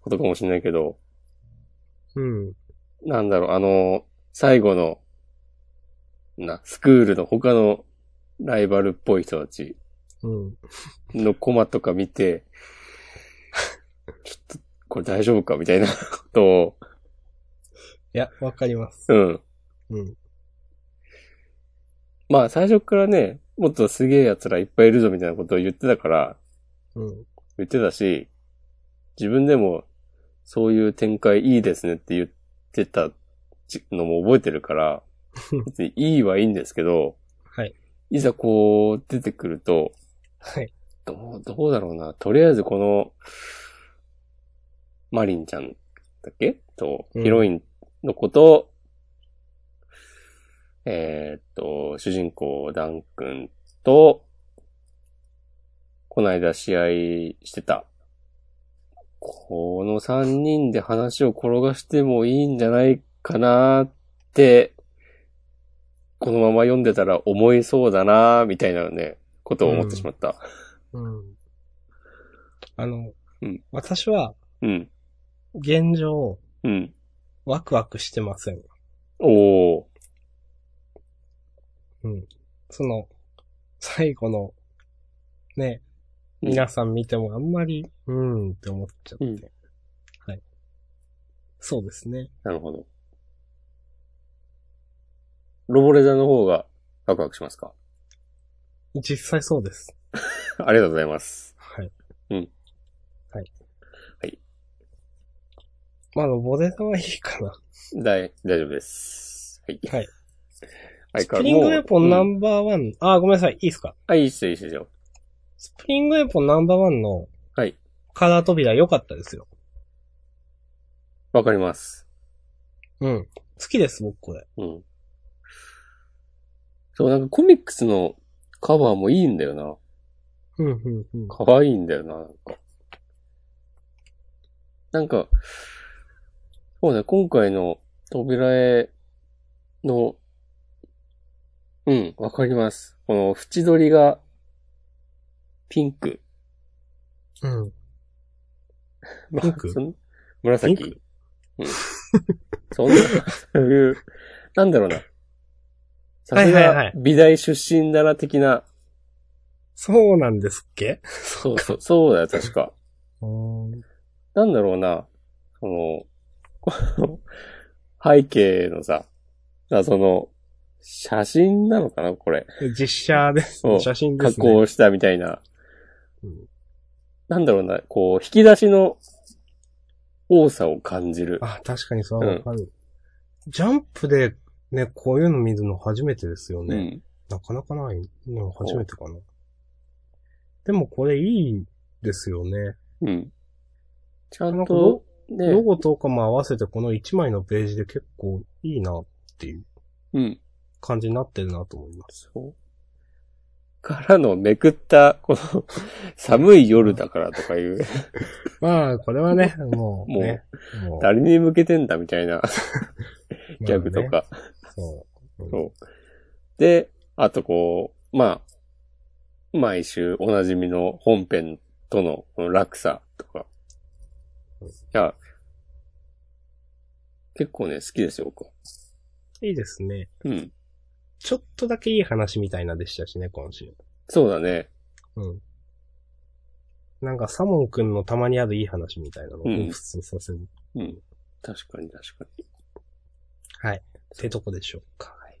[SPEAKER 1] ことかもしれないけど、
[SPEAKER 2] うん。
[SPEAKER 1] なんだろう、あの、最後の、な、スクールの他のライバルっぽい人たち
[SPEAKER 2] うん。
[SPEAKER 1] のコマとか見て、 [LAUGHS] ちょっと、これ大丈夫かみたいな [LAUGHS] ことを、
[SPEAKER 2] いや、わかります。
[SPEAKER 1] うん。
[SPEAKER 2] うん。
[SPEAKER 1] まあ最初からね、もっとすげえ奴らいっぱいいるぞみたいなことを言ってたから、
[SPEAKER 2] うん。
[SPEAKER 1] 言ってたし、自分でもそういう展開いいですねって言ってたのも覚えてる
[SPEAKER 2] [LAUGHS]
[SPEAKER 1] から、別にいいはいいんですけど、
[SPEAKER 2] はい。
[SPEAKER 1] いざこう出てくると、
[SPEAKER 2] はい。
[SPEAKER 1] どう、どうだろうな。とりあえずこの、マリンちゃんだっけと、
[SPEAKER 2] うん
[SPEAKER 1] ヒロインのことを、えーっと、主人公、ダン君と、この間試合してた。この三人で話を転がしてもいいんじゃないかなって、このまま読んでたら思いそうだなみたいなね、ことを思ってしまった。
[SPEAKER 2] うん。あの、
[SPEAKER 1] うん
[SPEAKER 2] 私は、
[SPEAKER 1] うん。
[SPEAKER 2] 現状、
[SPEAKER 1] うん。
[SPEAKER 2] ワクワクしてません。
[SPEAKER 1] おー。
[SPEAKER 2] その、最後の、ね、皆さん見てもあんまり、うーんって思っちゃって。
[SPEAKER 1] うん
[SPEAKER 2] はい。そうですね。
[SPEAKER 1] なるほど。ロボレザの方がワクワクしますか [LAUGHS]
[SPEAKER 2] 実際そうです。
[SPEAKER 1] ありがとうございます。
[SPEAKER 2] はい。
[SPEAKER 1] うん。
[SPEAKER 2] はい。
[SPEAKER 1] はい。
[SPEAKER 2] まあ、ボデザはいいかな。
[SPEAKER 1] 大、大丈夫です。はい。
[SPEAKER 2] はい。
[SPEAKER 1] 相変
[SPEAKER 2] スプ
[SPEAKER 1] わらず
[SPEAKER 2] リングエポンナ
[SPEAKER 1] もううん
[SPEAKER 2] ンバーワン、あ、ごめんなさい、いいですか
[SPEAKER 1] あ、いいっすよ、いいっすよ。
[SPEAKER 2] スプリングエポンナンバーワンの、
[SPEAKER 1] はい。
[SPEAKER 2] カラー扉良かったですよ。
[SPEAKER 1] わかります。
[SPEAKER 2] うん。好きです、僕これ。
[SPEAKER 1] うん。そう、なんかコミックスのカバーもいいんだよな。
[SPEAKER 2] うん、うん、うん。
[SPEAKER 1] 可愛いんだよな、なんか。なんか、そうね、今回の扉絵の、うん、わかります。この縁取りが、ピンク。
[SPEAKER 2] うん。
[SPEAKER 1] まあ
[SPEAKER 2] ピンク
[SPEAKER 1] そん紫。
[SPEAKER 2] ピン
[SPEAKER 1] うん。そんな、そういう、なんだろうな。さ
[SPEAKER 2] はい
[SPEAKER 1] す
[SPEAKER 2] はいはい
[SPEAKER 1] が、美大出身だな的な、
[SPEAKER 2] そうなんですっけ
[SPEAKER 1] そうそう、そうだよ、確か。
[SPEAKER 2] うーん。
[SPEAKER 1] なんだろうな、その、この [LAUGHS] 背景のさ、さその、写真なのかなこれ。
[SPEAKER 2] 実写です
[SPEAKER 1] そう。
[SPEAKER 2] 写真で
[SPEAKER 1] 加
[SPEAKER 2] すね。
[SPEAKER 1] 工したみたいな。
[SPEAKER 2] うん
[SPEAKER 1] なんだろうな、こう、引き出しの多さを感じる。
[SPEAKER 2] あ、確かにそれはわかる。ジャンプでね、こういうの見るの初めてですよ
[SPEAKER 1] う
[SPEAKER 2] ね。
[SPEAKER 1] ん。
[SPEAKER 2] なかなかないの初めてかな。でもこれいいですよね。
[SPEAKER 1] うん。ちゃ
[SPEAKER 2] なん
[SPEAKER 1] ん
[SPEAKER 2] かロ
[SPEAKER 1] と、ね、
[SPEAKER 2] ロゴとかも合わせてこの1枚のページで結構いいなっていう
[SPEAKER 1] うん。
[SPEAKER 2] 感じになってるなと思います。
[SPEAKER 1] そう。からのめくった、この、 [LAUGHS] 寒い夜だからとかいう、
[SPEAKER 2] [LAUGHS] まあ、これはね、
[SPEAKER 1] もう
[SPEAKER 2] もう、ね、もう
[SPEAKER 1] 誰に向けてんだみたいなギャグと
[SPEAKER 2] ま
[SPEAKER 1] か。
[SPEAKER 2] そう。うん
[SPEAKER 1] そう。で、あとこう、まあ、毎週おなじみの本編とのこの落差とか。
[SPEAKER 2] うん
[SPEAKER 1] いや、結構ね、好きですよ、僕は。
[SPEAKER 2] いいですね。
[SPEAKER 1] うん。
[SPEAKER 2] ちょっとだけいい話みたいなでしたしね、今週。
[SPEAKER 1] そうだね。
[SPEAKER 2] うん。なんか、サモン君のたまにあるいい話みたいなのを
[SPEAKER 1] うん
[SPEAKER 2] 彷彿とさせる。
[SPEAKER 1] うん。確かに確かに。
[SPEAKER 2] はい。ってとこでしょうか。はい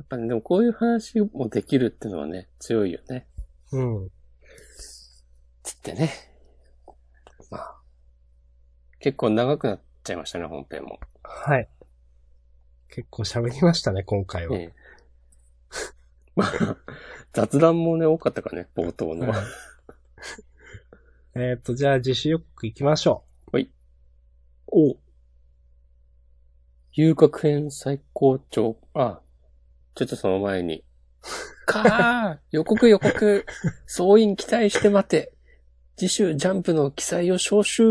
[SPEAKER 1] やっぱり、ね、でもこういう話もできるってのはね、強いよね。
[SPEAKER 2] うん。
[SPEAKER 1] つってね。まあ。結構長くなっちゃいましたね、本編も。
[SPEAKER 2] はい。結構喋りましたね、今回は。
[SPEAKER 1] ええ。 [LAUGHS] まあ、雑談もね、多かったからね、冒頭
[SPEAKER 2] [LAUGHS]
[SPEAKER 1] の。
[SPEAKER 2] えっと、じゃあ自主予告行きましょ
[SPEAKER 1] お遊郭編最高潮。あ、ちょっとその前に。かあ予告予告総員期待して待て次週ジャンプの記載を招集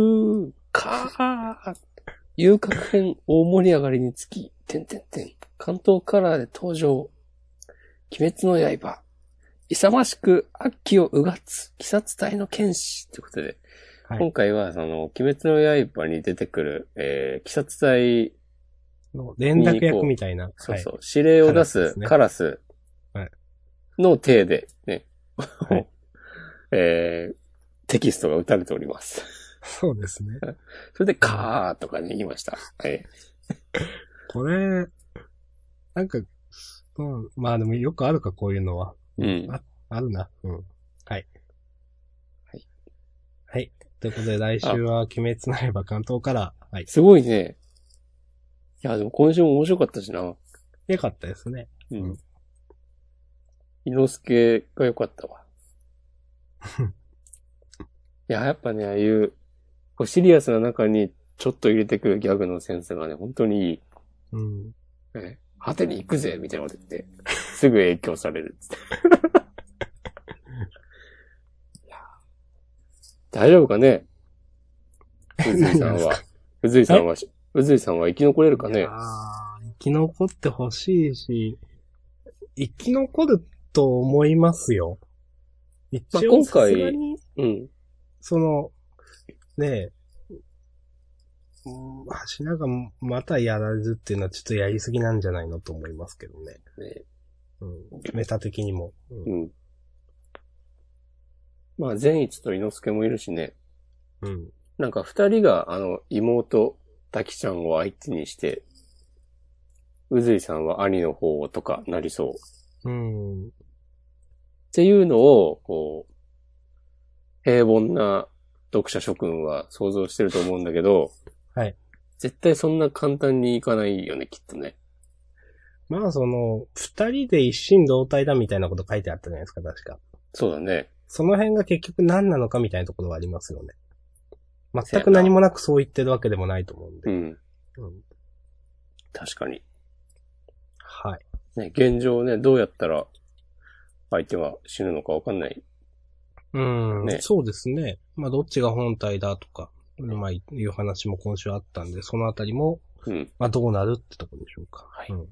[SPEAKER 1] かあ遊郭編大盛り上がりにつき、てんてんてん。関東カラーで登場。鬼滅の刃。勇ましく秋をうがつ、鬼殺隊の剣士。ということで、
[SPEAKER 2] はい
[SPEAKER 1] 今回は、その、鬼滅の刃に出てくる、えー、鬼殺隊、
[SPEAKER 2] う。の連絡役みたいな。。
[SPEAKER 1] そうそうう、指令を出すカ
[SPEAKER 2] カ
[SPEAKER 1] ラス
[SPEAKER 2] はい
[SPEAKER 1] の体で、ね、
[SPEAKER 2] はい
[SPEAKER 1] [LAUGHS] えー、テキストが打たれております。 [LAUGHS]
[SPEAKER 2] そうですね。
[SPEAKER 1] それで、カーとかね、言いました。はい。
[SPEAKER 2] これ、なんか、うん、まあでもよくあるか、こういうのは。
[SPEAKER 1] うん。
[SPEAKER 2] ああるな。うん。はい。
[SPEAKER 1] はい。
[SPEAKER 2] はい。ということで、来週は、鬼滅の刃関東から、はい。
[SPEAKER 1] すごいね。いや、でも今週も面白かったしな。
[SPEAKER 2] よかったですね。
[SPEAKER 1] うん。伊之助が良かった [LAUGHS] わ。いや、やっぱね、ああいう、こうシリアスな中にちょっと入れてくるギャグのセンスがね、本当にいい。
[SPEAKER 2] うん。
[SPEAKER 1] ね、果てに行くぜみたいなこと言って、すぐ影響されるっつ [LAUGHS] って。いや大丈夫かねうずいさん
[SPEAKER 2] 何がで
[SPEAKER 1] は。うずいさんは、うずいさんは生き残れるかね
[SPEAKER 2] ああ、生き残ってほしいし、生き残ると思いますよ。一
[SPEAKER 1] まあ
[SPEAKER 2] 応、
[SPEAKER 1] 今
[SPEAKER 2] さ
[SPEAKER 1] 回
[SPEAKER 2] すがに、
[SPEAKER 1] うん。
[SPEAKER 2] その、ねえ、うん柱がまたやられるっていうのはちょっとやりすぎなんじゃないのと思いますけどね。
[SPEAKER 1] ね
[SPEAKER 2] うん。メタ的にも。うん
[SPEAKER 1] うん。まあ、善一と伊之助もいるしね。
[SPEAKER 2] うん。
[SPEAKER 1] なんか二人が、あの、妹、滝ちゃんを相手にして、うずいさんは兄の方とかなりそう。
[SPEAKER 2] うん。
[SPEAKER 1] っていうのを、こう、平凡な読者諸君は想像してると思うんだけど、
[SPEAKER 2] はい。
[SPEAKER 1] 絶対そんな簡単にいかないよね、きっとね。
[SPEAKER 2] まあその、二人で一心同体だみたいなこと書いてあったじゃないですか、確か。
[SPEAKER 1] そうだね。
[SPEAKER 2] その辺が結局何なのかみたいなところはありますよね。全く何もなくそう言ってるわけでもないと思うん
[SPEAKER 1] う
[SPEAKER 2] で。
[SPEAKER 1] ん。
[SPEAKER 2] うん
[SPEAKER 1] 確かに。
[SPEAKER 2] はい。
[SPEAKER 1] ね、現状ね、どうやったら相手は死ぬのかわかんない。
[SPEAKER 2] うん、
[SPEAKER 1] ね
[SPEAKER 2] そうですね。まあどっちが本体だとか、まあいう話も今週あったんで、そのあたりも、
[SPEAKER 1] うん。
[SPEAKER 2] まあどうなるってところでしょうか。
[SPEAKER 1] はい
[SPEAKER 2] うん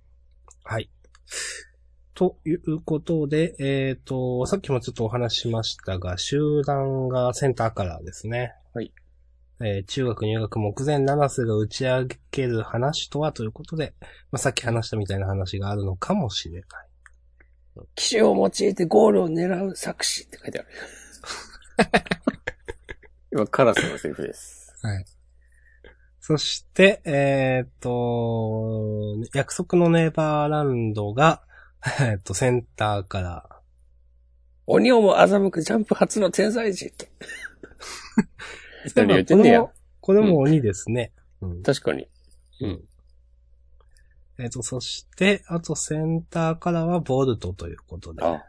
[SPEAKER 2] はい。ということで、えっ、と、さっきもちょっとお話ししましたが、集団がセンターカラーですね。
[SPEAKER 1] はい。
[SPEAKER 2] えー中学入学目前、七瀬が打ち上げる話とはということで、まあ、さっき話したみたいな話があるのかもしれない。
[SPEAKER 1] 騎士を用いてゴールを狙う作詞って書いてある。 [LAUGHS] 今、カラスのセリフです。
[SPEAKER 2] そして、えっ、と、約束のネバーランドが、 [LAUGHS] えっ、と、センターから、
[SPEAKER 1] 鬼をも欺くジャンプ初の天才児 [LAUGHS] って。何言って
[SPEAKER 2] こ
[SPEAKER 1] んね
[SPEAKER 2] れ
[SPEAKER 1] や
[SPEAKER 2] も。、これも鬼ですね。うん
[SPEAKER 1] 確かに。
[SPEAKER 2] えっ、と、そして、あとセンターからはボルトということで。
[SPEAKER 1] あ、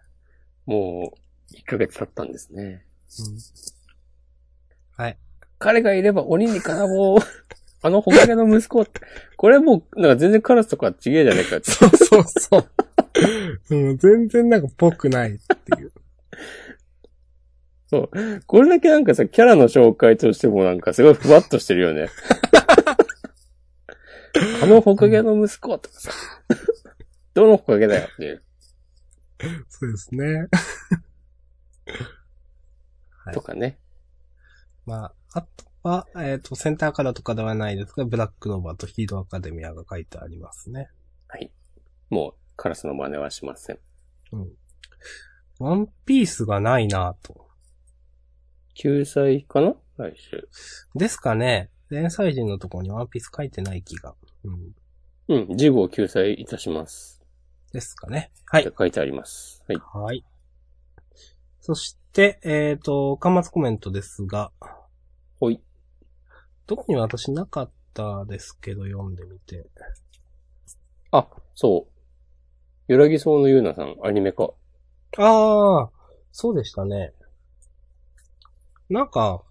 [SPEAKER 1] もう、1ヶ月経ったんですね。彼がいれば鬼に金棒を、 [LAUGHS] あのホ影の息子って、これもう、なんか全然カラスとかちげえじゃねえかって。
[SPEAKER 2] そう [LAUGHS] そうそう。うん、全然なんかぽくないっていう。
[SPEAKER 1] これだけなん
[SPEAKER 2] [LAUGHS]
[SPEAKER 1] かさ、キャラの紹介としてもなんかすごいふわっとしてるよね。あのホカゲの息子とかさ、どのホカゲだよっていう、
[SPEAKER 2] そうですね。はい
[SPEAKER 1] とかね。
[SPEAKER 2] まあ、あとは、えっ、と、センターカラーとかではないですが、ブラックローバーとヒーローアカデミアが書いてありますね。
[SPEAKER 1] もう、カラスの真似はしません。
[SPEAKER 2] ワンピースがないなぁと。
[SPEAKER 1] 救済かな来週。
[SPEAKER 2] ですかね。連載人のところにワンピース書いてない気が。うん。
[SPEAKER 1] うん、事後を救済いたします。
[SPEAKER 2] ですかね。はい
[SPEAKER 1] って。書いてあります。はい。
[SPEAKER 2] はい。そして、えっ、と、端末コメントですが、
[SPEAKER 1] ほい。
[SPEAKER 2] 特に私なかったですけど、読んでみて。
[SPEAKER 1] あ、そう。揺らぎそうのゆうなさん、アニメ化。
[SPEAKER 2] ああ、そうでしたね。なんか、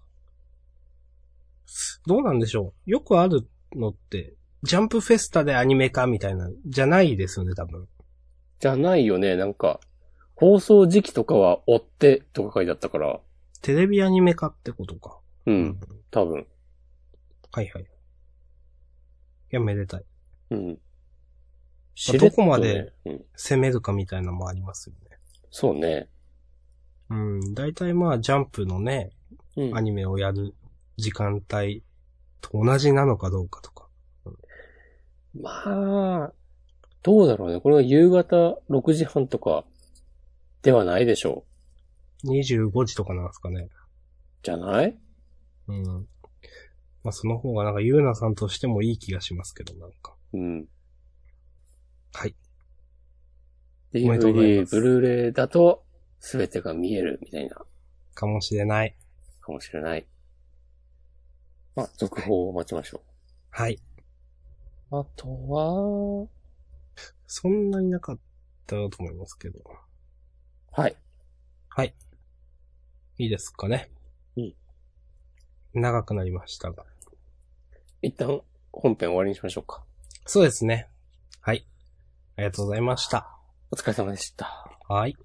[SPEAKER 2] どうなんでしょう。よくあるのって、ジャンプフェスタでアニメ化みたいな、じゃないですよね、多分。
[SPEAKER 1] じゃないよね、なんか、放送時期とかは追ってとか書いてあったから、
[SPEAKER 2] テレビアニメ化ってことか。
[SPEAKER 1] う、。
[SPEAKER 2] うん
[SPEAKER 1] 多分。
[SPEAKER 2] はいはい。いや、めでたい。
[SPEAKER 1] うん。
[SPEAKER 2] どこまで
[SPEAKER 1] しれっとねうん、
[SPEAKER 2] 攻めるかみたいなのもありますよね。
[SPEAKER 1] そうね。
[SPEAKER 2] うん。大体まあ、ジャンプのね、
[SPEAKER 1] うん
[SPEAKER 2] アニメをやる時間帯と同じなのかどうかとか。
[SPEAKER 1] まあ、どうだろうね。これは夕方6時半とかではないでしょう。
[SPEAKER 2] 25時とかなんですかね。
[SPEAKER 1] じゃない
[SPEAKER 2] うん。まあ、その方がなんか、ゆうなさんとしてもいい気がしますけど、なんか。
[SPEAKER 1] うん。
[SPEAKER 2] はい。おめでとうございま
[SPEAKER 1] DVD、ブ
[SPEAKER 2] す
[SPEAKER 1] ルーレイだと全てが見えるみたいな、
[SPEAKER 2] かもしれない。
[SPEAKER 1] かもしれない。まあ、続報を待ちましょ
[SPEAKER 2] はい。
[SPEAKER 1] う。あとは、
[SPEAKER 2] そんなになかったと思いますけど。
[SPEAKER 1] はい。
[SPEAKER 2] いいですかね。
[SPEAKER 1] うん。
[SPEAKER 2] 長くなりましたが。
[SPEAKER 1] 一旦本編終わりにしましょうか。
[SPEAKER 2] そうですね。はい。ありがとうございました。
[SPEAKER 1] お疲れ様でした。
[SPEAKER 2] はい。